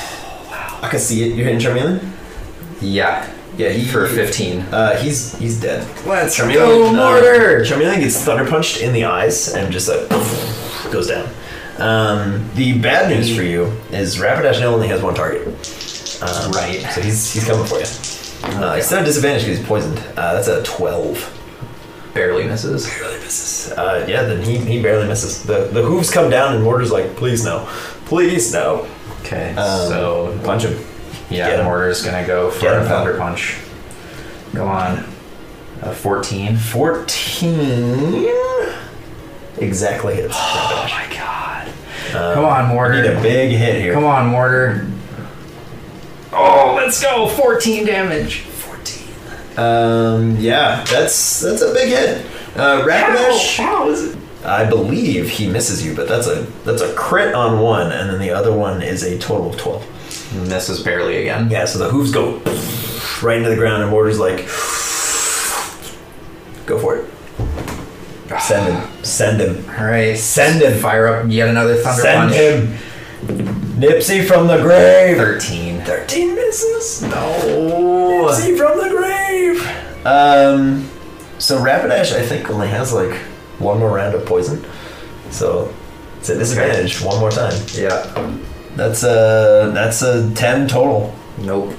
S2: I can see it. You're hitting Charmeleon.
S4: Yeah.
S2: Yeah, he-
S4: For 15.
S2: Uh, he's he's dead.
S4: Let's
S2: Charmeleon,
S4: go,
S2: uh,
S4: Mortar!
S2: Charmeleon gets thunder punched in the eyes and just like goes down. Um, the bad news for you is Rapidash now only has one target. Um,
S4: Right.
S2: So he's he's coming for you. Uh, he's not disadvantaged because he's poisoned. Uh, that's a twelve.
S4: Barely misses.
S2: Barely misses. Uh, yeah, then he, he barely misses. The the hooves come down and Mortar's like, please no, please no.
S4: Okay,
S2: Um,
S4: so
S2: punch him. Get
S3: Yeah,
S2: 'em.
S3: Mortar's gonna go for
S2: Get 'em,
S3: a Thunder
S2: pal.
S3: Punch. Go on. A 14.
S2: 14. Exactly hits.
S3: Oh my god. Come on, Mortar.
S2: Uh, Need a big hit here.
S3: Come on, Mortar. Oh, let's go! 14 damage. 14.
S2: Um, yeah, that's that's a big hit. Uh, Rapidash,
S3: How is it?
S2: I believe he misses you, but that's a that's a crit on one, and then the other one is a total of twelve.
S3: Misses barely again.
S2: Yeah, so the hooves go right into the ground, and Mortar's like, go for it. Send him. Send him.
S3: Alright.
S2: Send him.
S3: Fire up yet another Thunder
S2: Send
S3: Punch.
S2: him. Nipsey from the grave.
S3: 13.
S2: 13 misses.
S3: No.
S2: See from the grave. Um, so Rapidash, I think, only has like one more round of poison. So it's a disadvantage one more time.
S3: Yeah.
S2: That's a that's a ten total.
S3: Nope.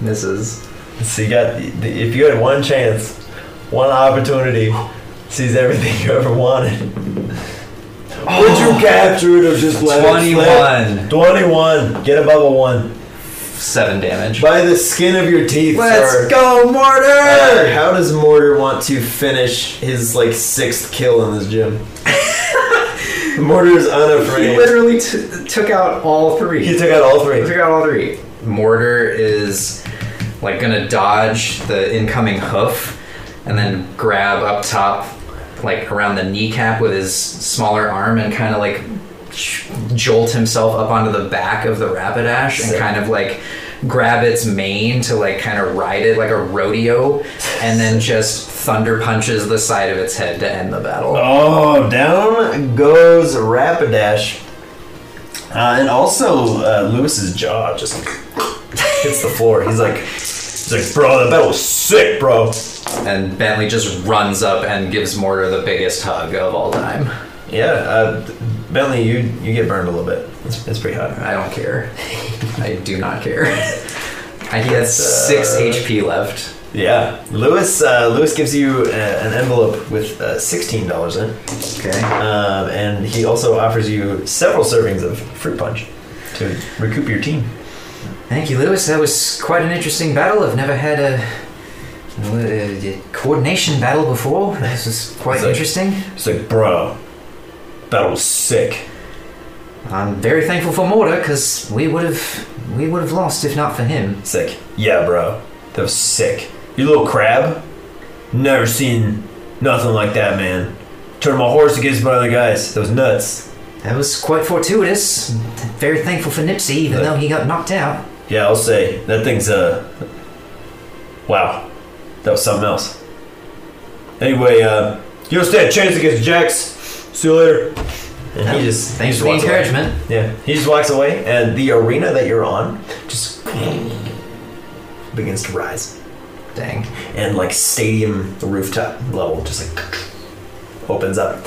S3: Misses.
S2: So you got if you had one chance, one opportunity, sees everything you ever wanted. Would you capture it or just let it
S3: 21.
S2: slip? Twenty-one. Get above a one
S3: Seven damage.
S2: by the skin of your teeth. sir.
S3: go, Mortar!
S2: Uh, how does Mortar want to finish his like sixth kill in this gym? Mortar's
S3: He
S2: unafraid.
S3: literally t- took out all three.
S2: He took out all three.
S3: He took out all three. Mortar is like gonna dodge the incoming hoof and then grab up top, like around the kneecap with his smaller arm and kind of like sh- jolt himself up onto the back of the Rapidash and
S2: Sick.
S3: kind of like grab its mane to like kind of ride it like a rodeo and then just thunder punches the side of its head to end the battle.
S2: Oh, down goes Rapidash. Uh, and also, uh, Lewis's jaw just hits the floor. He's like, he's like, bro, that battle was sick, bro.
S3: And Bentley just runs up and gives Mortar the biggest hug of all time.
S2: Yeah, uh, Bentley, you you get burned a little bit. It's, it's pretty hot.
S3: I don't care. I do not care. I he has six
S4: uh,
S3: HP left.
S2: Yeah, Lewis. Uh, Lewis gives you uh an envelope with uh, sixteen dollars in it.
S3: Okay.
S2: Um, and he also offers you several servings of fruit punch to recoup your team.
S3: Thank you, Lewis. That was quite an interesting battle. I've never had a, a coordination battle before. This is quite
S2: So-
S3: interesting.
S2: It's like, bro, that was sick.
S3: I'm very thankful for Mortar because we would have we would have lost if not for him.
S2: Sick. Yeah, bro, that was sick. You little crab, never seen nothing like that, man. Turned my horse against my other guys. That was nuts.
S3: That was quite fortuitous. Very thankful for Nipsey, even though he got knocked out.
S2: Yeah, I'll say that thing's uh, wow, that was something else. Anyway, uh, you don't stand a chance against Jax. See you later. And he just
S3: Thanks
S2: he just
S3: for the
S2: walks away.
S3: encouragement.
S2: Yeah, he just walks away, and the arena that you're on just begins to rise,
S3: Dang.
S2: and like stadium rooftop level just like opens up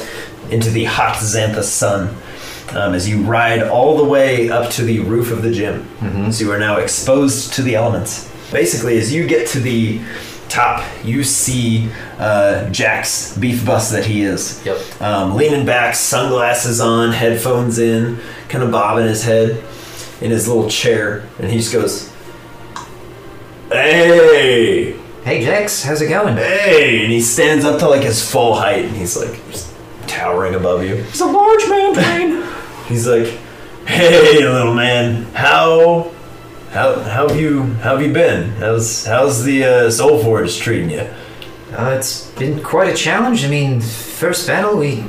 S2: into the hot Xantha sun um, as you ride all the way up to the roof of the gym. So you are now exposed to the elements. Basically, as you get to the top, you see uh, Jack's beef bus that he is.
S3: Yep.
S2: Um, leaning back, sunglasses on, headphones in, kind of bobbing his head in his little chair, and he just goes, "Hey,
S3: Hey, Jax, how's it going?
S2: hey!" And he stands up to like his full height, and he's like just towering above you.
S3: It's a large man, Dwayne.
S2: He's like, "Hey, little man, how, how, how have you, how have you been? How's, how's the uh, Soul Forge treating you?"
S3: Uh, it's been quite a challenge. I mean, first battle, we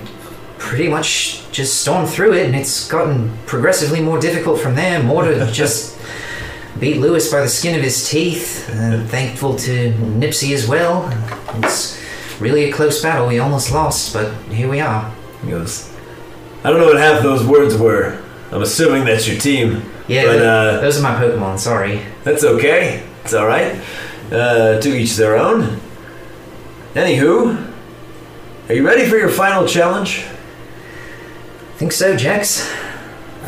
S3: pretty much just stormed through it, and it's gotten progressively more difficult from there. Mortar just beat Lewis by the skin of his teeth, and thankful to Nipsey as well. It's really a close battle. We almost lost, but here we are.
S2: He goes, "I don't know what half those words were. I'm assuming that's your team,
S3: Yeah,
S2: but
S3: th-
S2: uh,
S3: those are my Pokemon, sorry.
S2: that's okay. It's all right. Uh, to each their own. Anywho, are you ready for your final challenge?
S3: Think so, Jax?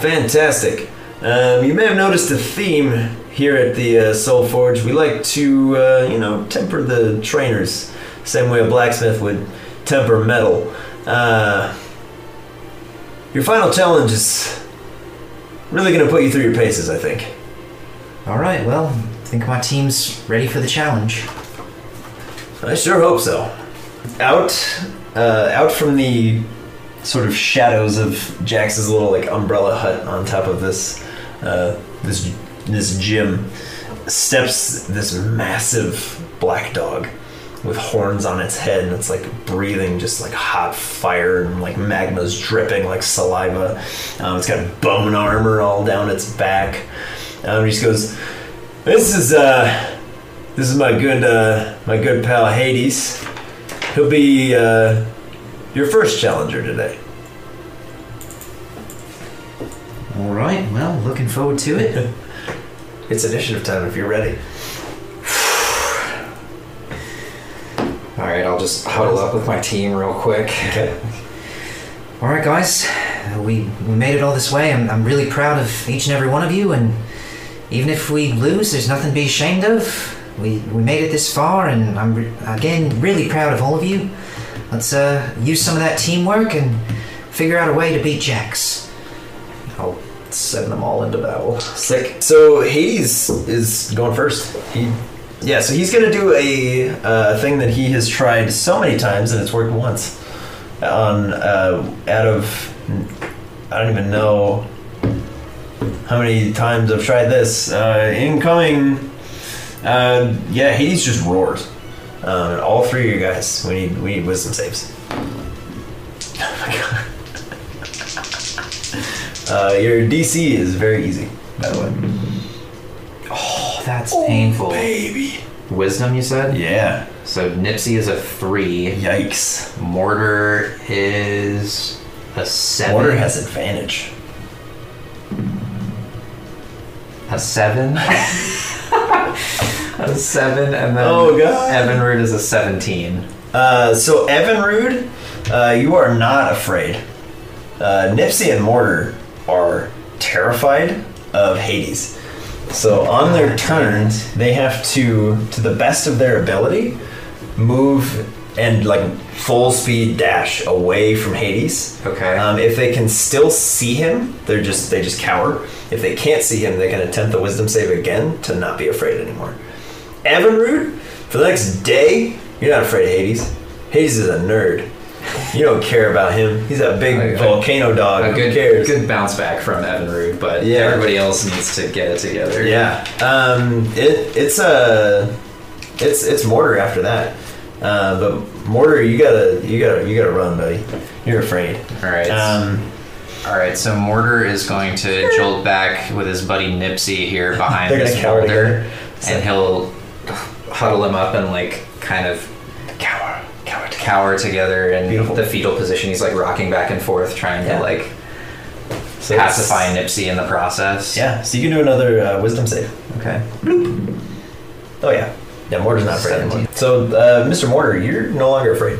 S2: Fantastic. Um, you may have noticed a theme here at the uh, Soul Forge. We like to, uh, you know, temper the trainers, same way a blacksmith would temper metal. Uh, your final challenge is really going to put you through your paces, I think.
S3: All right, well, I think my team's ready for the challenge.
S2: I sure hope so. Out, uh, out from the sort of shadows of Jax's little like umbrella hut on top of this, uh, this this gym, steps this massive black dog with horns on its head, and it's like breathing just like hot fire and like magma's dripping like saliva. Um, it's got bone armor all down its back. Um, he just goes, "This is uh." This is my good uh, my good pal Hades. He'll be uh, your first challenger today.
S3: All right, well, looking forward to it.
S2: It's initiative time if you're ready.
S4: All right, I'll just huddle up with my team real quick.
S2: Okay.
S3: All right, guys, uh, we, we made it all this way. I'm, I'm really proud of each and every one of you, and even if we lose, there's nothing to be ashamed of. We, we made it this far, and I'm re- again really proud of all of you. Let's uh, use some of that teamwork and figure out a way to beat Jax. I'll send them all into battle.
S2: Sick. So Hades is going first. He, yeah. So he's gonna do a uh, thing that he has tried so many times and it's worked once. On uh, out of I don't even know how many times I've tried this. Uh, incoming. Uh, yeah, Hades just roars. Um, all three of you guys, we need we need wisdom saves. Uh, your DC is very easy, by the way.
S3: Oh, that's
S4: Painful.
S2: Baby.
S4: Wisdom, you said?
S2: Yeah.
S4: So Nipsey is a three.
S2: Yikes.
S4: Mortar is a seven.
S2: Water has advantage.
S4: a seven. a seven, and then
S2: Oh, God.
S4: Evanroot is a seventeen.
S2: Uh, so Evan Rude, uh, you are not afraid. Uh, Nipsey and Mortar are terrified of Hades. So on their turn, they have to, to the best of their ability, move and like full speed dash away from Hades.
S4: Okay.
S2: Um, if they can still see him, they're just they just cower. If they can't see him, they can attempt the wisdom save again to not be afraid anymore. Evinrude, for the next day, you're not afraid of Hades. Hades is a nerd. You don't care about him. He's a big
S4: A- a-
S2: volcano dog.
S4: a
S2: Who
S4: good
S2: cares?
S4: good bounce back from Evanroot, but
S2: Yeah.
S4: everybody else needs to get it together.
S2: Yeah. Um, it, it's a it's it's mortar after that. Uh, but mortar, you gotta you gotta you gotta run, buddy. You're afraid.
S4: All right.
S2: Um,
S4: All right. So Mortar is going to jolt back with his buddy Nipsey here behind
S2: They're gonna
S4: this
S2: cower
S4: boulder,
S2: together. So-
S4: and he'll huddle him up and like kind of
S2: cower, cower, cower.
S4: cower together in
S2: Beautiful.
S4: the fetal position. He's like rocking back and forth, trying
S2: Yeah.
S4: to like
S2: So it's-
S4: pacify Nipsey in the process.
S2: Yeah, so you can do another uh, wisdom save.
S4: Okay.
S2: Oh yeah, yeah. Mortar's not afraid anymore.
S4: Seventeen.
S2: So, uh, Mr. Mortar, you're no longer afraid.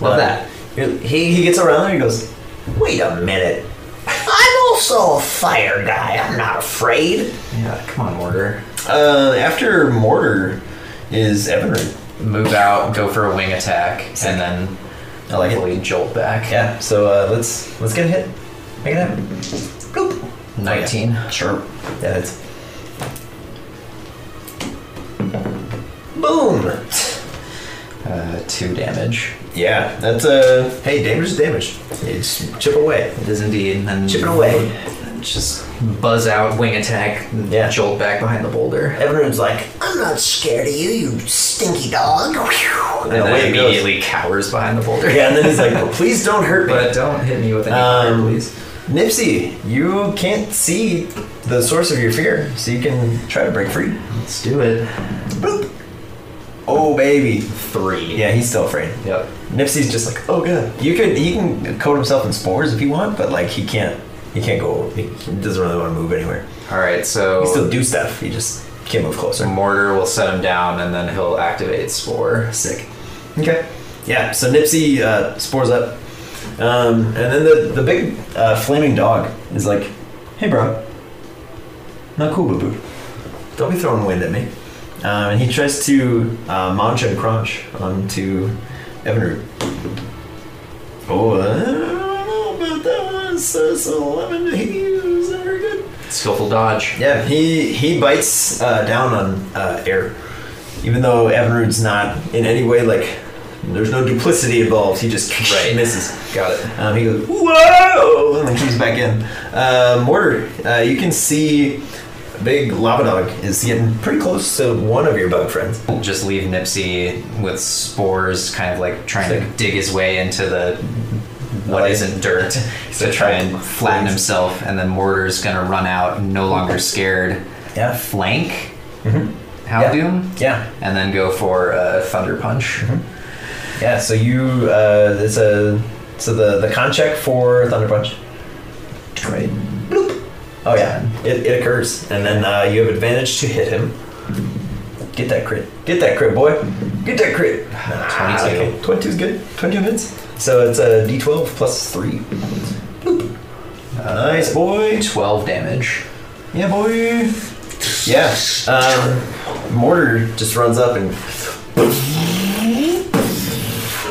S4: Love
S2: Uh,
S4: that.
S2: you're- He he gets around there. He goes, "Wait a minute. I'm also a fire guy. I'm not afraid."
S4: Yeah. Come on, Mortar.
S2: Uh, after Mortar is Evanry.
S4: Move out. Go for a wing attack, and then
S2: I like it.
S4: hopefully jolt back.
S2: Yeah. So uh, let's let's get a hit. Make it happen. Bloop.
S4: Nineteen.
S2: Oh, Sure. Yeah, it's. Boom.
S4: Uh, two damage.
S2: Yeah, that's a uh, hey, damage is damage. It's chip away.
S4: It is indeed. And then
S2: Chip it away.
S4: Just buzz out, wing attack,
S2: Yeah.
S4: jolt back behind the boulder.
S2: Everyone's like,
S5: I'm not scared of you, you stinky dog.
S2: and,
S4: And
S2: away
S4: then
S2: it goes.
S4: immediately cowers behind the boulder.
S2: Yeah, and then he's like, "But please don't hurt me.
S4: But don't hit me with any fire,
S2: Um,
S4: please.
S2: Nipsey, you can't see the source of your fear, so you can try to break free.
S4: Let's do it.
S2: Boop. Oh baby.
S4: Three.
S2: Yeah, he's still afraid.
S4: Yep.
S2: Nipsey's just like, oh god. You could he can coat himself in spores if he want, but like he can't he can't go he doesn't really want to move anywhere.
S4: All right. So
S2: He still do stuff, he just can't move closer.
S4: mortar will set him down, and then he'll activate spore.
S2: Sick. Okay. Yeah, so Nipsey uh, spores up. Um, and then the, the big uh, flaming dog is like, hey, bro. Not cool, boo boo. Don't be throwing wind at me. Um, and he tries to uh, munch and crunch onto Evanroot. uh, Oh, I don't know about that one. So, so 11 to he was never good.
S4: Skillful dodge.
S2: Yeah, he he bites uh, down on uh, air, even though Evinrude's not in any way like. There's no duplicity involved. He just
S4: Right.
S2: misses.
S4: Got it.
S2: Um, he goes, whoa, and then comes back in. Uh, Mortar, uh, you can see a big lava dog is getting pretty close to one of your bug friends.
S4: Just leave Nipsey with spores, kind of like trying to dig his way into the what
S2: Like-
S4: not dirt to try and flatten himself. And then Mortar's gonna run out, no longer scared.
S2: Yeah.
S4: Flank. Mm-hmm.
S2: Yeah.
S4: Haldoom.
S2: Yeah,
S4: And then go for a thunder punch.
S2: yeah. So you, uh, it's a so the the con check for Thunder Punch. Right. Bloop. Oh yeah, it, it occurs, and then uh, you have advantage to hit him. Get that crit. Get that crit, boy. Get that crit. Ah,
S4: 22.
S2: okay. 22 is good. 22 hits. So it's a d12 plus 3. Boop. nice, boy.
S4: Twelve damage.
S2: Yeah, boy. Yeah. Um, Mortar just runs up and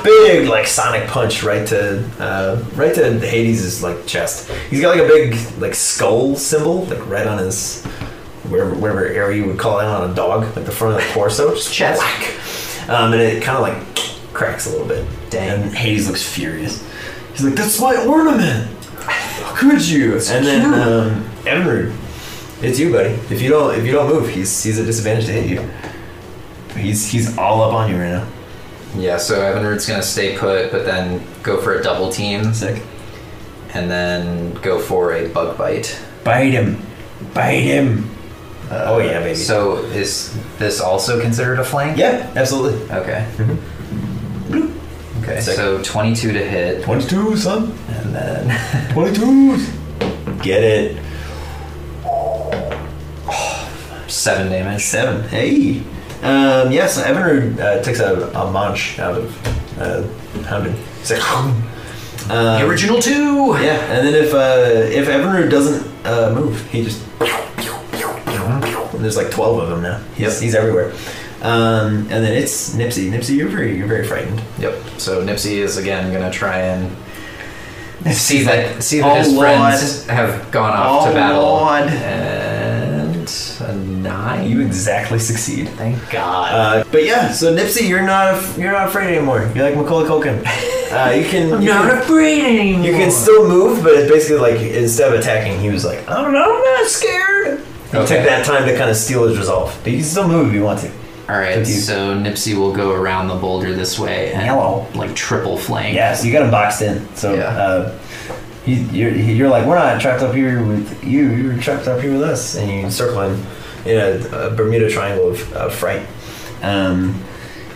S2: big like sonic punch right to uh, right to Hades' like chest. He's got like a big like skull symbol like right on his wherever, wherever area you would call that on a dog like the front of the torso just
S4: Chest.
S2: whack. Um, and it kind of like cracks a little bit.
S4: Dang.
S2: And Hades looks furious. He's like, "That's my ornament." How could you? and then um, Emerald, it's you, buddy. If you don't, if you don't move, he's he's at disadvantage to hit you. He's he's all up on you right now.
S4: Yeah, so Evanroot's gonna stay put, but then go for a double team,
S2: Sick.
S4: and then go for a bug bite.
S2: Bite him, bite him. oh yeah, baby.
S4: So is this also considered a flank?
S2: yeah, absolutely.
S4: Okay. Okay, so 22 to hit,
S2: Twenty-two, son.
S4: and then
S2: Twenty-two. Get it.
S4: 7 damage.
S2: Seven. Hey. Um, yes, Evanru uh, takes a, a munch out of uh, Hounded. He's like, um,
S4: The original 2!
S2: Yeah, and then if uh, if Evanru doesn't uh, move, he just and there's like twelve of them now. He's, he's everywhere. Um, and then it's Nipsey. Nipsey, you're very you're very frightened.
S4: Yep, so Nipsey is again gonna try and see that, see that
S2: Oh,
S4: his
S2: Lord.
S4: friends have gone off
S2: Oh,
S4: to battle.
S2: Lord.
S4: And a 9.
S2: You exactly succeed.
S4: Thank God.
S2: Uh, but yeah, so Nipsey, you're not af- you're not afraid anymore. You're like Macaulay Culkin. Uh, you can you can,
S4: afraid anymore.
S2: you can still move, but it's basically like instead of attacking, he was like, I don't know, I'm not scared. He
S4: Okay.
S2: took that time to kind of steal his resolve, but you can still move if you want to.
S4: All right,
S2: Thank you.
S4: so Nipsey will go around the boulder this way and
S2: Hello.
S4: like triple flank.
S2: Yeah, so you got him boxed in. So
S4: Yeah.
S2: uh, he, you're, he- you're like, we're not trapped up here with you. You're trapped up here with us. And you circle him in a, a Bermuda Triangle of uh, fright. Um,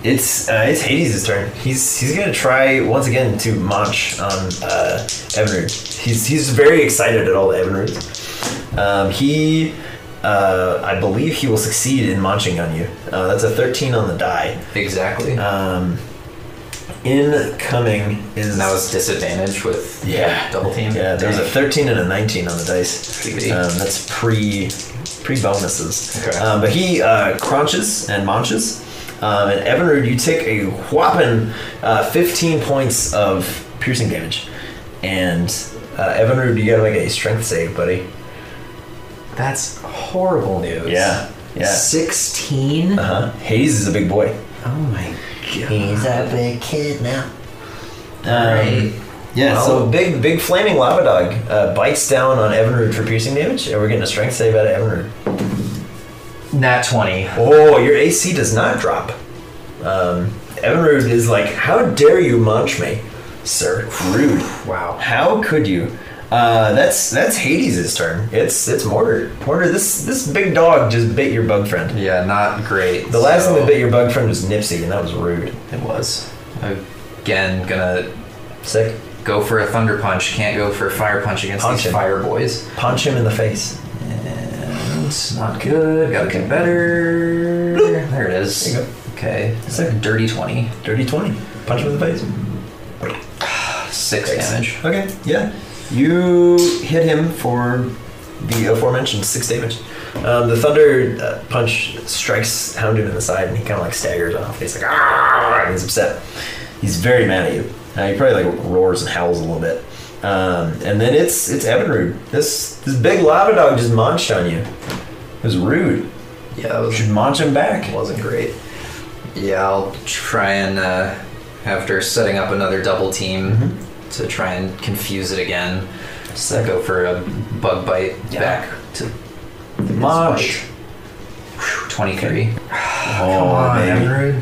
S2: it's uh, it's Hades' turn. He's he's gonna try once again to munch on uh, Evinrude. He's he's very excited at all the Evinrudes. Um, he, uh, I believe he will succeed in munching on you. Uh, that's a thirteen on the die.
S4: exactly.
S2: Um, incoming is
S4: and that was disadvantage with
S2: yeah
S4: double team.
S2: Yeah, there's a 13 and a 19 on the dice.
S4: Pretty good.
S2: Um, that's pre pre bonuses.
S4: Okay.
S2: Um, but he uh, crunches and munches. Um, and Evinrude, you take a whopping uh, 15 points of piercing damage. And uh, Evinrude, you gotta make a strength save, buddy.
S4: That's horrible news.
S2: Yeah.
S4: 16?
S2: Uh huh. Hades is a big boy.
S4: Oh my god.
S5: He's a big kid now.
S2: Um, Yeah, so big, big flaming lava dog uh, bites down on Evinrude for piercing damage, and we're getting a strength save out of Evinrude.
S4: Nat 20.
S2: Oh, your AC does not drop. Um, Evinrude is like, how dare you munch me, sir? Rude.
S4: Wow.
S2: How could you? Uh, that's that's Hades' turn. It's it's Mortar. Mortar, this this big dog just bit your bug friend.
S4: Yeah, not great.
S2: The last
S4: so-
S2: thing that bit your bug friend was Nipsey, and that was rude.
S4: It was. Again, gonna
S2: Sick.
S4: go for a thunder punch. Can't go for a fire punch against
S2: Punch
S4: these
S2: him.
S4: fire boys.
S2: Punch him in the face.
S4: It's not good. Gotta get better. There it is.
S2: There you go.
S4: Okay. It's like
S2: Sick.
S4: a dirty 20.
S2: Dirty twenty. Punch him in the face.
S4: Six
S2: Six.
S4: damage.
S2: Okay, yeah. You hit him for the aforementioned six damage. Um, the thunder uh, punch strikes Houndoom in the side, and he kind of like staggers off. He's like, ah! and He's upset. He's very mad at you. Uh, he probably like roars and howls a little bit. Um, and then it's it's Evinrude. This this big lava dog just munched on you. It was rude.
S6: Yeah, that
S2: You
S6: was,
S2: should munch him back.
S6: wasn't great.
S4: Yeah, I'll try and uh, after setting up another double team
S2: Mm-hmm.
S4: to try and confuse it again. So I go for a bug bite
S6: Yeah.
S4: back to
S2: Munch.
S4: twenty-three.
S2: Oh, baby.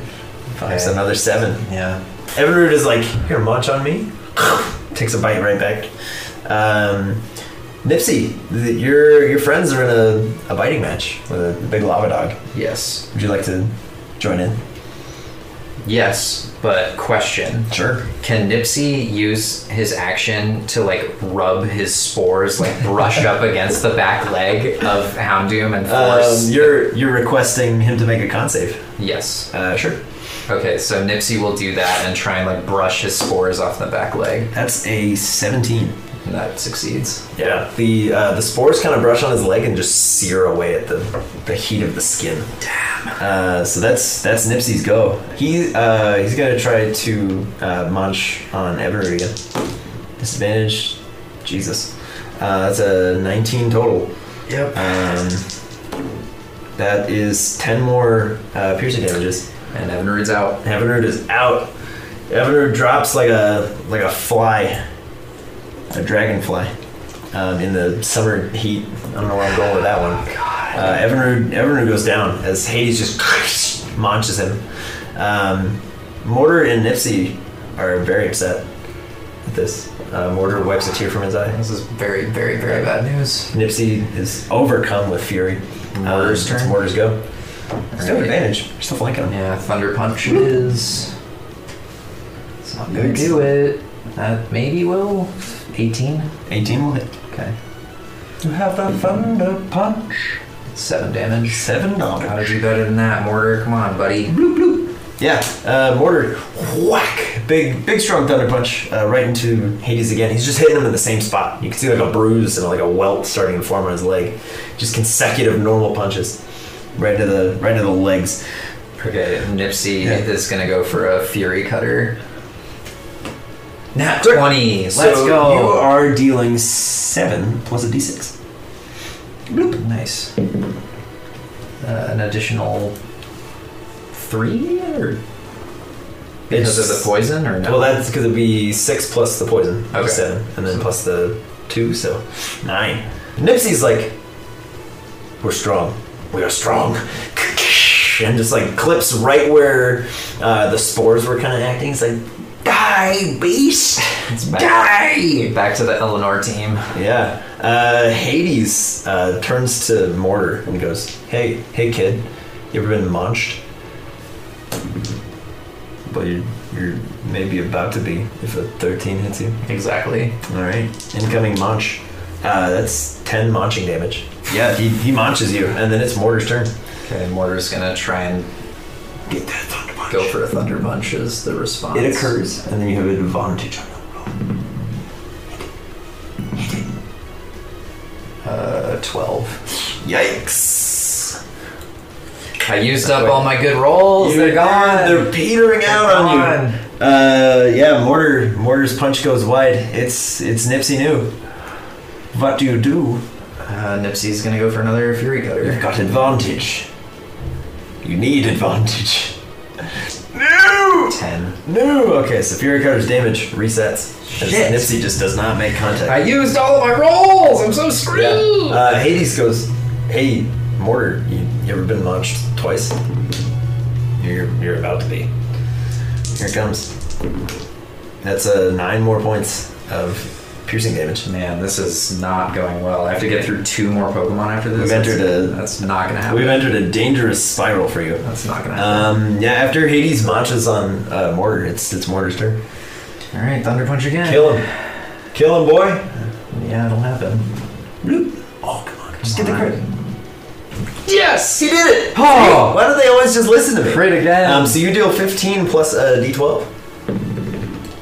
S2: That's another seven.
S4: Yeah.
S2: Everroot is like, here, munch on me. Takes a bite right back. Um, Nipsey, th- your your friends are in a, a biting match with a big lava dog.
S4: Yes.
S2: Would you like to join in?
S4: Yes, but question.
S2: Sure.
S4: Can Nipsey use his action to like rub his spores, like brush up against the back leg of Houndoom and
S2: Um,
S4: force?
S2: you're you're requesting him to make a con save.
S4: yes.
S2: Uh, sure.
S4: Okay, so Nipsey will do that and try and like brush his spores off the back leg.
S2: That's a seventeen.
S4: And that succeeds.
S2: Yeah. The uh, the spores kind of brush on his leg and just sear away at the, the heat of the skin. Damn. Uh, so that's that's Nipsey's go. He uh, he's gonna try to uh, munch on Everett again. Disadvantage. Jesus. Uh, that's a 19 total.
S7: Yep.
S2: Um, that is 10 more uh, piercing damages.
S4: And Evan reads out.
S2: Evanard is out. Evanard drops like a like a fly, a dragonfly, um, in the summer heat. I don't know where I'm going with that one. Uh, Evanard Evanard goes down as Hades just munches him. Um, Mortar and Nipsey are very upset at this. Uh, Mortar wipes a tear from his eye.
S4: This is very, very, very bad news.
S2: Nipsey is overcome with fury. Um,
S4: Mortar's
S2: it's
S4: turn.
S2: Mortar's go. Still
S4: Alright.
S2: advantage. You're still flanking him.
S4: Yeah, Thunder Punch is. It's not gonna do it. That maybe will. 18.
S2: 18 will hit.
S4: Okay.
S2: You have the thunder punch.
S4: 7 damage.
S2: Seven dollars.
S4: Gotta do better than that, Mortar. Come on, buddy.
S2: Yeah, uh, mortar, whack, big, big, strong thunder punch uh, right into Hades again. He's just hitting him in the same spot. You can see like a bruise and like a welt starting to form on his leg. Just consecutive normal punches, right to the right to the legs.
S4: Okay, Nipsey
S2: Yeah.
S4: is gonna go for a Fury Cutter. Nat
S2: Sure.
S4: 20. Let's
S2: So
S4: go.
S2: You are dealing seven plus a d6.
S4: Nice. Uh, an additional three or because of the poison or no?
S2: Well, that's because it'd be six plus the poison, okay.
S4: Okay.
S2: seven, and then plus the two, so nine. Nipsey's like, we're strong, we are strong, and just like clips right where uh, the spores were kind of acting. He's like, die, beast, die.
S4: back to the Eleanor team.
S2: Yeah. Uh, Hades uh, turns to Mortar and goes, "Hey, hey, kid, you ever been munched?" But you're, you're maybe about to be if a 13 hits you.
S4: Exactly.
S2: All right. Incoming munch. Uh, that's 10 munching damage. Yeah, he, he munches you, and then it's Mortar's turn.
S4: Okay, Mortar's gonna try and
S2: Get that thunder punch.
S4: go for a Thunder Punch as the response.
S2: It occurs, and then you have advantage on that roll.
S4: Uh, 12.
S2: Yikes!
S4: I used up all my good rolls.
S2: You-
S4: They're gone.
S2: They're petering out
S4: They're
S2: on you.
S4: gone.
S2: Uh, yeah, mortar mortar's punch goes wide. It's it's Nipsey new. What do you do?
S4: Uh, Nipsey's gonna go for another Fury
S2: You've
S4: Cutter.
S2: got advantage. You need advantage. No,
S4: 10.
S2: no. Okay, so Fury Cutter's damage resets. as
S4: Shit.
S2: Nipsey just does not make contact.
S4: I used all of my rolls! I'm so screwed!
S2: Uh, Hades goes, "Hey, Mortar, you, you ever been launched twice? You're you're about to be. Here it comes. That's uh, nine more points of piercing damage.
S4: Man, this is not going well. I have to get through two more Pokemon after this.
S2: We've
S4: That's-
S2: entered a-
S4: That's not gonna happen.
S2: We've entered a dangerous spiral for you.
S4: That's not gonna happen.
S2: Um, yeah, after Hades marches on uh, Mortar, it's it's Mortar's turn.
S4: All right, Thunder Punch again.
S2: Kill him, kill him, boy.
S4: Yeah, it'll happen.
S2: Oh, come on, just get the crit.
S4: Yes, he did it.
S2: Oh,
S4: Oh,
S2: why do they always just listen to me?
S4: Crit again.
S2: Um, so you deal 15 plus a d12.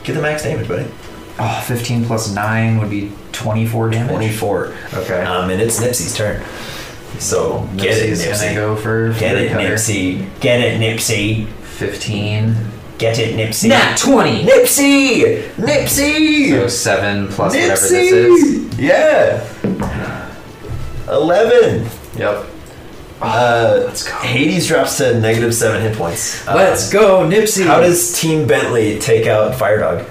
S2: Get the max damage, buddy.
S4: oh 15 plus nine would be 24 damage.
S2: 24.
S4: Okay.
S2: Um, and it's Nipsey's turn. So get it,
S4: Nipsey's gonna
S2: Nipsey.
S4: go for
S2: Get
S4: Fury
S2: it,
S4: Cutter.
S2: Nipsey. Get it, Nipsey.
S4: 15
S2: Get it, Nipsey.
S3: Nat 20!
S2: Nipsey! Nipsey!
S4: So seven plus whatever this is.
S2: Nipsey! Yeah. Eleven.
S4: Yep.
S2: Uh,
S4: Ah, Let's go.
S2: Hades drops to negative seven hit points. Uh,
S4: Let's go, Nipsey.
S2: How does Team Bentley take out Firedog?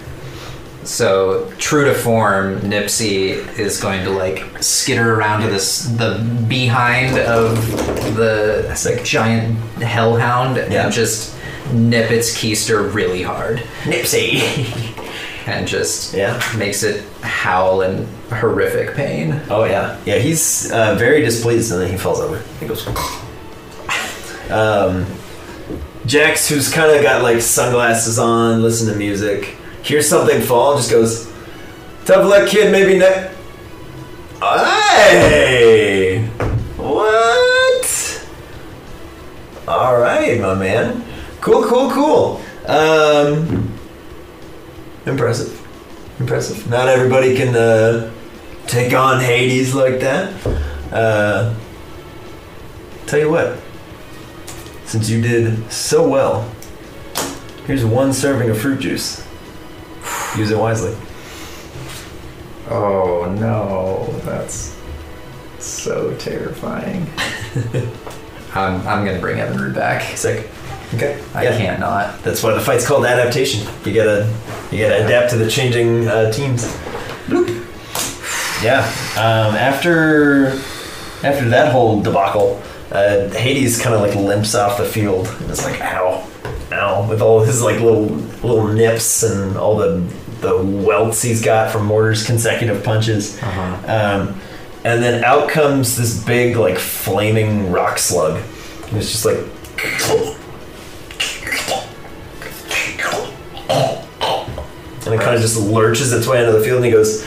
S4: So, true to form, Nipsey is going to like skitter around to this the behind of the
S2: Sick.
S4: giant hellhound
S2: Yeah.
S4: and just nip its keister really hard
S2: Nipsey.
S4: and just
S2: Yeah.
S4: makes it howl in horrific pain.
S2: Oh yeah. Yeah, he's uh, very displeased, and then he falls over. He goes. um, Jax, who's kind of got like sunglasses on, listen to music, hears something fall, and just goes, "Tough luck, kid. Maybe next." Hey, what? All right, my man. Cool, cool, cool. Um, impressive, impressive. Not everybody can uh, take on Hades like that. Uh, tell you what, since you did so well, here's one serving of fruit juice. Use it wisely.
S3: Oh no, that's so terrifying.
S4: I'm, I'm gonna bring Evan Rude back.
S2: Sick. Okay.
S4: I
S2: Yeah.
S4: can't not.
S2: That's why the fight's called adaptation. You gotta, you gotta adapt to the changing uh, teams. Yeah. Um, after, after that whole debacle, uh, Hades kind of like limps off the field and is like, ow, ow, with all his like little little nips and all the the welts he's got from Mortar's consecutive punches. Um, and then out comes this big like flaming rock slug. And it's just like. And it kind of just lurches its way into the field and he goes,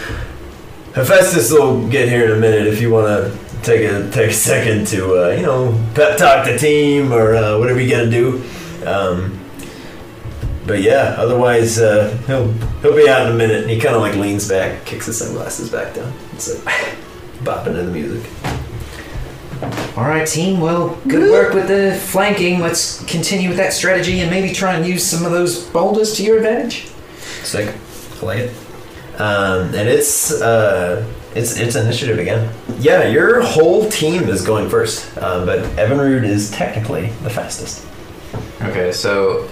S2: Hephaestus will get here in a minute if you want to take a, take a second to, uh, you know, pep talk the team or uh, whatever you got to do. Um, but yeah, otherwise, uh, he'll, he'll be out in a minute. And he kind of like leans back, kicks his sunglasses back down. It's like, bopping to the music.
S3: All right, team. Well, good work with the flanking. Let's continue with that strategy and maybe try and use some of those boulders to your advantage.
S2: Sick. I like it. Um, and it's uh, it's it's initiative again. Yeah, your whole team is going first, uh, but Evinrude is technically the fastest.
S4: Okay, so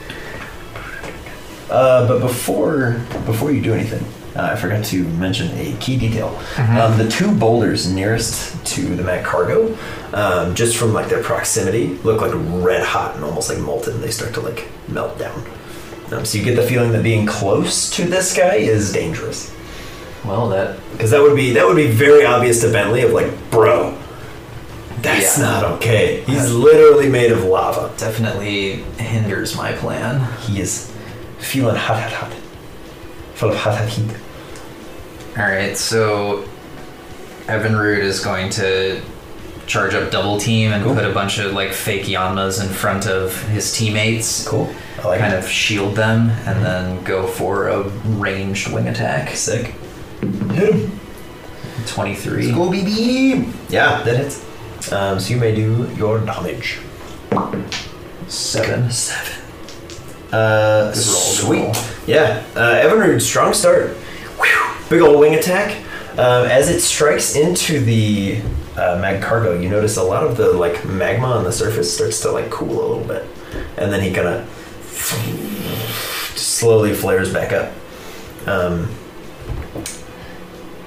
S2: Uh, but before before you do anything, uh, I forgot to mention a key detail. Um, the two boulders nearest to the Mac cargo, um, just from like their proximity, look like red hot and almost like molten. They start to like melt down. Um, so you get the feeling that being close to this guy is dangerous.
S4: well that
S2: Because that would be that would be very obvious to Bentley of like, bro, that's
S4: Yeah.
S2: not okay. He's literally made of lava.
S4: definitely hinders my plan.
S2: He is feeling hot, hot, hot, full of hot, hot heat.
S4: All right, so Evan Root is going to charge up double team and
S2: Cool.
S4: put a bunch of like fake Yanmas in front of his teammates.
S2: Cool. I like
S4: kind
S2: it.
S4: of shield them
S2: Mm-hmm.
S4: and then go for a ranged wing attack.
S2: sick.
S4: 23.
S2: baby. Yeah, that hits. Um, so you may do your damage.
S4: 7.
S2: Uh,
S4: Good roll, good
S2: sweet.
S4: roll.
S2: Yeah, uh, Evinrude, strong start. Whew. Big old wing attack. Um, as it strikes into the uh, mag cargo, you notice a lot of the like magma on the surface starts to like cool a little bit, and then he kind of slowly flares back up. Um,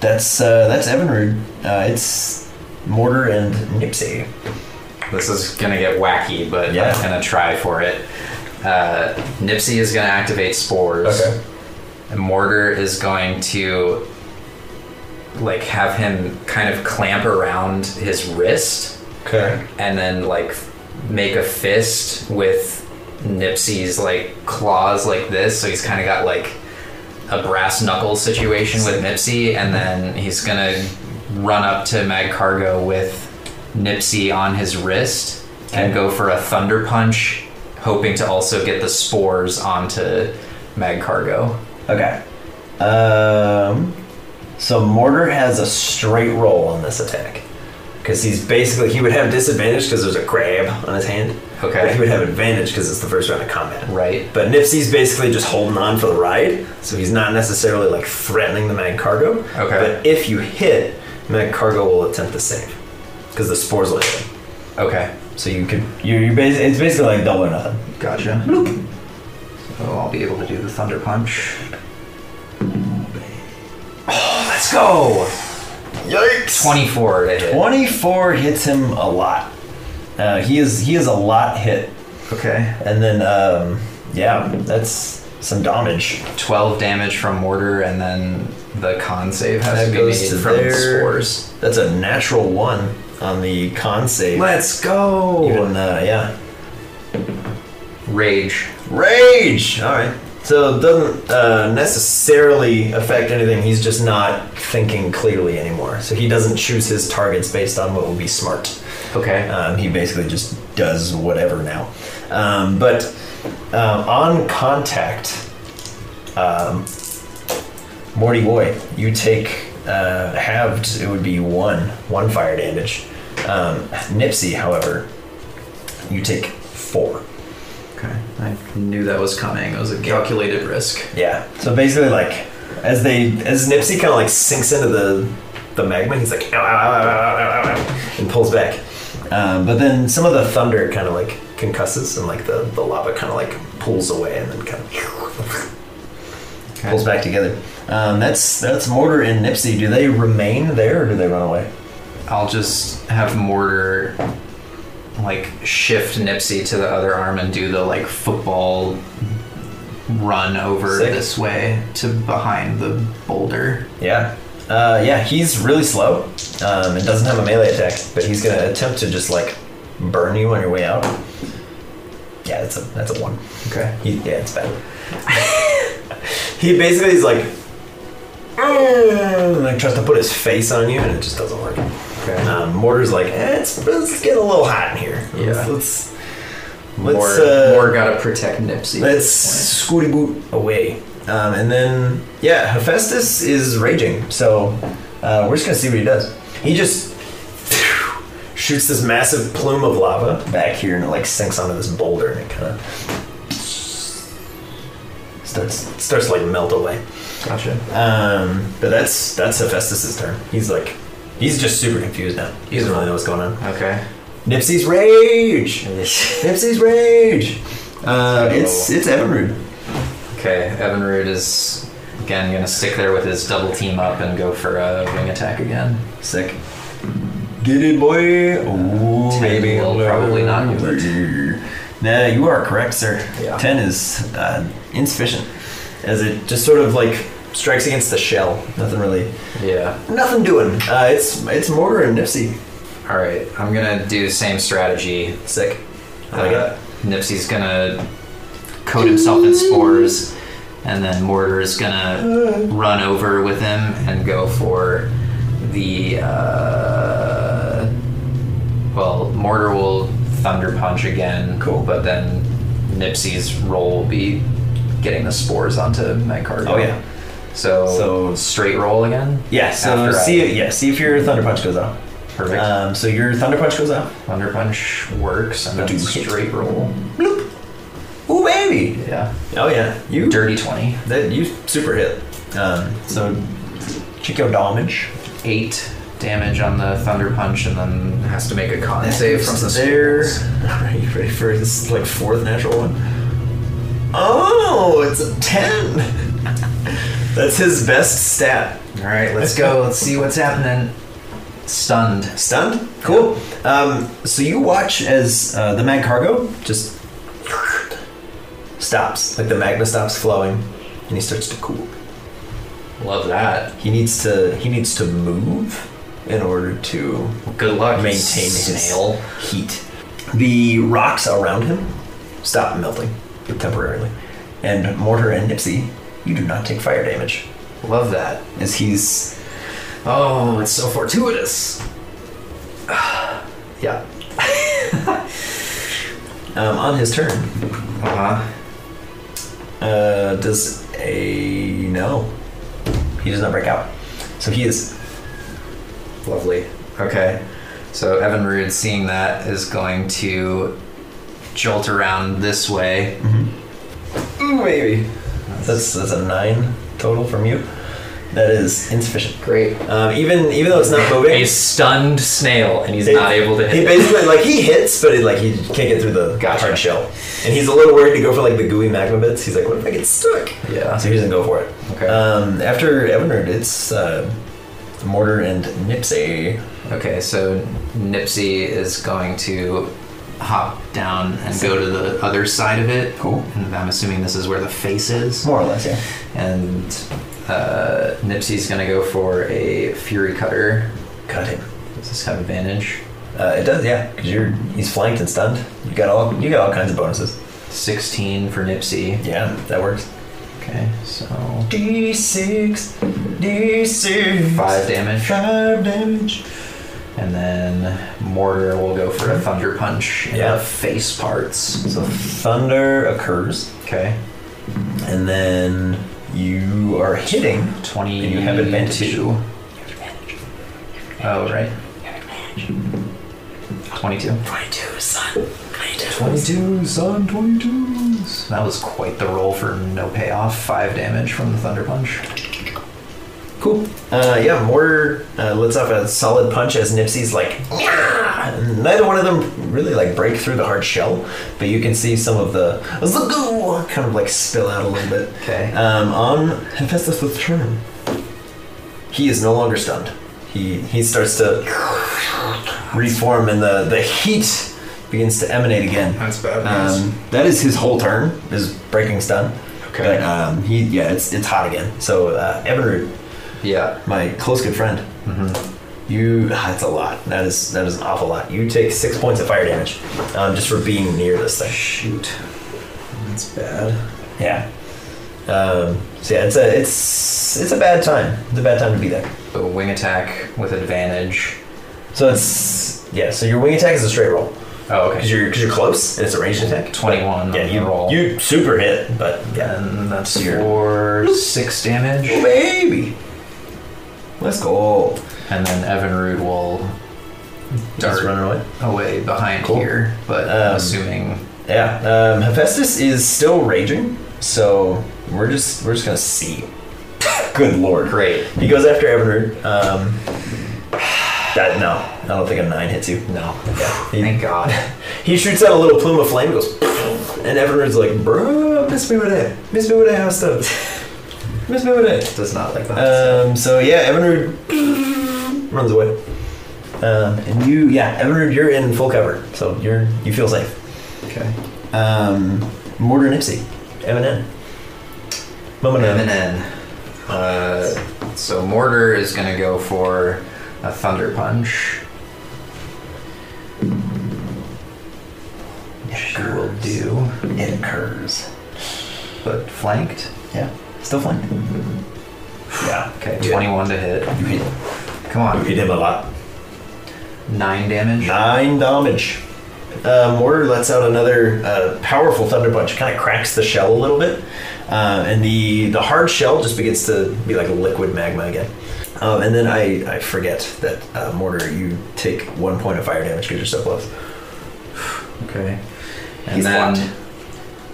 S2: that's uh, that's Evinrude. Uh, it's Mortar and Nipsey.
S4: This is gonna get wacky, but
S2: Yeah.
S4: I'm gonna try for it. Uh, Nipsey is gonna activate spores.
S2: Okay.
S4: And Mortar is going to like have him kind of clamp around his wrist
S2: Okay.
S4: and then like make a fist with Nipsey's like claws like this. So he's kind of got like a brass knuckle situation with Nipsey, and then he's gonna run up to Mag Cargo with Nipsey on his wrist and go for a thunder punch, hoping to also get the spores onto Mag Cargo.
S2: Okay. Um, so Mortar has a straight roll on this attack because he's basically he would have disadvantage because there's a grab on his hand. But he
S4: Okay.
S2: would have advantage because it's the first round of combat.
S4: Right.
S2: But Nipsey's basically just holding on for the ride, so he's not necessarily like threatening the mag cargo.
S4: Okay.
S2: But if you hit, mag cargo will attempt to save because the spores will hit. him.
S4: Okay.
S2: So you could you you basically it's basically like double or nothing.
S4: Gotcha. So oh, I'll be able to do the thunder punch. Oh, let's go!
S2: Yikes!
S4: 24 to hit.
S2: 24 hits him a lot. Uh, he is he is a lot hit,
S4: Okay.
S2: and then um, yeah, that's some damage.
S4: 12 damage from mortar, and then the con save has
S2: That
S4: to be
S2: goes
S4: made
S2: to
S4: from
S2: their-
S4: spores.
S2: That's a natural one on the con save.
S4: Let's go!
S2: Even, uh, yeah.
S4: Rage.
S2: Rage. All right. So it doesn't uh, necessarily affect anything. He's just not thinking clearly anymore. So he doesn't choose his targets based on what will be smart.
S4: Okay.
S2: Um, he basically just does whatever now. Um, but um, on contact, um, Morty boy, you take uh, halved. It would be one one fire damage. Um, Nipsey, however, you take four.
S4: okay. I knew that was coming. It was a calculated risk.
S2: Yeah. So basically, like as they as Nipsey kind of like sinks into the the magma, he's like "Ow, ow, ow, ow, ow, ow, ow," and pulls back. Um, but then some of the thunder kind of like concusses and like the, the lava kind of like pulls away and then kind of
S4: Okay.
S2: pulls back together. Um, that's that's Mortar and Nipsey. Do they remain there or do they run away?
S4: I'll just have Mortar like shift Nipsey to the other arm and do the like football run over
S2: Sick.
S4: this way to behind the boulder.
S2: Yeah. Uh, yeah, he's really slow um, and doesn't have a melee attack, but he's gonna attempt to just like burn you on your way out. Yeah, that's a that's a one.
S4: Okay.
S2: He, yeah, it's bad. he basically is like, "Mm," and like tries to put his face on you, and it just doesn't work.
S4: Okay.
S2: Um, Mortar's like, eh, it's, it's getting a little hot in here.
S4: Yeah.
S2: Let's let's
S4: More,
S2: uh,
S4: more gotta protect Nipsey.
S2: let's scooty boot away. Um, and then yeah, Hephaestus is raging, so uh, we're just gonna see what he does. He just shoots this massive plume of lava back here, and it like sinks onto this boulder, and it kind of starts starts to, like melt away.
S4: Gotcha.
S2: Um, but that's that's Hephaestus's turn. He's like, he's just super confused now. He doesn't really know what's going on.
S4: Okay.
S2: Nipsey's rage. Nipsey's rage. Uh, it's it's Evanrude.
S4: Okay. Evanrude is again gonna stick there with his double team up and go for a wing attack again.
S2: Sick. Get it, boy. Ooh,
S4: Ten
S2: baby.
S4: will probably not do
S2: Nah, you are correct, sir.
S4: Yeah.
S2: Ten is uh, insufficient, as it just sort of like strikes against the shell. Nothing really.
S4: Yeah.
S2: Nothing doing. Uh, it's it's mortar and Nipsey.
S4: All right. I'm gonna do the same strategy
S2: Sick. I like
S4: Uh, Nipsey's gonna coat himself in spores, and then Mortar is gonna run over with him and go for the. Uh, well, Mortar will thunder punch again.
S2: Cool.
S4: But then Nipsey's roll will be getting the spores onto Magcargo.
S2: Oh, yeah.
S4: So,
S2: So-
S4: straight roll again.
S2: it. Yeah. So
S4: After I-
S2: see, yeah, see if your thunder punch goes out.
S4: Perfect.
S2: Um, so your thunder punch goes out.
S4: thunder punch works, and
S2: But
S4: then
S2: you hit.
S4: straight roll.
S2: Ooh, baby.
S4: Yeah.
S2: Oh yeah. You
S4: Dirty twenty.
S2: That you super hit. Um, so check your damage.
S4: eight damage on the thunder punch, and then has to make a con save from the
S2: there.
S4: spores.
S2: Are you ready for this? Is like fourth natural one. Oh, it's a ten. That's his best stat.
S4: All right, let's go. Let's see what's happening. Stunned.
S2: Stunned. Cool. Um, so you watch as uh, the mag cargo just stops. Like the magma stops flowing, and he starts to cool.
S4: Love that.
S2: He needs to. He needs to move in order to
S4: Good luck.
S2: maintain his
S4: snail.
S2: heat. The rocks around him stop melting temporarily, and Mortar and Nipsey, you do not take fire damage
S4: Love that.
S2: as he's
S4: Oh, it's so fortuitous.
S2: yeah um, on his turn.
S4: Uh huh.
S2: Uh, does a no? He does not break out, so he is
S4: Lovely. Okay. So Evan Rude, seeing that, is going to jolt around this way.
S2: Ooh, baby. That's that's a nine total from you. That is insufficient.
S3: Great.
S2: Um, even even though it's not moving,
S4: A stunned snail, and he's not able to
S2: He
S4: hit.
S2: basically like he hits, but it, like he can't get through the
S4: Gotcha.
S2: hard shell, and he's a little worried to go for like the gooey magma bits. He's like, what if I get stuck?
S4: Yeah.
S2: Ah, So he doesn't go for it.
S4: Okay.
S2: Um, after Evanard, it's uh, Mortar and Nipsey.
S4: Okay, so Nipsey is going to hop down and go to the other side of it. Cool. And I'm assuming this is where the face is.
S2: More or less, yeah.
S4: And uh, Nipsey's going to go for a Fury Cutter.
S2: Cut him.
S4: Does this have advantage?
S2: Uh, it does, yeah. Cause you're he's flanked and stunned. You got all you got all kinds of bonuses.
S4: 16 for Nipsey.
S2: Yeah, that works.
S4: Okay, so
S2: D six, D six.
S4: 5 damage.
S2: Five damage.
S4: And then Mortar will go for a Thunder Punch. in
S2: Yeah.
S4: the Face parts.
S2: So thunder occurs,
S4: Okay.
S2: and then you are hitting.
S4: 20.
S2: And you have advantage.
S4: Oh, right. 22.
S2: 22, son. 22.
S4: 22, son, 22s. That was quite the roll for no payoff. Five damage from the Thunder Punch.
S2: Cool. Uh, yeah, Mortar uh, lets off a solid punch as Nipsey's like, "Nyah!" And neither one of them really like break through the hard shell, but you can see some of the Zagoo! kind of like spill out a little bit.
S4: Okay.
S2: Um, on Hephaestus the turn, he is no longer stunned. He he starts to reform, and the the heat begins to emanate again.
S8: That's bad news.
S2: Um, that is his whole turn is breaking stun.
S4: Okay.
S2: But, um, he yeah, it's it's hot again. So uh, Evanroot,
S4: Yeah.
S2: my close good friend, you ah, that's a lot. That is that is an awful lot. You take six points of fire damage, um, just for being near this thing.
S8: Shoot. That's bad.
S2: Yeah. Um, so yeah, it's a it's it's a bad time. It's a bad time to be there.
S4: So wing attack with advantage.
S2: So it's yeah. So your wing attack is a straight roll
S4: Oh,
S2: because
S4: okay.
S2: you're because you're close and it's a ranged attack.
S4: 21
S2: Yeah,
S4: on
S2: you
S4: the roll.
S2: You super hit, but yeah.
S4: And that's
S2: You're-
S4: for six damage.
S2: baby. Let's go.
S4: And then Evanroot will
S2: Just
S4: dart
S2: run away.
S4: away behind
S2: Cool.
S4: here, but
S2: Um,
S4: I'm assuming
S2: Yeah. Um, Hephaestus is still raging, so we're just we're just gonna see. Good lord.
S4: Great.
S2: He goes after Everard. Um, that no, I don't think a nine hits you. No. Yeah. He,
S4: Thank God.
S2: He shoots out a little plume of flame, goes, and Everard's like, "Bruh, miss me with it, miss me with it, house stuff, miss me with it."
S4: Does not like that.
S2: Um, so yeah, Everard runs away, um, and you, yeah, Everard, you're in full cover, so you're you feel safe.
S4: okay.
S2: Um, Mortar Nipsey, Eminem,
S4: And
S2: Eminem.
S4: then, um, uh, so Mortar is going to go for a Thunder Punch. She will do,
S2: It occurs.
S4: but flanked.
S2: Yeah, still fine. Yeah.
S4: Okay,
S2: Yeah.
S4: 21 to hit.
S2: You hit,
S4: Come
S2: you
S4: on,
S2: hit him a lot.
S4: 9 damage.
S2: Nine damage. Uh, Mortar lets out another uh, powerful thunder punch. Kind of cracks the shell a little bit, uh, and the the hard shell just begins to be like liquid magma again. Um, and then I, I forget that uh, Mortar, you take one point of fire damage because you're so close.
S4: Okay. And
S2: He's
S4: then,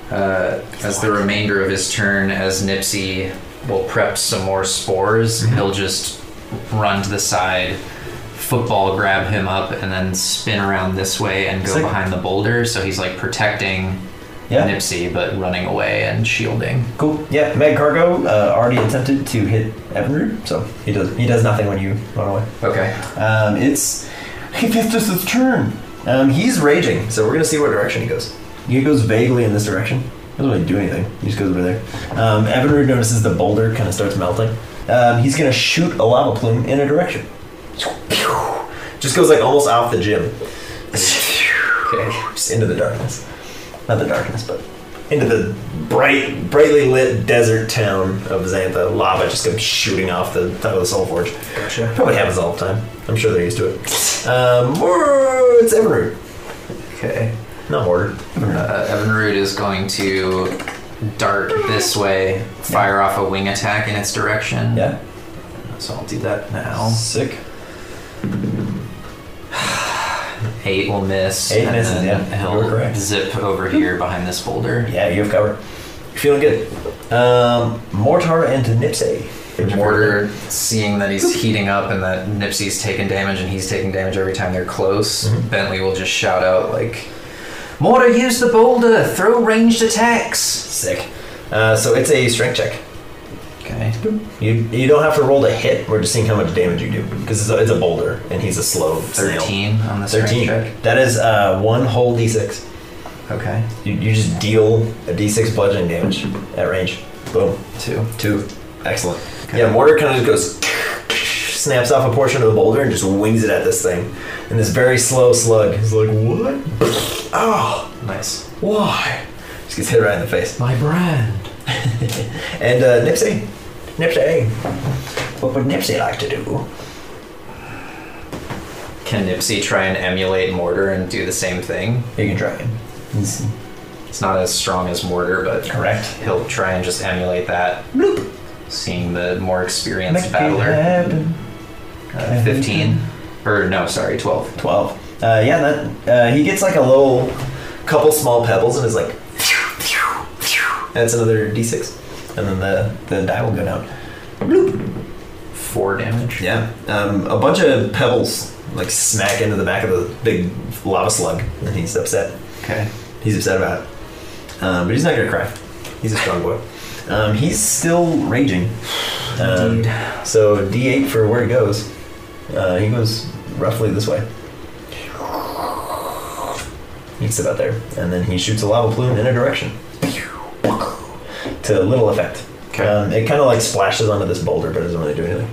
S2: blocked.
S4: uh, as the remainder of his turn, as Nipsey will prep some more spores,
S2: Mm-hmm.
S4: he'll just run to the side, football grab him up, and then spin around this way and go
S2: It's like-
S4: behind the boulder. So he's like protecting
S2: Yeah.
S4: Nipsey, but running away and shielding.
S2: Cool. Yeah, Meg Cargo uh, already attempted to hit Evanroot, so he does he does nothing when you run away.
S4: Okay.
S2: Um, it's Hephaestus' turn. Um, he's raging, so we're gonna see what direction he goes. He goes vaguely in this direction. Doesn't really do anything. He just goes over there. Um, Evanrood notices the boulder kind of starts melting. Um, he's gonna shoot a lava plume in a direction. Just goes like almost off the gym. Okay. Just into the darkness. Not the darkness, but into the bright, brightly lit desert town of Xantha. Lava just comes shooting off the top of the Soul Forge.
S8: Gotcha.
S2: Probably happens all the time. I'm sure they're used to it. Um, whoa, it's Everroot.
S4: Okay.
S2: Not Mortar.
S4: Uh, Evanroot is going to dart this way, fire off a wing attack in its direction.
S2: Yeah. Oh.
S4: So I'll do that now.
S2: Sick.
S4: Eight will miss.
S2: Eight
S4: and
S2: misses,
S4: then
S2: yeah. You were
S4: He'll
S2: correct.
S4: zip over here behind this boulder.
S2: Yeah, you have cover. Feeling good. Um, Mortar and Nipsey.
S4: Mortar, seeing that he's heating up and that Nipsey's taking damage and he's taking damage every time they're close,
S2: Mm-hmm.
S4: Bentley will just shout out like, "Mortar, use the boulder! Throw ranged attacks!"
S2: Sick. Uh, so it's a strength check.
S4: Okay.
S2: You you don't have to roll to hit. We're just seeing how much damage you do because it's a, it's a boulder and he's a slow snail.
S4: Thirteen on the
S2: Thirteen.
S4: strength check.
S2: That is uh, one whole d6.
S4: Okay.
S2: You, you just deal a d6 bludgeoning damage at range. Boom.
S4: Two.
S2: Two. Excellent. Yeah, mortar kind of just goes, snaps off a portion of the boulder and just wings it at this thing. And this very slow slug is like, what? Oh,
S4: Nice.
S2: why? Just gets hit right in the face.
S4: My brand.
S2: And uh, Nipsey, Nipsey, what would Nipsey like to do?
S4: Can Nipsey try and emulate Mortar and do the same thing?
S2: You can try him. He's
S4: It's not as strong as Mortar, but
S2: correct.
S4: he'll try and just emulate that. Seeing the more
S2: Make
S4: experienced
S2: it
S4: battler.
S2: happen.
S4: Uh, 15. Or no, sorry, 12.
S2: 12. Uh, yeah, that, uh, he gets like a little couple small pebbles and is like, that's another d6. And then the, the die will go down.
S4: 4 damage.
S2: Yeah, um, a bunch of pebbles like smack into the back of the big lava slug, and he's upset.
S4: Okay.
S2: He's upset about it, um, but he's not gonna cry. He's a strong boy. Um, he's still raging. Um,
S4: Indeed.
S2: So D8 for where he goes. Uh, he goes roughly this way. He's about there, and then he shoots a lava plume in a direction to little effect.
S4: Okay.
S2: Um, it kind of like splashes onto this boulder, but it doesn't really do anything.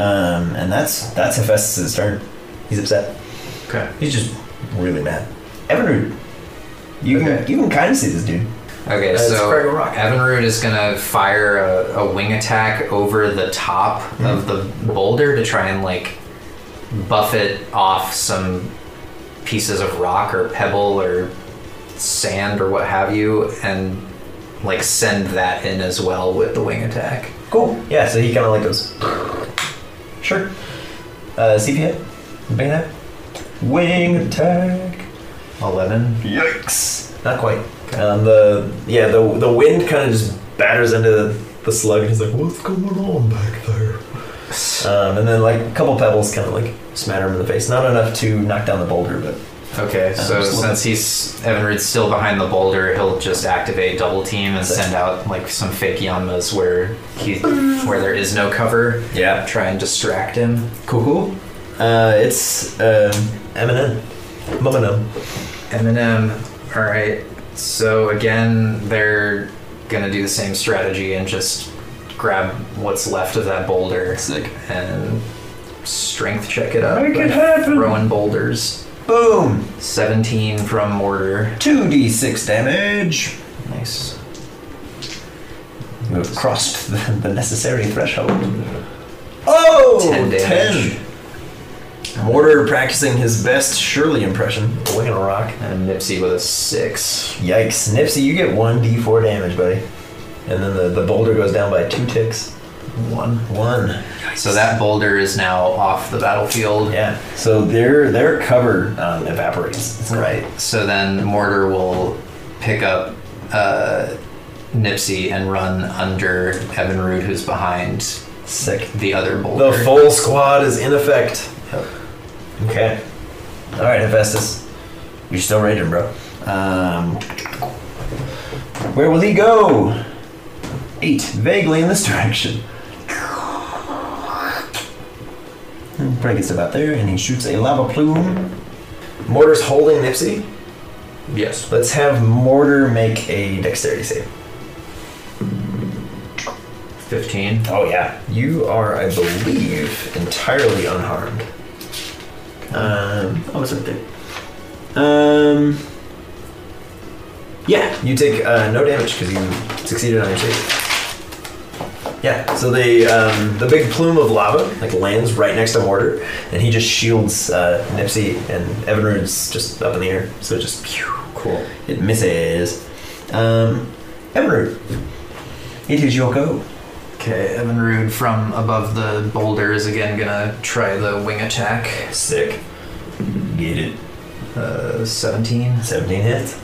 S2: Um, and that's that's Hephaestus' turn. He's upset.
S4: Okay.
S2: He's just really mad. Evanrude, you
S4: Okay.
S2: can you can kind of see this dude.
S4: Okay,
S2: That's
S4: so
S2: Fraggle Rock.
S4: Evanrude is going to fire a, a wing attack over the top of the boulder to try and, like, buffet off some pieces of rock or pebble or sand or what have you, and, like, send that in as well with the wing attack.
S2: Cool. Yeah. So he kind of like goes. Sure. Uh, CP hit. Big attack. Wing attack.
S4: 11.
S2: Yikes! Not quite. Um, the yeah, the the wind kind of just batters into the, the slug, and he's like, "What's going on back there?" Um, and then like a couple pebbles kind of like smatter him in the face. Not enough to knock down the boulder, but
S4: Okay, so
S2: just a little
S4: since he's Evanrude's still behind the boulder, he'll just activate double team and
S2: Sick.
S4: send out like some fake yamas where he where there is no cover.
S2: yeah,
S4: Try and distract him.
S2: cool, cool. Uh, it's um, Eminem. Eminem.
S4: Eminem. All right. So again, they're gonna do the same strategy and just grab what's left of that boulder
S2: Sick.
S4: and strength check it up.
S2: Make it
S4: by
S2: happen.
S4: Throwing boulders.
S2: Boom.
S4: Seventeen from mortar.
S2: Two d six damage.
S4: Nice.
S2: You have crossed the, the necessary threshold. Oh,
S4: Ten damage.
S2: 10. Mortar practicing his best Shirley impression. Winging a rock.
S4: And Nipsey with a six.
S2: Yikes. Nipsey, you get 1d4 damage, buddy. And then the, the boulder goes down by two ticks.
S4: One.
S2: One.
S4: So that boulder is now off the battlefield.
S2: Yeah. So their their cover um, evaporates. That's right.
S4: So then Mortar will pick up uh, Nipsey and run under Evanrude, who's behind
S2: Sick.
S4: the other boulder.
S2: The full squad is in effect.
S4: Yep.
S2: Okay. All right, Hephaestus. You're still raging, bro. Um, where will he go? Eight. Vaguely in this direction. And Hmm, Probably gets about there, and he shoots a lava plume. Mortar's holding Nipsey.
S4: yes.
S2: Let's have Mortar make a dexterity save.
S4: Fifteen.
S2: Oh yeah. You are, I believe, entirely unharmed. Um, oh, it's right there. Um, yeah, you take uh, no damage because you succeeded on your save. Yeah, so the um, the big plume of lava like lands right next to Mortar, and he just shields uh, Nipsey and Evanrude's just up in the air, so it just phew,
S4: Cool.
S2: it misses. Um, Evanrude, it is your go.
S4: Okay, Evanrude from above the boulder is again gonna try the wing attack.
S2: Sick. Get it.
S4: Uh, 17.
S2: 17 hits.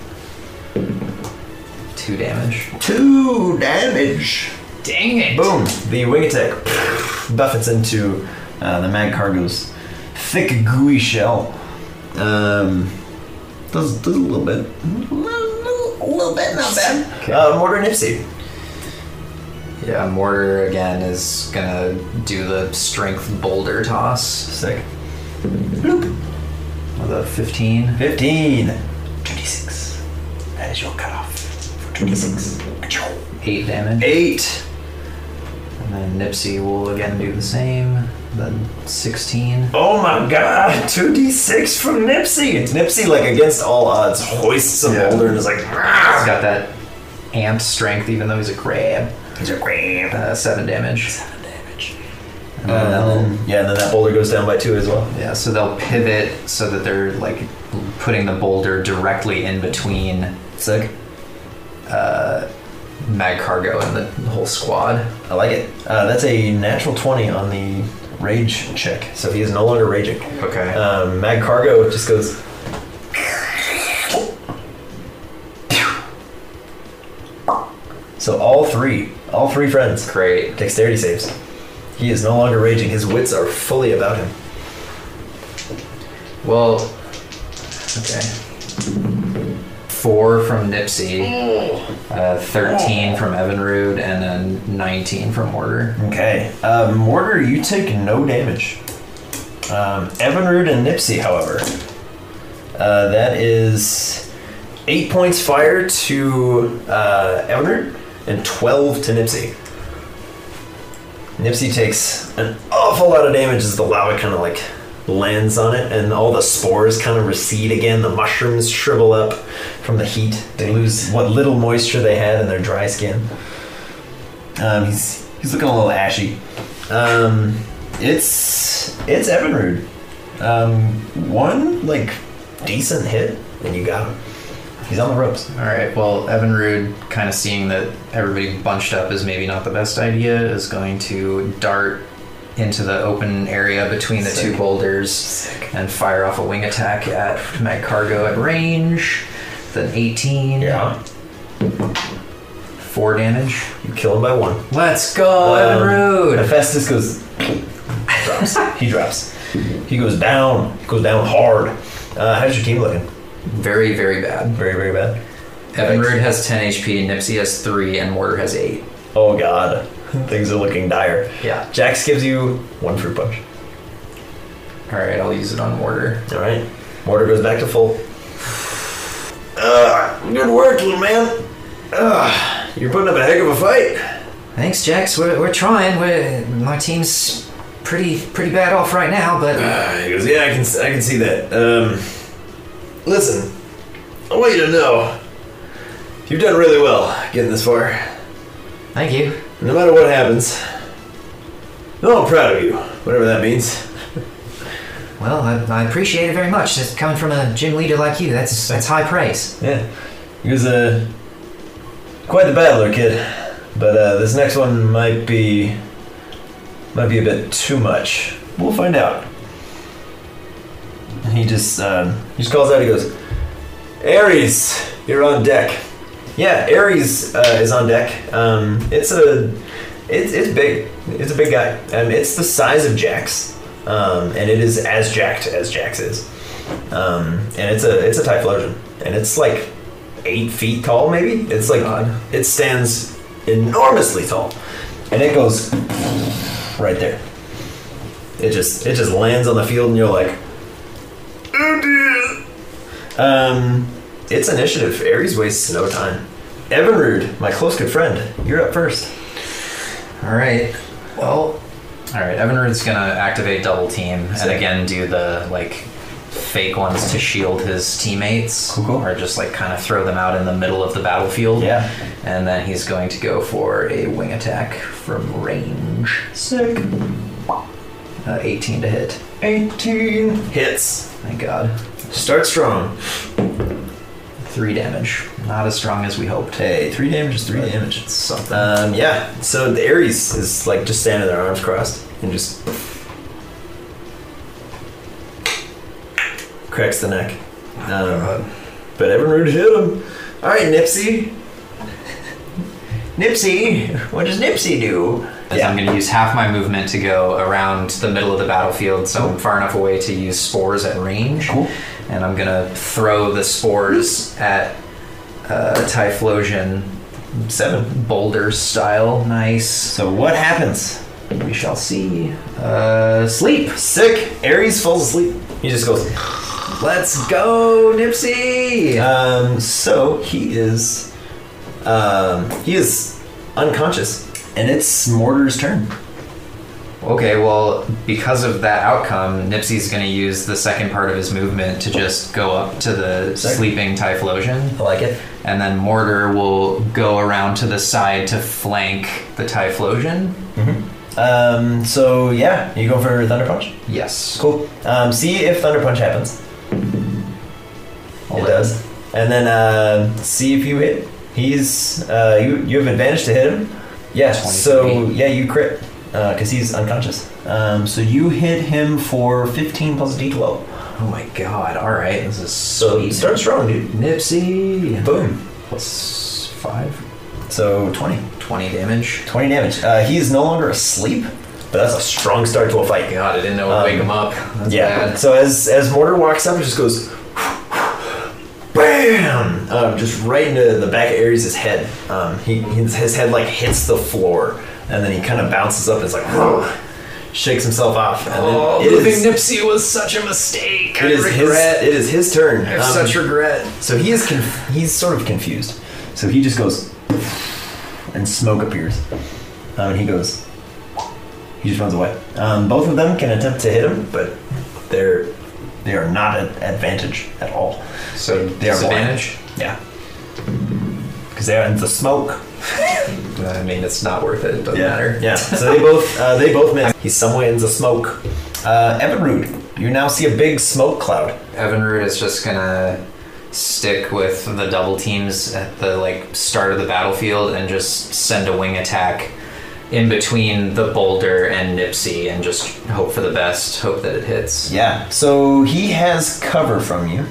S4: 2 damage.
S2: Two damage.
S4: Dang it!
S2: Boom! The wing attack buffets into uh, the mag cargo's thick, gooey shell. Um, does, does a little bit. A little, little bit, not bad. Uh, Mortar Nipsey.
S4: Yeah, Mortar again is gonna do the strength boulder toss
S2: Sick.
S4: with a 15.
S2: 15. 26. That is your cutoff for 26.
S4: 8 damage.
S2: 8.
S4: And then Nipsey will again do the same. Then 16.
S2: Oh my god, 2d6 from Nipsey! It's Nipsey, like, against all odds, hoists a
S4: Yeah.
S2: boulder and is like, "Ah,
S4: He's
S2: "Rah!"
S4: got that amp strength, even though he's a crab.
S2: He's like, "Wham."
S4: Uh, 7 damage.
S2: Um, yeah, and then that boulder goes down by two as well.
S4: Yeah, so they'll pivot so that they're like putting the boulder directly in between
S2: Sick.
S4: Mag Cargo and the whole squad.
S2: I like it. Uh, that's a natural 20 on the rage check, so he is no longer raging.
S4: Okay.
S2: Um, Mag Cargo just goes. So all three, all three friends,
S4: Great.
S2: dexterity saves. He is no longer raging. His wits are fully about him.
S4: Well, okay. Four from Nipsey, uh, 13 from Evinrude, and then 19 from Order.
S2: Okay. Uh, Mortar, you take no damage. Um, Evinrude and Nipsey, however, uh, that is eight points fire to uh, Evinrude and 12 to Nipsey. Nipsey takes an awful lot of damage as the lava kind of like lands on it, and all the spores kind of recede again. The mushrooms shrivel up from the heat. They lose what little moisture they had in their dry skin. Um, he's he's looking a little ashy. Um, it's it's Evinrude. Um, one like decent hit, and you got him. He's on the ropes.
S4: All right, well, Evinrude, kind of seeing that everybody bunched up is maybe not the best idea, is going to dart into the open area between the two boulders and fire off a wing attack at Mag Cargo at range. Then 18, four damage.
S2: you kill him by one.
S4: Let's go,
S2: Um,
S4: Evinrude!
S2: Hephaestus goes. drops. He drops. He goes down. Goes down hard. Uh, how's your team looking?
S4: Very, very bad.
S2: Very very bad.
S4: Evinrude has 10 HP, Nipsey has 3, and Mortar has 8.
S2: Oh god, things are looking dire.
S4: Yeah.
S2: Jax gives you one fruit punch.
S4: Alright, I'll use it on Mortar.
S2: All right. Mortar goes back to full. Uh, good work, little man. Uh, you're putting up a heck of a fight.
S4: Thanks, Jax. We're, we're trying. We're, my team's pretty pretty bad off right now, but
S2: Uh, he goes, yeah, I can, I can see that. Um, listen, I want you to know, you've done really well getting this far.
S4: thank you.
S2: No matter what happens, no, I'm proud of you, whatever that means.
S4: Well, I, I appreciate it very much. It's coming from a gym leader like you. That's that's high praise.
S2: Yeah, he was uh, quite the battler, kid. But uh, this next one might be might be a bit too much. We'll find out. And he just um, he just calls out. He goes, "Ares, you're on deck." Yeah, Ares uh, is on deck. Um, it's a it's, it's big. It's a big guy. Um, it's the size of Jax, um, and it is as jacked as Jax is. Um, and it's a it's a Typhlosion, and it's like eight feet tall, maybe. It's like it stands enormously tall, and it goes right there. It just it just lands on the field, and you're like, oh dear. Um, it's initiative. Ares wastes no time. Evinrude, my close good friend, you're up first.
S4: All right. Well, all right. Evinrude's gonna activate double team and again do the like fake ones to shield his teammates,
S2: Cool, cool.
S4: or just like kind of throw them out in the middle of the battlefield.
S2: Yeah.
S4: And then he's going to go for a wing attack from range.
S2: Sick.
S4: Uh, 18 to hit.
S2: 18 hits.
S4: Thank God.
S2: Start strong.
S4: Three damage. Not as strong as we hoped.
S2: Hey, three damage is three damage.
S4: It's something.
S2: Um, yeah, so the Ares is like just standing there, arms crossed, and just cracks the neck. Um, but Evinrude hit him. All right, Nipsey. Nipsey, what does Nipsey do?
S4: As I'm going to use half my movement to go around the middle of the battlefield, so I'm far enough away to use spores at range. And I'm going to throw the spores at uh, Typhlosion
S2: Seven.
S4: boulder style. Nice.
S2: So what happens?
S4: We shall see. Uh, sleep.
S2: Sick. Ares falls asleep. He just goes.
S4: Let's go, Nipsey.
S2: Um, so he is, um, he is unconscious.
S8: And it's Mortar's turn.
S4: Okay, well, because of that outcome, Nipsey's going to use the second part of his movement to just go up to the
S2: Second.
S4: sleeping Typhlosion.
S2: I like it.
S4: and then Mortar will go around to the side to flank the Typhlosion.
S2: Um, so yeah, you go for Thunder Punch.
S4: Yes.
S2: Cool. Um, see if Thunder Punch happens.
S4: I'll
S2: it
S4: let-
S2: does. And then uh, see if you hit. He's uh, you. You have advantage to hit him. Yeah. So
S4: 23.
S2: yeah, you crit because he's unconscious. Um, so you hit him for 15 plus D12.
S4: Oh my god, alright, this is
S2: So
S4: sweet.
S2: he starts strong, dude.
S4: Nipsey!
S2: Boom.
S4: Plus 5?
S2: So 20.
S4: 20 damage.
S2: 20 damage. Uh, he is no longer asleep, but that's a strong start to a fight.
S4: God, I didn't know it would
S2: Um,
S4: wake him up. That's
S2: yeah.
S4: bad.
S2: So as as Mortar walks up, it just goes, bam, um, just right into the back of Ares' head. Um, he his, his head like hits the floor, and then he kind of bounces up. and It's like, shakes himself off. And then
S4: Oh,
S2: it
S4: moving
S2: is-
S4: Nipsey was such a mistake.
S2: it
S4: I
S2: is his.
S4: regret.
S2: It is his turn.
S4: I have
S2: Um,
S4: such regret.
S2: so he is conf- he's sort of confused. So he just goes, and smoke appears. Um, and he goes, he just runs away. Um, both of them can attempt to hit him, but they're they are not at advantage at all.
S4: So,
S2: They are blind.
S4: disadvantage?
S2: Yeah, because they're in the smoke.
S4: I mean, it's not worth it. It doesn't matter.
S2: Yeah. So they both uh, they both miss. He's somewhere in the smoke. Uh, Evinrude, you now see a big smoke cloud.
S4: Evinrude is just gonna stick with the double teams at the like start of the battlefield and just send a wing attack in between the boulder and Nipsey and just hope for the best, hope that it hits.
S2: Yeah. So he has cover from you.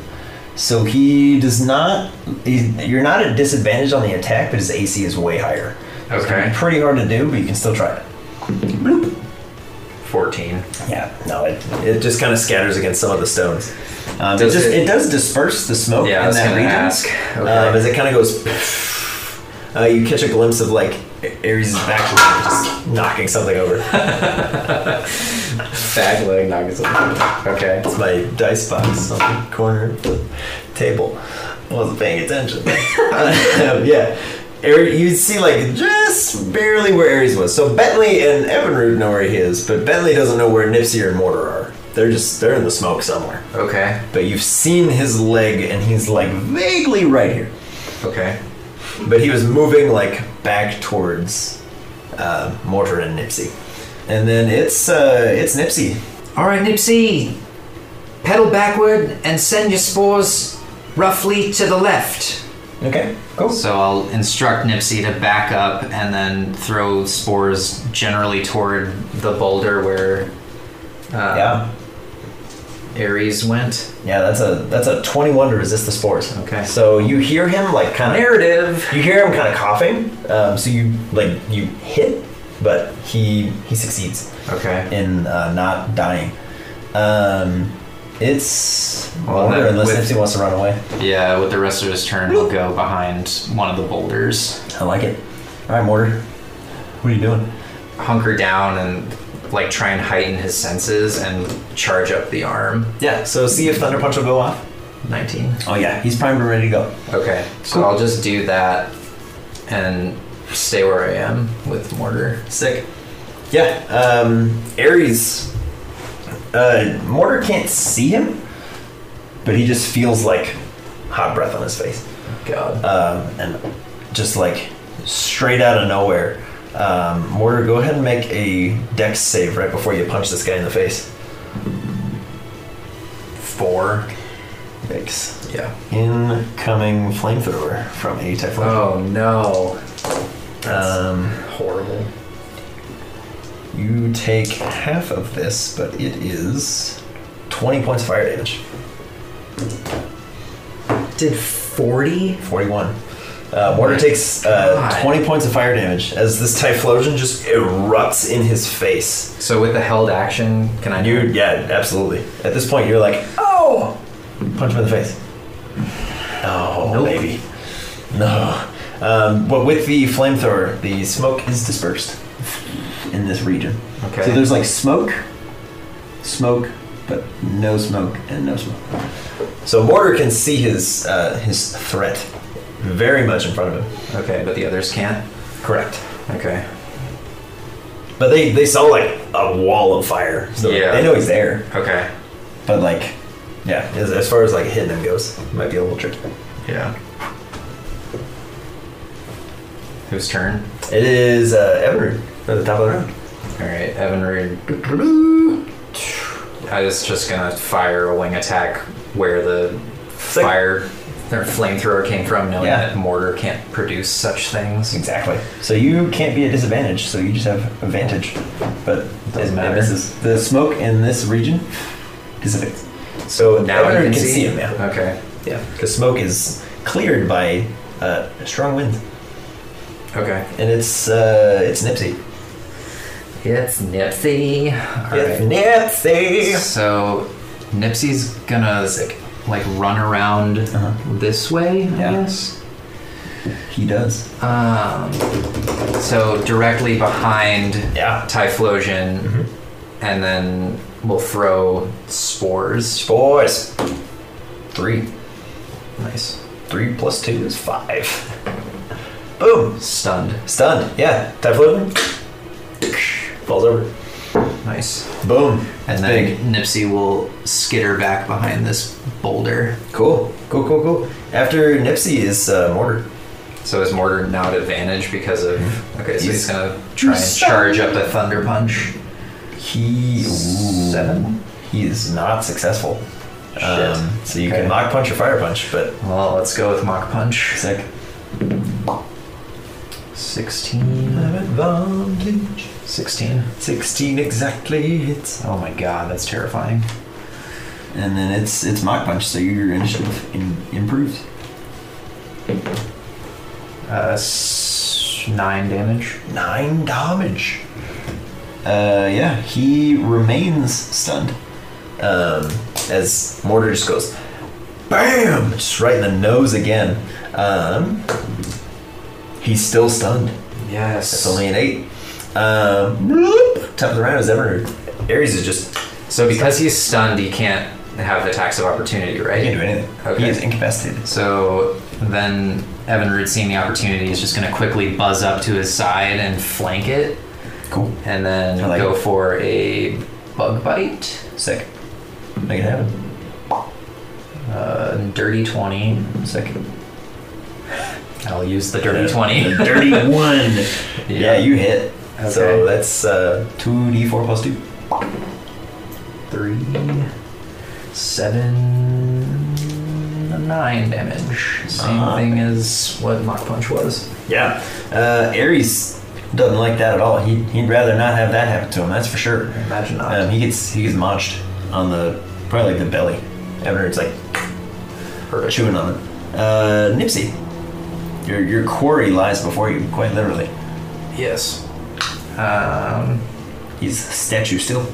S2: So he does not. he- You're not at disadvantage on the attack, but his AC is way higher. It's gonna be
S4: Okay.
S2: pretty hard to do, but you can still try it.
S4: 14.
S2: Yeah. No. It, it just kind of scatters against some of the stones. Um,
S4: Does
S2: it just
S4: it-
S2: it, does disperse the smoke
S4: Yeah, I
S2: in
S4: was
S2: that
S4: gonna
S2: region.
S4: ask. Okay.
S2: Um, as it kind of goes, uh, you catch a glimpse of like Ares' back leg just knocking something over.
S4: Bag leg nuggets. Okay.
S2: It's my dice box on the corner of the table. I wasn't paying attention. Um, yeah. Aries, you see, like, just barely where Aries was. So Bentley and Evinrude know where he is, but Bentley doesn't know where Nipsey or Mortar are. They're just, they're in the smoke somewhere.
S4: Okay.
S2: But you've seen his leg, and he's, like, vaguely right here.
S4: Okay.
S2: But he was moving, like, back towards uh, Mortar and Nipsey. And then it's, uh, it's Nipsey.
S3: All right, Nipsey, pedal backward and send your spores roughly to the left.
S2: Okay, cool.
S4: So I'll instruct Nipsey to back up and then throw spores generally toward the boulder where uh,
S2: Yeah.
S4: Ares went.
S2: Yeah, that's a that's a 21 to resist the spores.
S4: Okay.
S2: So you hear him like kind of
S4: Narrative.
S2: you hear him kind of coughing. Um, so you like you hit, but he he succeeds
S4: Okay.
S2: in uh, not dying. Um, it's
S4: Well,
S2: I wonder
S4: then
S2: unless
S4: with-
S2: Nipsey wants to run away.
S4: Yeah, with the rest of his turn, he'll go behind one of the boulders,
S2: I like it. All right, Mortar. What are you doing?
S4: hunker down, and like try and heighten his senses and charge up the arm.
S2: Yeah. So see if Thunder Punch will go off.
S4: 19.
S2: Oh yeah, he's primed and ready to go.
S4: Okay, so I'll just do that and stay where I am with Mortar.
S2: Sick. Yeah, um, Ares. Uh, Mortar can't see him, but he just feels like hot breath on his face.
S4: God.
S2: Um, and just like straight out of nowhere, um, Mortar, go ahead and make a dex save right before you punch this guy in the face.
S4: Four.
S2: Yikes.
S4: Yeah.
S2: Incoming flamethrower from a typhoon.
S4: Oh no.
S2: Um,
S4: Horrible.
S2: you take half of this, but it is 20 points of fire damage.
S3: did 40?
S2: 41. Uh, Mortar takes uh,
S3: God.
S2: 20 points of fire damage as this Typhlosion just erupts in his face.
S4: So with the held action, can I?
S2: And you, yeah, absolutely. At this point, you're like, oh! Punch him in the face. No,
S4: Nope.
S2: baby. No. Um, but with the flamethrower, the smoke is dispersed in this region.
S4: Okay.
S8: So there's like smoke, smoke, but no smoke and no smoke.
S2: So Mortar can see his, uh, his threat very much in front of him.
S4: okay, but the others can't.
S2: Correct.
S4: Okay.
S2: But they, they saw like a wall of fire. So
S4: Yeah.
S2: they know he's there.
S4: Okay.
S2: But like, yeah, as, as far as like hitting him goes, it might be a little tricky.
S4: Yeah. Whose turn?
S2: It is uh, Everett at the top of the round.
S4: All right, Evan Reed. I was just gonna fire a wing attack where the
S2: like-
S4: fire or flamethrower came from, knowing
S2: Yeah.
S4: that mortar can't produce such things.
S2: Exactly. So you can't be at disadvantage. So you just have advantage. But
S4: Doesn't
S2: it
S4: matter.
S2: misses. The smoke in this region dissipates. So
S4: Now
S2: Everett
S4: you
S2: can see, him now.
S4: Okay.
S2: Yeah, the smoke is cleared by uh, a strong wind,
S4: Okay.
S2: and it's uh, it's Nipsey.
S4: It's Nipsey. All right.
S2: It's Nipsey.
S4: So Nipsey's gonna like run around
S2: Uh-huh.
S4: this way,
S8: Yeah.
S4: I guess.
S8: He does.
S4: Um, so directly behind
S2: Yeah.
S4: Typhlosion, and then we'll throw spores.
S2: Boys. Three.
S4: Nice.
S2: Three plus two is five. Boom.
S4: Stunned.
S2: Stunned. Yeah. Typhlosion. Falls over.
S4: Nice.
S2: Boom.
S4: And
S2: That's
S4: then
S2: big.
S4: Nipsey will skitter back behind this boulder.
S2: Cool. Cool, cool, cool. After Nipsey is uh, Mortar.
S4: So is Mortar now at advantage because of? Okay, so
S2: He's-
S4: he's, gonna try and charge up a thunder punch.
S2: He.
S4: Seven?
S2: He is not successful. Shit. so you
S4: Okay.
S2: can knock punch or fire punch, but.
S4: Well, let's go with mock punch.
S2: Sick.
S4: Sixteen.
S2: Advantage.
S4: Sixteen.
S2: 16 exactly hits.
S4: Oh my god, that's terrifying.
S8: And then it's it's mock punch, so your initiative in, improves.
S4: Uh, s- nine damage.
S2: Nine damage.
S8: Uh, yeah, he remains stunned.
S2: um, as Mortar just goes, BAM! Just right in the nose again. Um, he's still stunned.
S4: Yes.
S2: That's only an eight. Um, bloop. top of the round is Everett. Ares is just,
S4: So because he's stunned, he can't have attacks of opportunity, right?
S2: he can't do anything.
S4: Okay.
S2: He is incapacitated.
S4: So then Evan Root, seeing the opportunity, is just going to quickly buzz up to his side and flank it,
S8: Cool.
S4: and then
S8: I like
S4: go
S8: it.
S4: for a bug bite.
S2: Sick. Make it happen.
S4: Uh, dirty 20.
S2: Sick.
S4: I'll use the dirty
S2: Uh,
S4: 20.
S8: Dirty one.
S2: Yeah, you hit.
S4: Okay.
S2: So that's uh, 2d4 plus 2.
S4: Three, seven, nine damage. Same
S2: Uh-huh.
S4: thing as what Mock Punch was.
S2: Yeah. Uh, Ares doesn't like that at all. He, he'd rather not have that happen to him, that's for sure.
S4: Imagine not.
S2: Um, he gets he gets munched on the probably like the belly. Everett's like
S4: Perfect.
S2: chewing on it. Uh, Nipsey, your your quarry lies before you, quite literally.
S4: Yes. Um,
S2: He's a statue still.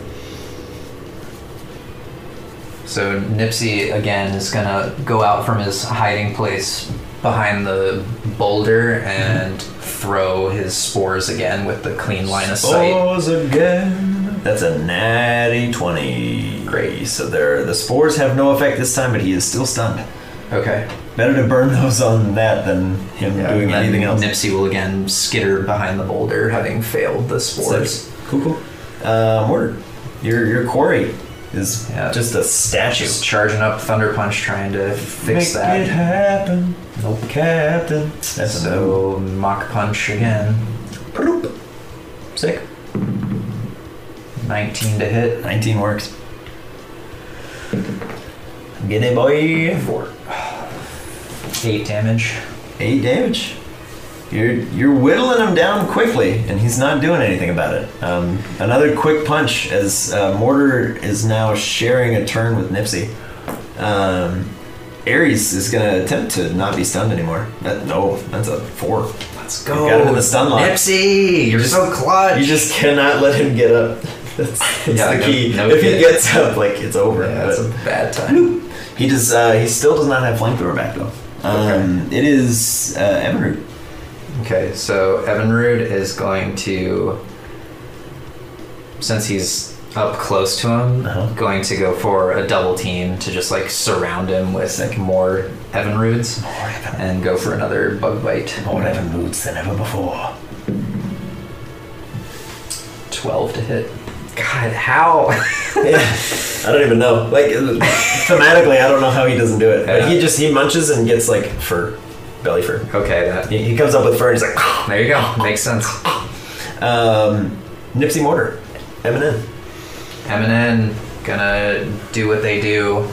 S4: so Nipsey again is gonna go out from his hiding place behind the boulder and throw his spores again with the clean line of sight.
S2: again. That's a natty twenty.
S4: Great.
S2: So there, the spores have no effect this time, but he is still stunned.
S4: Okay.
S2: Better to burn those on that than him doing
S4: Then
S2: anything else.
S4: Nipsey will again skitter behind the boulder, having failed the spores.
S2: Sick. Cool, cool. Uh, Mortar, your your quarry is
S4: Yeah.
S2: just a statue.
S4: Just charging up Thunder Punch, trying to fix
S2: Make
S4: that.
S2: it happen,
S4: Nope.
S2: Captain. That's a no.
S4: So mock punch again.
S2: Bloop. Sick.
S4: 19 to hit.
S2: 19 works. Get it, boy. Four.
S4: 8 damage.
S2: Eight damage. You're you're whittling him down quickly, and he's not doing anything about it. Um, another quick punch as uh, Mortar is now sharing a turn with Nipsey. Um, Ares is gonna attempt to not be stunned anymore. That no, that's a four.
S3: Let's
S2: You
S3: go.
S2: got it in the stun line.
S3: Nipsey, you're so clutch.
S2: You just cannot let him get up. That's, that's
S3: Yeah,
S2: the
S3: no-
S2: key.
S3: no
S2: if he
S3: kidding.
S2: gets up, like it's over.
S3: yeah, that's a
S2: But
S3: bad time.
S2: he does. Uh, he still does not have flamethrower back though. Um, It is uh, Emerald.
S4: Okay, so Evanrude is going to, since he's up close to him,
S2: Uh-huh.
S4: going to go for a double team to just like surround him with like more Evanrudes and go for another bug bite.
S2: More Evan moods than ever before.
S4: 12 to hit. God, how?
S2: yeah, I don't even know. Like thematically, I don't know how he doesn't do it. Like he just he munches and gets like fur, belly fur.
S4: okay, that,
S2: He, he comes up with fur and he's like,
S4: there you go. Makes sense.
S2: um, Nipsey Mortar, Eminem.
S4: Eminem gonna do what they do.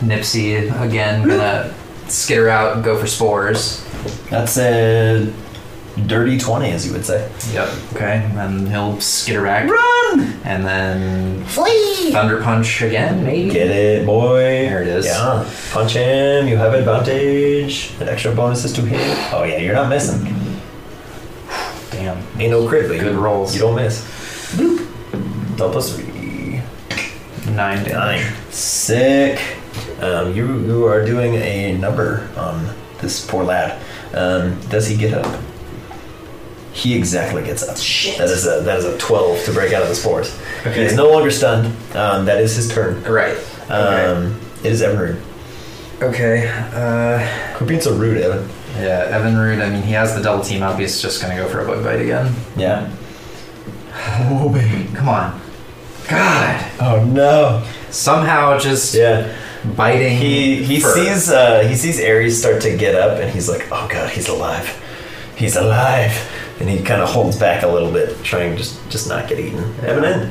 S4: Nipsey again gonna skitter out, go for spores.
S2: That's a dirty twenty, as you would say.
S4: Yep. Okay, and then he'll skitter back. Run! And then
S5: Flee!
S4: thunder punch again, maybe.
S2: Get it, boy.
S4: There it is.
S2: Yeah. Punch him. You have advantage. An extra bonus is to hit. Oh yeah, you're not missing.
S4: Damn.
S2: Ain't no crit, but
S4: Good
S2: you-
S4: rolls.
S2: You don't miss. Boop. Plus three.
S4: Nine damage.
S2: Nine. Sick. Um, you you are doing a number on this poor lad. Um, does he get up? He exactly gets up. Shit. That is a that is a twelve to break out of the spores. Okay. He is no longer stunned. Um, that is his turn.
S4: Right.
S2: Um, It is Evan
S4: Okay. Uh,
S2: Quit being so rude, Evan.
S4: yeah, Evan Rude, I mean, he has the double team up. He's just going to go for a bug bite again.
S2: Yeah.
S4: Oh, baby. Come on. God.
S2: Oh no.
S4: Somehow just
S2: Yeah.
S4: biting.
S2: He he
S4: fur.
S2: sees uh, he sees Ares start to get up, and he's like, "Oh god, he's alive, he's alive," and he kind of holds back a little bit, trying just just not get eaten. Eminem.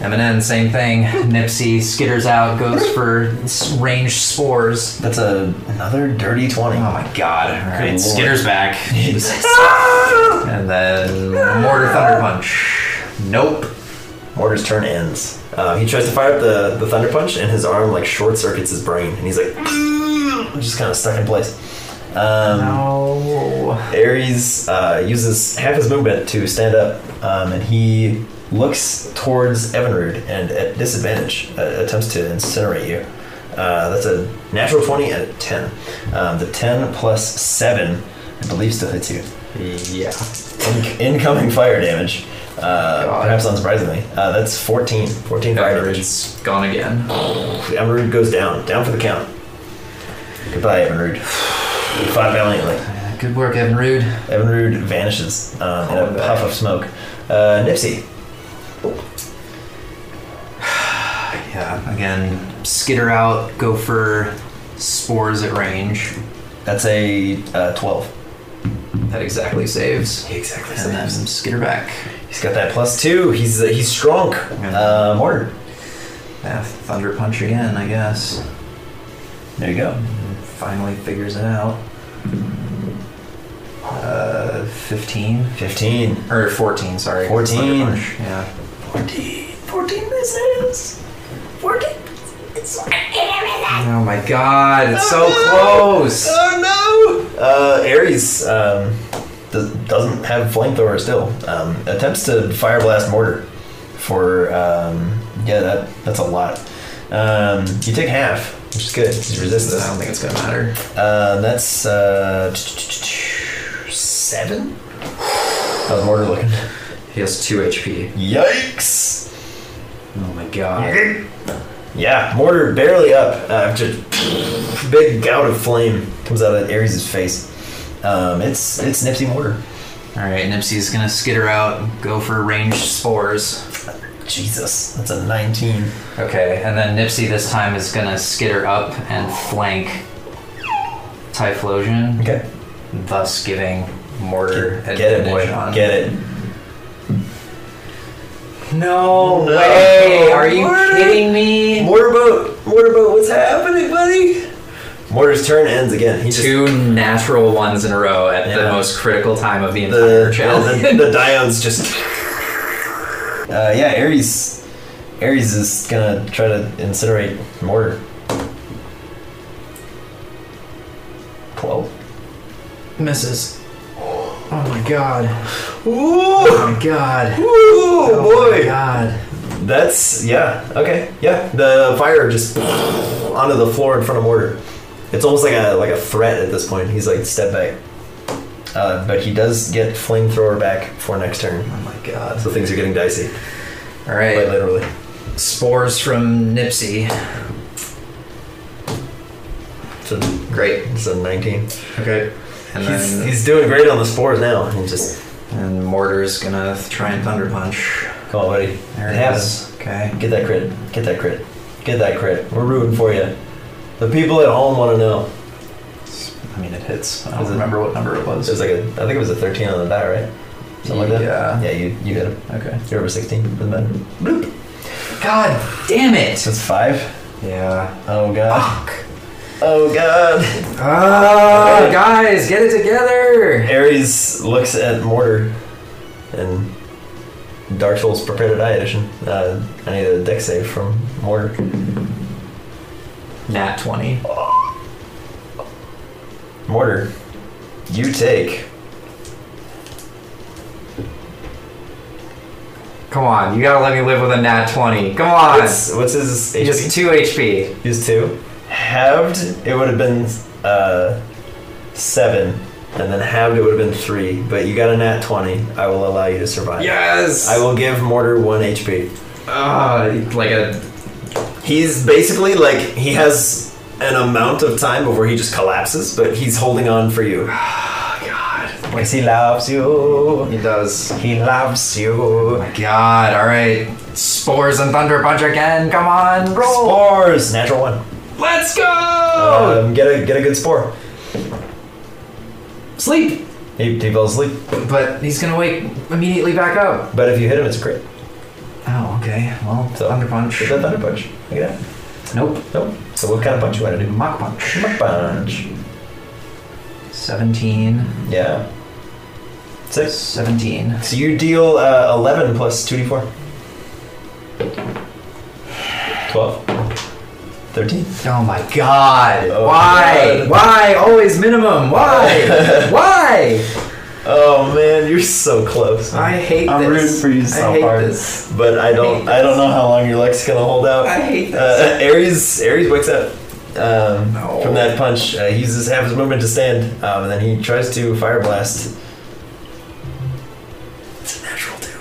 S4: Eminem, same thing. Nipsey skitters out, goes for s- range spores.
S2: That's a, another dirty twenty.
S4: Oh my god. All
S2: Good lord.
S4: right, skitters back. and then Mortar Thunder Punch. Nope.
S2: Mortar's turn ends. Uh, he tries to fire up the, the thunder punch, and his arm like short circuits his brain, and he's like, just kind of stuck in place. Um,
S4: Oh.
S2: Ares uh, uses half his movement to stand up, um, and he looks towards Evinrude and at disadvantage uh, attempts to incinerate you. Uh, that's a natural 20 and a 10. Um, the 10 plus 7, I believe, still hits you.
S4: Yeah.
S2: In- incoming fire damage. Uh,
S4: God.
S2: perhaps unsurprisingly. Uh, that's 14. 14 fire damage.
S4: Emerude's gone again.
S2: Evinrude goes down. Down for the count. Goodbye, Evinrude. You fought valiantly.
S4: Good work, Evinrude.
S2: Evinrude vanishes um, in a
S4: Oh, man.
S2: puff of smoke. Uh, Nipsey.
S4: Yeah, again, skitter out, go for spores at range.
S2: That's a uh, 12.
S4: That exactly saves.
S2: He exactly
S4: And then skitter back.
S2: He's got that plus two. He's he's strong. Uh, Mortar.
S4: Yeah, Thunder Punch again, I guess.
S2: There you go.
S4: finally figures it out. Uh, 15
S2: 15.
S4: or 14, sorry.
S2: 14.
S4: Thunder Punch, Yeah.
S2: 14. 14 misses. 14.
S4: Oh my god, it's so close.
S2: Oh no! Uh, Ares um, does, doesn't have flamethrower still. Um, attempts to fire blast mortar for um, yeah that that's a lot. Um, you take half, which is good. You resist
S4: I don't
S2: this.
S4: think it's gonna matter.
S2: Uh, that's uh, seven. How's mortar looking?
S4: He has 2 HP.
S2: Yikes!
S4: Oh my god.
S2: Yeah, mortar barely up after big gout of flame comes out of Ares' face. Um, it's it's Nipsey mortar.
S4: Alright, Nipsey's gonna skitter out, go for ranged spores.
S2: Jesus, that's a 19.
S4: Okay, and then Nipsey this time is gonna skitter up and flank Typhlosion,
S2: Okay.
S4: thus giving Mortar
S2: Get it, boy.
S4: advantage on.
S2: Get it.
S4: No,
S2: No.
S4: way! Are you
S2: Mortar.
S4: kidding me?
S2: Mortarboat! Mortarboat, what's happening, buddy? Mortar's turn ends again. He just,
S4: Two natural ones in a row at
S2: Yeah.
S4: the most critical time of the
S2: the,
S4: entire challenge.
S2: the, the, diodes just. Uh, yeah, Ares. Ares is gonna try to incinerate Mortar.
S4: Misses. Oh my god.
S2: Ooh!
S4: Oh my god.
S2: Ooh,
S4: Oh my
S2: boy!
S4: god.
S2: That's yeah. Okay, yeah. The fire just onto the floor in front of Mortar. It's almost like a like a threat at this point. He's like step back. Uh, but he does get flamethrower back for next turn,
S4: Oh my god.
S2: so things are getting dicey. Quite
S4: Alright.
S2: literally.
S4: Spores from Nipsey.
S2: It's a,
S4: Great.
S2: it's a 19.
S4: Okay. And
S2: He's,
S4: then
S2: he's doing great on the spores now. He just
S4: and Mortar's gonna th- try and thunder punch.
S2: come on, buddy.
S4: There
S2: it
S4: it
S2: happens.
S4: is. Okay.
S2: Get that crit. Get that crit. Get that crit. We're rooting for you. The people at home want to know.
S4: I mean it hits. I
S2: Is
S4: don't
S2: it-
S4: remember what number it was.
S2: It was like a, I think it was a 13 on the die, right? Something like that.
S4: Yeah.
S2: Yeah, you you hit him.
S4: Okay.
S2: You're over 16. Doesn't matter.
S4: God damn it!
S2: That's five.
S4: Yeah.
S2: Oh god. Oh god.
S4: Oh, guys, get it together!
S2: Ares looks at Mortar, and Dark Souls Prepared to Die edition. Uh, I need a deck save from Mortar.
S4: Nat 20.
S2: Mortar, you take.
S4: Come on, you gotta let me live with a nat 20. Come on!
S2: What's, what's his HP?
S4: Just 2 HP.
S2: He's two. Halved, it would have been uh, seven, and then halved, it would have been three. But you got a nat twenty. I will allow you to survive.
S4: Yes!
S2: I will give Mortar one HP.
S4: Ugh, like a.
S2: He's basically like he has an amount of time before he just collapses, but he's holding on for you. Oh,
S4: God.
S2: Because he loves you.
S4: It does.
S2: He loves you.
S4: God, alright. Spores and Thunder Punch again. Come on, roll!
S2: Spores, natural one.
S4: Let's go! Oh.
S2: Um, get a get a good spore.
S4: Sleep!
S2: He, he falls asleep,
S4: Oh, But he's gonna wake immediately back up.
S2: but if you hit him, it's a crit.
S4: Oh, okay. Well,
S2: So
S4: Thunder Punch.
S2: It's a thunder punch. Look at that.
S4: Nope.
S2: Nope. So what kind of punch you want to do?
S4: Mach Punch.
S2: Schmuck punch.
S4: 17.
S2: Yeah. Six.
S4: 17.
S2: So you deal uh, 11 plus 2d4. 12. 13.
S4: Oh my god.
S2: Oh
S4: Why?
S2: my God.
S4: Why? Always minimum. Why? Why?
S2: Oh man, you're so close.
S4: I hate
S8: I'm
S4: this.
S8: rooting for you so
S4: I hate
S8: hard.
S4: this.
S2: but I don't. I, don't know how long your leg's gonna hold out.
S4: I hate this.
S2: Uh, Ares. Ares wakes up um,
S4: No.
S2: from that punch. Uh, he uses half his movement to stand, um, and then he tries to fire blast. It's a natural two.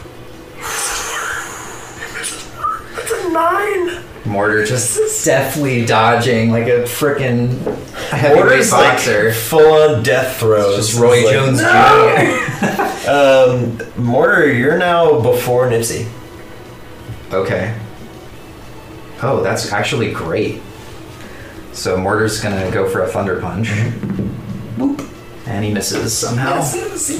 S2: It's a nine.
S4: Mortar just deftly dodging like a freaking heavyweight
S2: Order's like
S4: boxer.
S2: full on death throws.
S4: just Roy
S2: It's like,
S4: Jones Jr.
S2: Um, Mortar, you're now before Nipsey.
S4: Okay. Oh, that's actually great. So Mortar's gonna go for a thunder punch. Boop. And he misses somehow.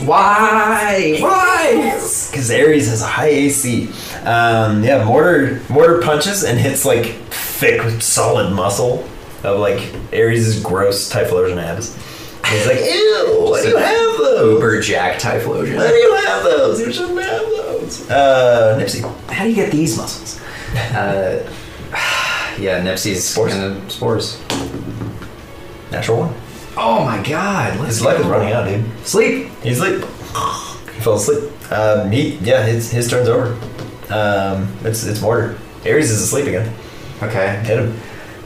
S4: Why? Why?
S2: Because Ares has a high AC. Um, yeah, Mortar Mortar punches and hits like thick, solid muscle of like Ares' gross typhlosion abs. And he's like, ew, why do you have those?
S4: Uber Jack Typhlosion.
S2: Why do you have those? You shouldn't have those. Uh, Nipsey.
S4: How do you get these muscles? Uh, yeah, Nipsey's
S2: Spores.
S4: gonna- spores.
S2: Natural one.
S4: Oh my god, let's
S2: His luck is
S4: go.
S2: running out, dude.
S4: Sleep.
S2: He's like, he fell asleep. Um, he, yeah, his, his turn's over. Um, it's it's Mortar. Ares is asleep again.
S4: Okay,
S2: Hit him.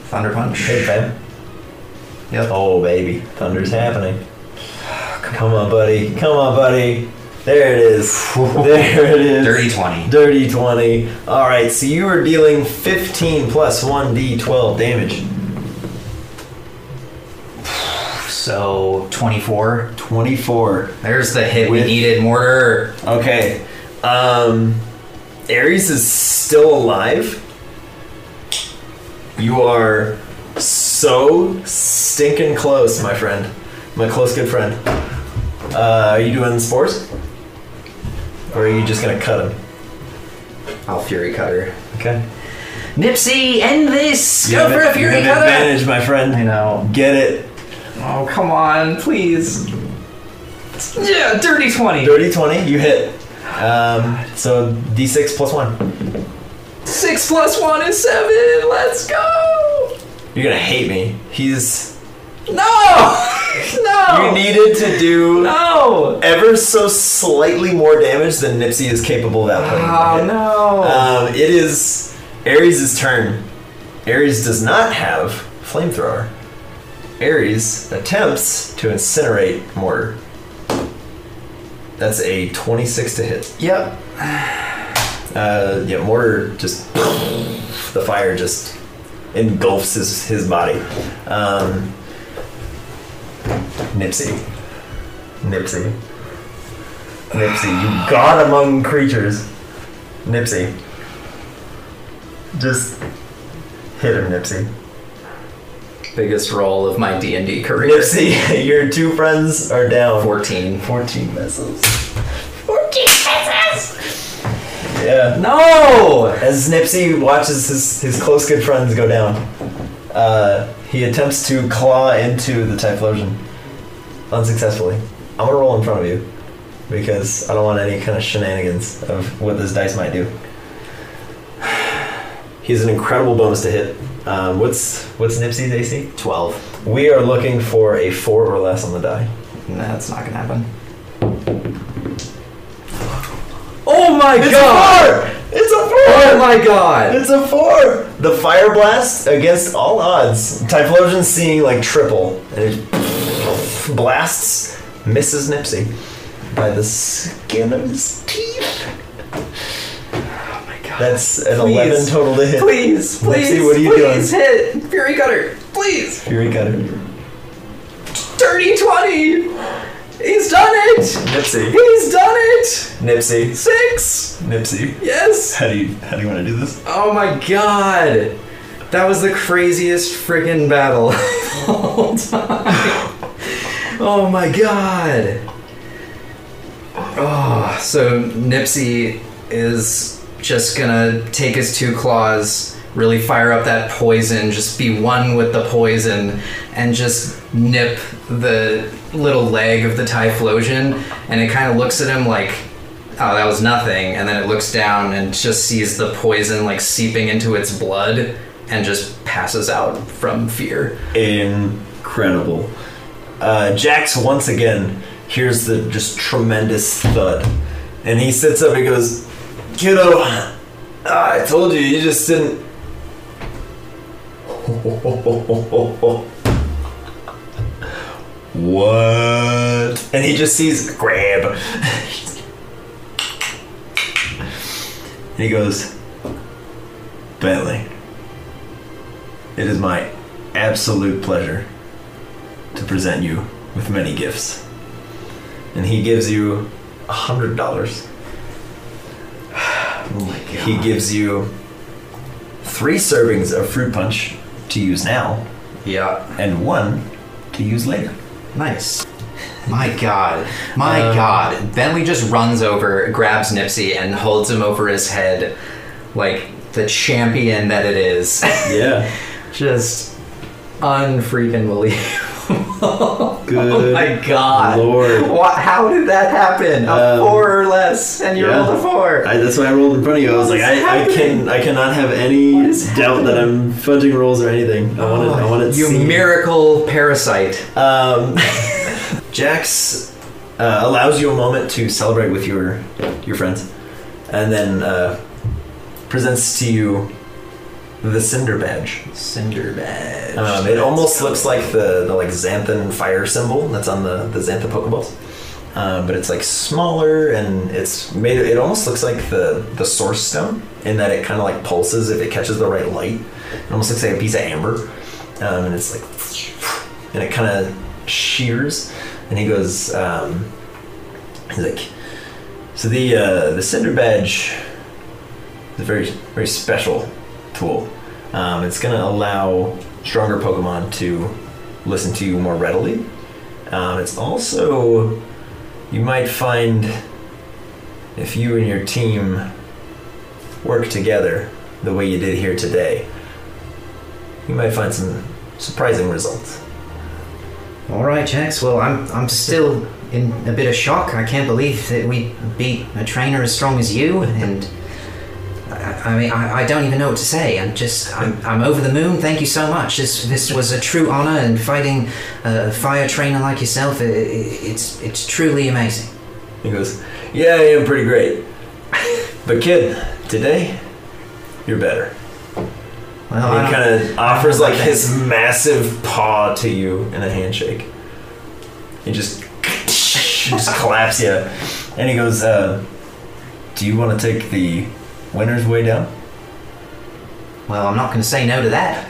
S4: thunder punch.
S2: Hit him, fam.
S4: Yep.
S2: Oh, baby. Thunder's happening. Come on, buddy. Come on, buddy. There it is. There it is.
S4: Dirty twenty.
S2: Dirty 20. Alright, so you are dealing 15 plus 1d12 damage.
S4: So twenty-four.
S2: 24.
S4: There's the hit we
S2: With-
S4: needed. Mortar.
S2: Okay. Um, Ares is still alive. You are so stinking close, my friend. My close good friend. Uh, are you doing spores? Or are you just gonna cut him?
S4: I'll fury cutter.
S2: Okay.
S4: Nipsey, end this.
S2: You
S4: go
S2: have
S4: for a
S2: you
S4: fury
S2: have
S4: cutter.
S2: advantage, my
S4: I
S2: friend.
S4: know.
S2: Get it.
S4: Oh come on, please. Yeah, dirty twenty.
S2: Dirty 20, you hit. Um, so d6 plus 1.
S4: Six plus one is seven. Let's go.
S2: You're gonna hate me. He's
S3: No!
S4: Oh.
S3: no!
S2: You needed to do
S3: no!
S2: ever so slightly more damage than Nipsey is capable of outputting.
S4: Ah,
S3: Oh no!
S2: Um, it is Ares' turn. Ares does not have flamethrower. Ares attempts to incinerate mortar. That's a 26 to hit.
S3: yep.
S2: Uh, yeah, mortar just the fire just engulfs his, his body. Um, Nipsey, Nipsey, Nipsey, you god among creatures, Nipsey. Just hit him, Nipsey.
S3: Biggest roll of my D and D career.
S2: Nipsey, your two friends are down.
S3: Fourteen.
S2: 14 missiles. 14 missiles! Yeah.
S3: No!
S2: As Nipsey watches his, his close good friends go down, uh, he attempts to claw into the Typhlosion unsuccessfully. I'm gonna roll in front of you because I don't want any kind of shenanigans of what this dice might do. He's an incredible bonus to hit. Um, what's what's Nipsey's AC?
S3: Twelve.
S2: We are looking for a four or less on the die.
S3: No, that's not gonna happen. Oh my god!
S2: Four! It's a four!
S3: Oh my god!
S2: It's a four. The fire blast against all odds. Typhlosion seeing like triple, and it blasts Mrs. Nipsey by the skin of his teeth.
S3: Oh my god!
S2: That's an
S3: Please.
S2: eleven total to hit.
S3: Please, please,
S2: Lexi, what are you
S3: please hit Fury Cutter, please.
S2: Fury cutter.
S3: Dirty twenty. He's done it.
S2: Nipsey.
S3: He's done it.
S2: Nipsey.
S3: Six.
S2: Nipsey.
S3: Yes.
S2: How do you how do you want to do this?
S3: Oh my god! That was the craziest friggin' battle of all time. Oh my god! Oh, so Nipsey is just gonna take his two claws, really fire up that poison, just be one with the poison, and just nip the little leg of the Typhlosion, and it kind of looks at him like, oh, that was nothing. And then it looks down and just sees the poison like seeping into its blood and just passes out from fear.
S2: Incredible. Uh, Jax once again hears the just tremendous thud, and he sits up and goes, "Kiddo, ah, I told you, you just didn't." What? And he just sees grab. and he goes, Bentley, it is my absolute pleasure to present you with many gifts. And he gives you a hundred dollars. Oh He gives you three servings of fruit punch to use now,
S3: Yeah.
S2: and one to use later.
S3: Nice. My god. My
S2: Um,
S3: god. Bentley just runs over, grabs Nipsey, and holds him over his head like the champion that it is.
S2: Yeah.
S3: just unfreaking believable. Oh
S2: Good
S3: my god.
S2: lord.
S3: Wha- how did that happen?
S2: Um,
S3: a four or less, and you
S2: yeah.
S3: rolled a four.
S2: I, that's why I rolled in front of you. I was
S3: What
S2: like,
S3: is
S2: I, I
S3: happening?
S2: can, I cannot have any
S3: What is Oh,
S2: doubt that I'm fudging rolls or anything. I want it. I want it.
S3: You
S2: seen.
S3: miracle parasite.
S2: Um, Jax uh, allows you a moment to celebrate with your your friends, and then uh, presents to you the cinder badge.
S3: Cinder badge.
S2: Um, it almost looks like the, the like xanthan fire symbol that's on the the xanthan pokeballs, um, but it's like smaller and it's made. It almost looks like the the source stone in that it kind of like pulses if it catches the right light. It almost looks like a piece of amber, um, and it's like, and it kind of shears. And he goes, um, he's like, so the uh, the cinder badge is a very very special tool. Um, it's going to allow stronger Pokemon to listen to you more readily. Um, it's also you might find if you and your team work together the way you did here today, you might find some surprising results.
S3: All right, Jax. Well, I'm I'm still in a bit of shock. I can't believe that we beat a trainer as strong as you, and I I mean, I, I don't even know what to say. I'm just, I'm, I'm over the moon. Thank you so much. This, this was a true honor, and fighting a fire trainer like yourself, i i it's, it's truly amazing.
S2: He goes, Yeah, I am pretty great. But kid, today, you're better.
S3: Well,
S2: And
S3: I
S2: he
S3: don't-
S2: kind of offers
S3: I don't
S2: like
S3: like
S2: his massive paw to you in a handshake. He just just claps you, and he goes, uh, "Do you want to take the winner's way down?"
S3: well, I'm not going to say no to that.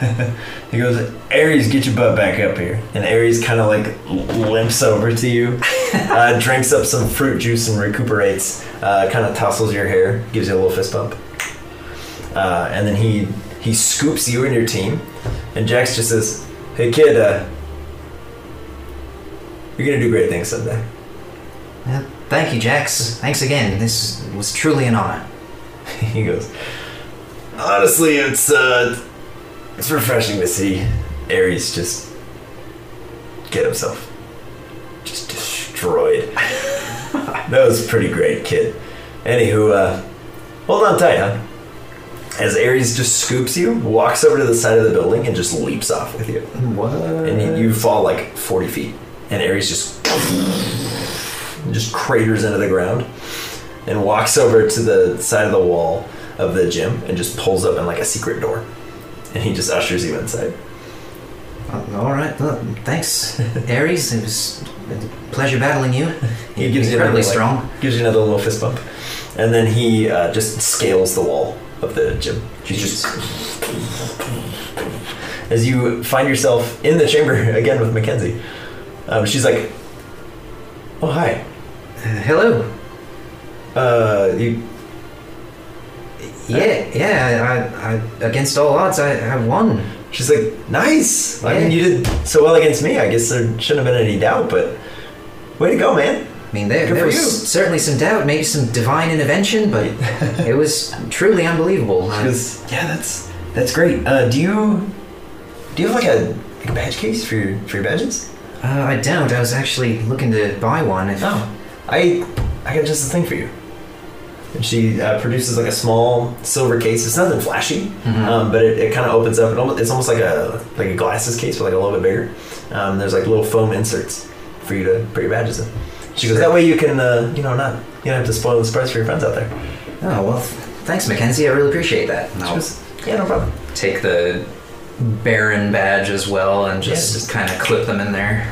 S2: He goes, "Ares, get your butt back up here." And Ares kind of like l- limps over to you, uh, drinks up some fruit juice and recuperates. Uh, kind of tousles your hair, gives you a little fist bump, uh, and then he he scoops you and your team. And Jax just says, "Hey kid, uh, you're gonna do great things someday."
S3: Well, thank you, Jax. Thanks again. This was truly an honor.
S2: he goes, "Honestly, it's uh, it's refreshing to see Ares just get himself just destroyed. that was pretty great, kid. Anywho, uh, hold on tight, huh?" As Ares just scoops you, walks over to the side of the building, and just leaps off with you. What? And you- you fall like 40 feet. And Ares just just craters into the ground and walks over to the side of the wall of the gym and just pulls open like a secret door. And he just ushers you inside.
S3: Uh, all right. Well, thanks, Ares. It was a pleasure battling you.
S2: He
S3: You're
S2: gives you another,
S3: incredibly
S2: like-
S3: strong.
S2: Gives you another little fist bump. And then he uh, just scales the wall of the gym. He's just. As you find yourself in the chamber again with Mackenzie, um, she's like, Oh, hi.
S3: Uh, hello.
S2: Uh, you,
S3: Yeah, yeah. I, I, against all odds, I, I won.
S2: she's like, Nice! I mean,
S3: Yeah.
S2: you did so well against me. I guess there shouldn't have been any doubt, but way to go, man.
S3: I mean, there,
S2: Good
S3: there
S2: for
S3: was
S2: you.
S3: certainly some doubt, maybe some divine intervention, but it was truly unbelievable. I-
S2: Because yeah, that's that's great. Uh, do you do you have like a, like a badge case for your for your badges?
S3: uh, I don't. I was actually looking to buy one. If,
S2: Oh. I I got just the thing for you. And she uh, produces like a small silver case. It's nothing flashy,
S3: Mhm. Mm-hmm.
S2: um, but it, it kind of opens up. It almost, it's almost like a like a glasses case, but like a little bit bigger. Um, there's like little foam inserts for you to put your badges in. She goes that way you can uh, you know not you don't have to spoil the surprise for your friends out there.
S3: Oh well, th- thanks, Mackenzie. I really appreciate that.
S4: And
S2: She
S4: I'll
S2: goes, yeah, no problem.
S4: take the Baron badge as well and just,
S2: Yeah, just-
S4: kind of clip them in there.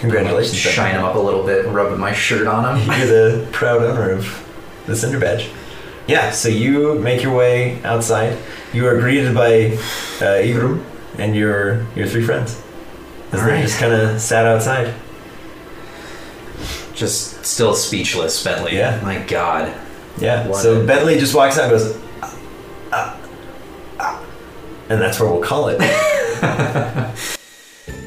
S2: Congratulations.
S4: Shine them up a little bit, rubbing my shirt on them.
S2: You're the proud owner of the Cinder Badge. Yeah, so you make your way outside. You are greeted by uh, Igrum and your your three friends. As
S4: All
S2: they
S4: right.
S2: just kind of sat outside.
S4: Just still speechless, Bentley.
S2: Yeah.
S4: My God.
S2: Yeah.
S4: What
S2: so
S4: a-
S2: Bentley just walks out and goes, "Ah, ah, ah," and that's where we'll call it. Way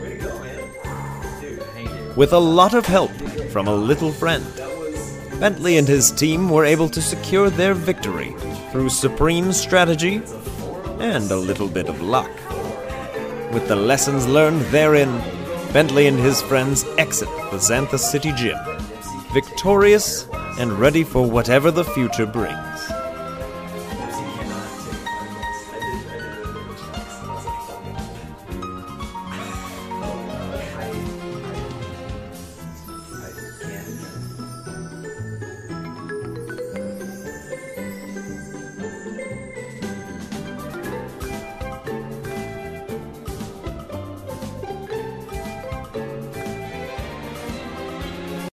S2: to go, man.
S1: With a lot of help from a little friend, Bentley and his team were able to secure their victory through supreme strategy and a little bit of luck. With the lessons learned therein, Bentley and his friends exit the Xantha City Gym, victorious and ready for whatever the future brings.